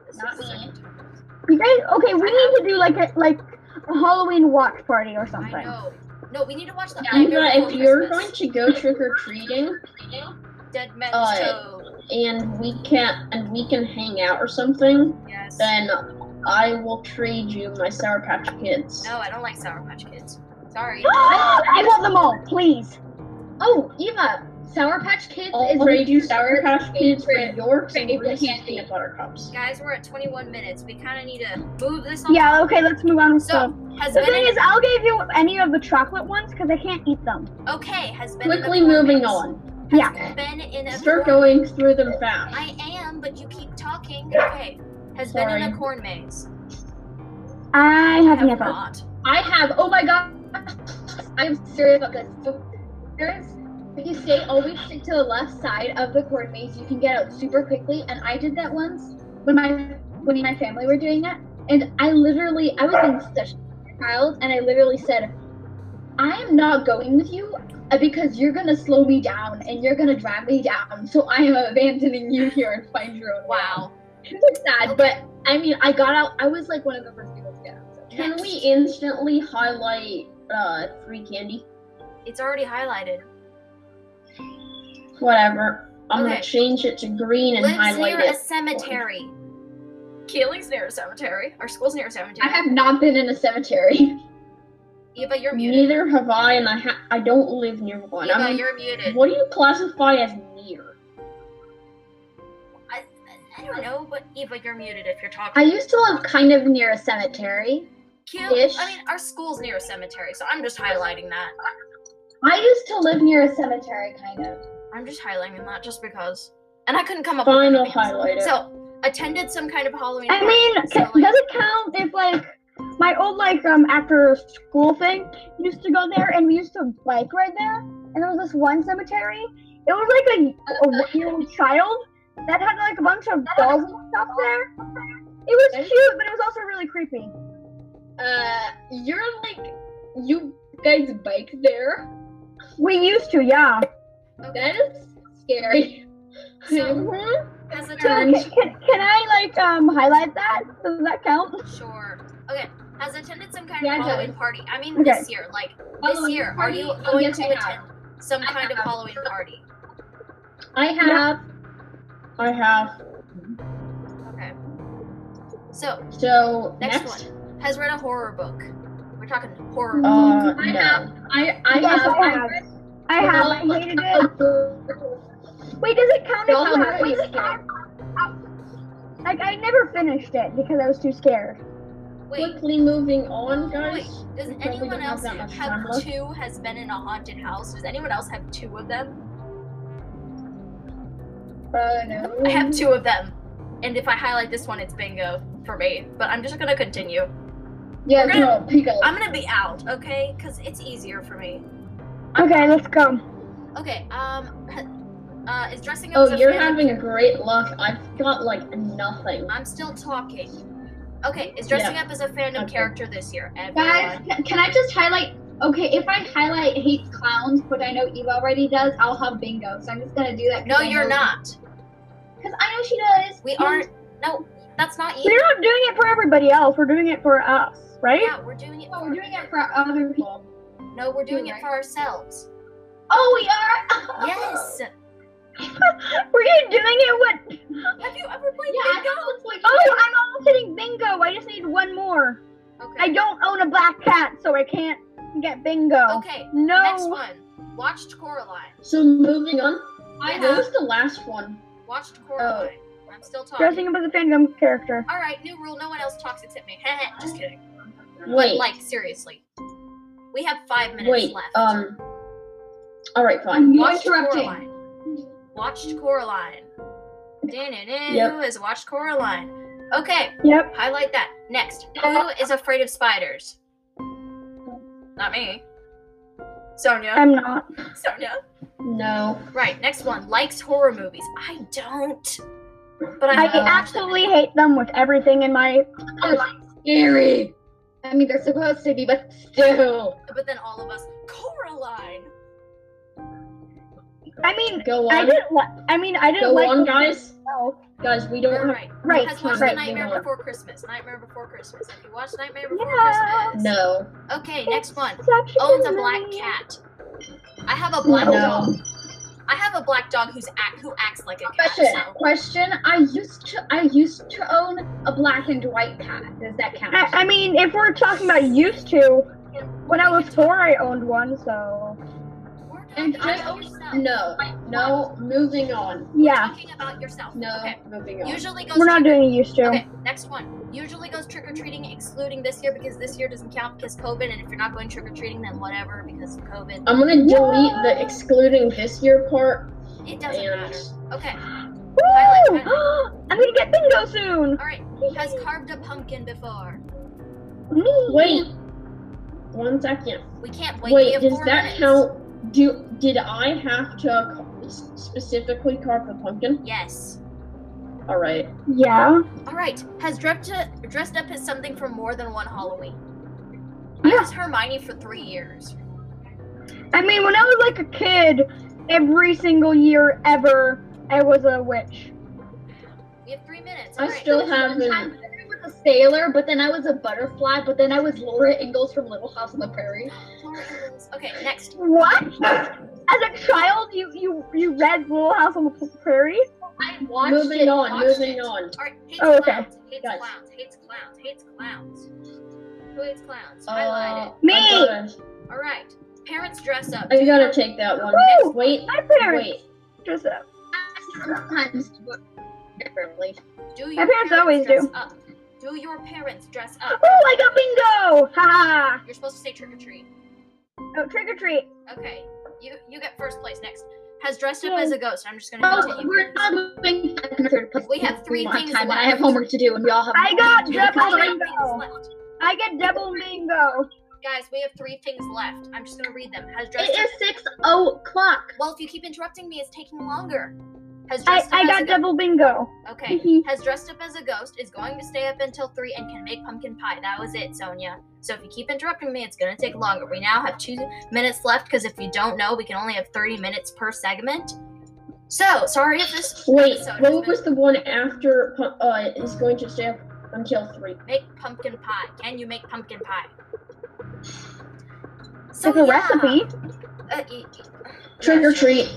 S1: This
S5: Not
S1: is the
S5: me.
S1: second time.
S3: You guys, okay, we need to do like a like a Halloween watch party or something.
S1: I know. No, we need to watch the
S2: Eva,
S1: Nightmare
S2: if
S1: Before
S2: you're going
S1: Christmas,
S2: to go trick or treating,
S1: Dead Men's
S2: uh,
S1: Toe.
S2: and we can and we can hang out or something,
S1: Yes.
S2: then I will trade you my Sour Patch Kids.
S1: No, I don't like Sour Patch Kids. Sorry.
S3: I want them all, please.
S5: Oh, Eva,
S6: Sour Patch Kids
S2: All
S6: is
S2: ready to
S6: rated
S2: sour
S6: sour.
S2: patch kids for Yorks and
S6: favorite
S2: Reese's
S6: candy.
S2: peanut butter cups.
S1: Guys, we're at 21 minutes. We kind of need to move this on.
S3: Yeah, okay, let's move on with
S1: So,
S3: stuff.
S1: has
S3: The
S1: been
S3: thing
S1: an-
S3: is, I'll give you any of the chocolate ones because I can't eat them.
S1: okay. Has been an
S2: Quickly moving
S1: affirmance.
S2: on.
S1: Has been in a
S2: Start going through them fast.
S1: I am, but you keep talking. Okay. Has been in
S2: Sorry.
S1: a corn maze.
S3: I
S1: I
S3: have
S1: have
S3: never.
S1: not.
S6: I have. Oh my god. I'm serious about this. So there's, if you stay always stick to the left side of the corn maze, you can get out super quickly. And I did that once when my when me and my family were doing that, and I literally I was in such a child, and I literally said, I am not going with you uh, because you're gonna slow me down and you're gonna drag me down. So I am abandoning you here and find your own. way."
S1: Wow.
S6: It's sad, but I mean, I got out. I was like one of the first people to get out. So.
S2: Can
S1: Next.
S2: we instantly highlight uh free candy?
S1: It's already highlighted.
S2: Whatever. I'm
S1: Okay.
S2: gonna change it to green and
S1: Lives
S2: highlight
S1: near
S2: it.
S1: a cemetery. Keeling's near a cemetery. Our school's near a cemetery.
S6: I have not been in a cemetery.
S1: yeah, but you're muted.
S2: Neither have I, and I ha- I don't live near one.
S1: Yeah, but
S2: I'm,
S1: you're muted.
S2: what do you classify as near?
S1: I don't know, but Eva, you're muted if you're talking.
S6: I used to live kind of near a cemetery.
S1: Keel-
S6: ish.
S1: I mean, our school's near a cemetery, so I'm just highlighting that.
S6: I used to live near a cemetery, kind of.
S1: I'm just highlighting that just because. And I couldn't come up with
S2: Fine, I'll
S1: anything else.
S2: highlight it.
S1: So, attended some kind of Halloween.
S3: I
S1: party,
S3: mean,
S1: so,
S3: ca-
S1: like-
S3: does it count if like my old like um after school thing used to go there and we used to bike right there and there was this one cemetery. It was like a, a one-year-old child that had like a bunch of dolls and stuff there. It was cute, but it was also really creepy.
S6: Uh, you're like, you guys bike there.
S3: We used to, yeah.
S6: That is scary.
S1: So,
S6: Mhm.
S1: has
S3: So can,
S1: attended.
S3: can, can I like um highlight that? Does that count?
S1: Sure. Okay. Has attended some kind
S6: Yeah, it
S1: of Halloween
S6: does.
S1: party. I mean,
S3: Okay.
S1: this year. Like, this
S6: Halloween
S1: year, are
S6: party?
S1: you
S6: Oh,
S1: going
S6: yes,
S1: to
S6: I
S1: attend
S6: have.
S1: some
S6: I
S1: kind of
S6: have.
S1: Halloween party?
S6: I have.
S2: I have.
S1: Okay. So,
S2: So
S1: next,
S2: next,
S1: one. Has read a horror book. We're talking horror book.
S2: Uh,
S6: I
S2: no.
S6: have. I I
S3: Yes,
S6: have.
S3: I have. I have. I hated it. Wait, does it count if
S6: Dolls
S3: you
S6: are
S3: have
S6: pretty
S3: it? Like I never finished it because I was too scared.
S1: Wait,
S2: Quickly moving on, guys.
S1: Wait, does
S2: We probably
S1: anyone
S2: don't
S1: else
S2: that much
S1: have
S2: time left.
S1: two has been in a haunted house? Does anyone else have two of them?
S6: Oh no.
S1: I
S2: Mm.
S1: have two of them. And if I highlight this one, it's bingo for me. But I'm just gonna continue.
S6: Yeah,
S1: We're gonna-
S6: no, Pico.
S1: I'm gonna be out, okay? Because it's easier for me.
S3: Okay, let's go.
S1: Okay, um, uh, is dressing up as
S2: Oh,
S1: a
S2: you're
S1: family-
S2: having great luck. I've got like nothing.
S1: I'm still talking. Okay, is dressing up as a fandom
S2: Okay.
S1: character this year. Everyone.
S6: Guys, can- can I just highlight? Okay, if I highlight hates clowns, which I know Eva already does, I'll have bingo. So I'm just gonna do that. 'cause
S1: no,
S6: I
S1: you're
S6: know-
S1: not.
S6: Cause I know she does.
S1: We aren't. No, that's not
S3: We're
S1: you.
S3: not doing it for everybody else. We're doing it for us, right?
S1: Yeah, we're doing it.
S6: No,
S1: For,
S6: Oh, we're doing it for other people.
S1: no, we're doing
S6: You're
S1: it for ourselves.
S6: Oh, we are.
S1: Yes.
S3: Were you doing it? What?
S1: Have you ever played
S6: Yeah, I
S1: bingo?
S6: know it's like
S3: Oh, I'm almost hitting bingo. I just need one more. I
S1: Okay.
S3: don't own a black cat, so I can't get bingo.
S1: Okay.
S3: No.
S1: Next one. Watched Coraline.
S2: So moving on.
S6: I
S2: What
S6: have.
S2: was the last one?
S1: Watched Coraline. I'm still talking.
S3: Dressing up as a fandom character.
S1: All right. New rule. No one else talks except me. Just kidding.
S2: Wait.
S1: Like seriously. We have five minutes
S2: wait.
S1: left.
S2: Um. All right, fine.
S6: I'm
S1: Watched
S6: interrupting.
S1: Coraline. Watched Coraline. Dan
S2: Yep.
S1: is watched Coraline. Okay,
S3: Yep.
S1: highlight that. Next, who is afraid of spiders? Not me. Sonia.
S3: I'm not.
S1: Sonia.
S2: No.
S1: Right, next one. Likes horror movies. I don't. But I,
S3: I
S1: have watched them.
S3: absolutely hate them with everything in my.
S6: Scary. I mean, they're supposed to be, but still.
S1: But then all of us, Coraline.
S3: I mean,
S2: Go
S3: Mm-hmm. I
S2: on.
S3: didn't. Li- I mean, I didn't
S2: Go
S3: like.
S2: on,
S3: them
S2: guys.
S3: myself.
S2: Guys, we don't
S1: All
S2: have.
S1: right.
S3: Right,
S1: Has watched
S2: right.
S1: Nightmare
S2: Moving on.
S1: Before Christmas. Nightmare Before Christmas. If you watch Nightmare Before
S3: Yeah.
S1: Christmas.
S2: No.
S1: Okay, next one.
S3: Such a
S1: Owns a
S3: good
S1: black
S3: movie.
S1: cat. I have a black dog.
S2: No.
S1: I have a black dog who's act who acts like a cat.
S6: Question.
S1: So.
S6: Question. I used to. I used to own a black and white cat. Does that count?
S3: I, I mean, if we're talking about used to, when I was four, I owned one, so.
S1: We're done.
S5: And
S1: Just
S5: I
S1: yourself.
S2: No, no, moving on.
S3: Yeah,
S1: Talking about yourself.
S2: No,
S1: Okay.
S2: moving on.
S1: Usually goes.
S3: we're not
S1: trick-
S3: doing it used to.
S1: Okay, next one. Usually goes trick or treating, excluding this year because this year doesn't count because COVID, and if you're not going trick or treating, then whatever because of COVID.
S2: I'm gonna delete the excluding this year part.
S1: It doesn't
S2: and
S1: matter. Okay,
S3: Woo!
S1: like
S3: I'm gonna get bingo soon.
S1: all right. Has carved a pumpkin before?
S2: Wait, one second.
S1: We can't wait. we
S2: Wait,
S1: have
S2: does
S1: four
S2: that
S1: minutes.
S2: count? Do did I have to ca- s- specifically carve the pumpkin?
S1: Yes.
S2: All right.
S3: Yeah.
S1: All right. Has dressed to, dressed up as something for more than one Halloween? I
S3: Yeah.
S1: was Hermione for three years.
S3: I mean, when I was like a kid, every single year ever, I was a witch.
S1: We have three minutes. All
S2: I
S1: right.
S2: still
S5: time
S2: haven't.
S5: I was a sailor, but then I was a butterfly, but then I was Laura Ingalls from Little House on the Prairie.
S1: Okay, next.
S3: What? As a child, you you you read Little House on the Prairie?
S5: I watched
S2: Moving
S5: it.
S2: on.
S5: watched
S2: Moving
S5: it.
S2: on.
S1: All right. Hates
S3: Oh, okay.
S1: clowns. Hates
S2: Guys.
S1: clowns. Hates clowns. Hates clowns. Who hates clowns?
S2: Uh,
S1: Highlight it.
S3: Me!
S2: I gotta,
S3: Oh.
S1: All right. Parents dress up.
S2: I gotta take that one.
S3: Woo!
S2: Wait.
S3: My parents
S2: Wait.
S3: just oh,
S5: Sometimes differently.
S1: Do your
S3: My parents always
S1: dress
S3: do.
S1: up? Do your parents dress
S3: Oh,
S1: up?
S3: I got bingo! Ha ha!
S1: You're supposed to say trick or treat.
S3: Oh, trick or treat.
S1: Okay. You you get first place next. Has dressed up
S3: Yay.
S1: as a ghost. I'm just gonna
S5: Oh,
S1: continue.
S5: we're not moving back in third place.
S1: We have three
S5: don't
S1: things
S5: Time, and I
S1: left.
S5: have homework to do, and we all have.
S3: I got
S1: We have
S3: double
S1: three
S3: bingo.
S1: things left.
S3: I get double bingo.
S1: Guys, we have three things left. I'm just gonna read them. Has dressed
S5: It is six o'clock.
S1: up. Well, if you keep interrupting me, it's taking longer. Has
S3: I,
S1: dressed up
S3: I
S1: as
S3: got
S1: a ghost.
S3: double bingo.
S1: Okay.
S2: Mm-hmm.
S3: Mhm.
S1: Has dressed up as a ghost, is going to stay up until three, and can make pumpkin pie. That was it, Sonia. So if you keep interrupting me, it's gonna take longer. We now have two minutes left because if you don't know, we can only have 30 minutes per segment. So sorry if this
S2: Wait.
S1: episode has
S2: What
S1: been-
S2: was the one after? pu- Uh, is going to stay up until three.
S1: make pumpkin pie. Can you make pumpkin pie? So
S3: It's a recipe.
S1: Uh, e- e-
S2: Trick or treat.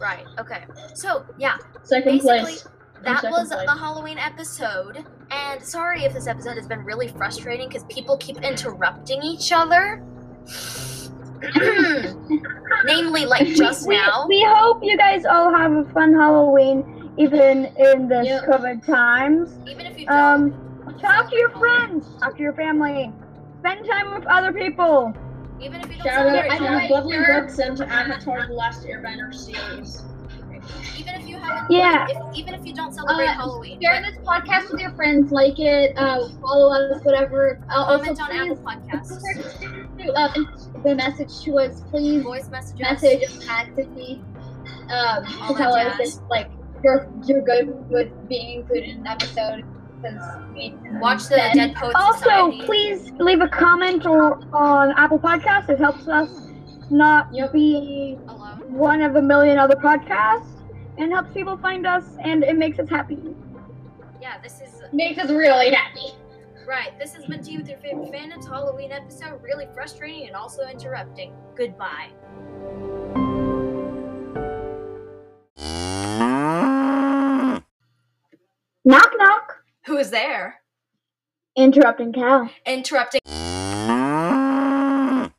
S1: right. Okay. So yeah,
S2: Second
S1: Basically,
S2: place. I'm
S1: that
S2: second
S1: was
S2: place.
S1: the Halloween episode. And sorry if this episode has been really frustrating because people keep interrupting each other. Namely, like just
S3: we,
S1: now.
S3: we hope you guys all have a fun Halloween, even in this
S2: Yep.
S3: COVID times.
S1: Even if you don't.
S3: Um, talk to your
S1: celebrate
S3: friends, talk to your family, spend time with other people.
S1: Halloween, Even if you don't
S2: Shout
S1: celebrate
S2: out
S5: I
S2: to
S5: know.
S1: Halloween,
S2: Bubbly Bugs sent to Avatar: The Last Airbender series.
S1: even if you haven't,
S3: Yeah.
S1: if, even if you don't celebrate
S5: Uh,
S1: Halloween,
S5: Share this podcast with your friends. Like it. Uh, follow us. Whatever. Uh, also,
S1: comment on
S5: please
S1: Apple Podcasts,
S5: to, uh, the message to us, please
S1: voice messages,
S5: message us actively um,
S1: All
S5: to
S1: that
S5: tell us
S1: jazz.
S5: if like you're you're good with being included in an episode because we
S1: watch the
S5: Then-
S1: Dead Poets
S3: Also,
S1: Society.
S3: please leave a comment or on Apple Podcasts. It helps us not
S2: Yep.
S3: be
S1: Alone.
S3: one of a million other podcasts, and helps people find us, and it makes us happy.
S1: Yeah, this is
S5: makes us really happy.
S1: right. This has been Tea with Your Favorite Fandoms Halloween episode. Really frustrating and also interrupting. Goodbye.
S3: Knock knock.
S1: Who is there?
S3: Interrupting cow.
S1: Interrupting.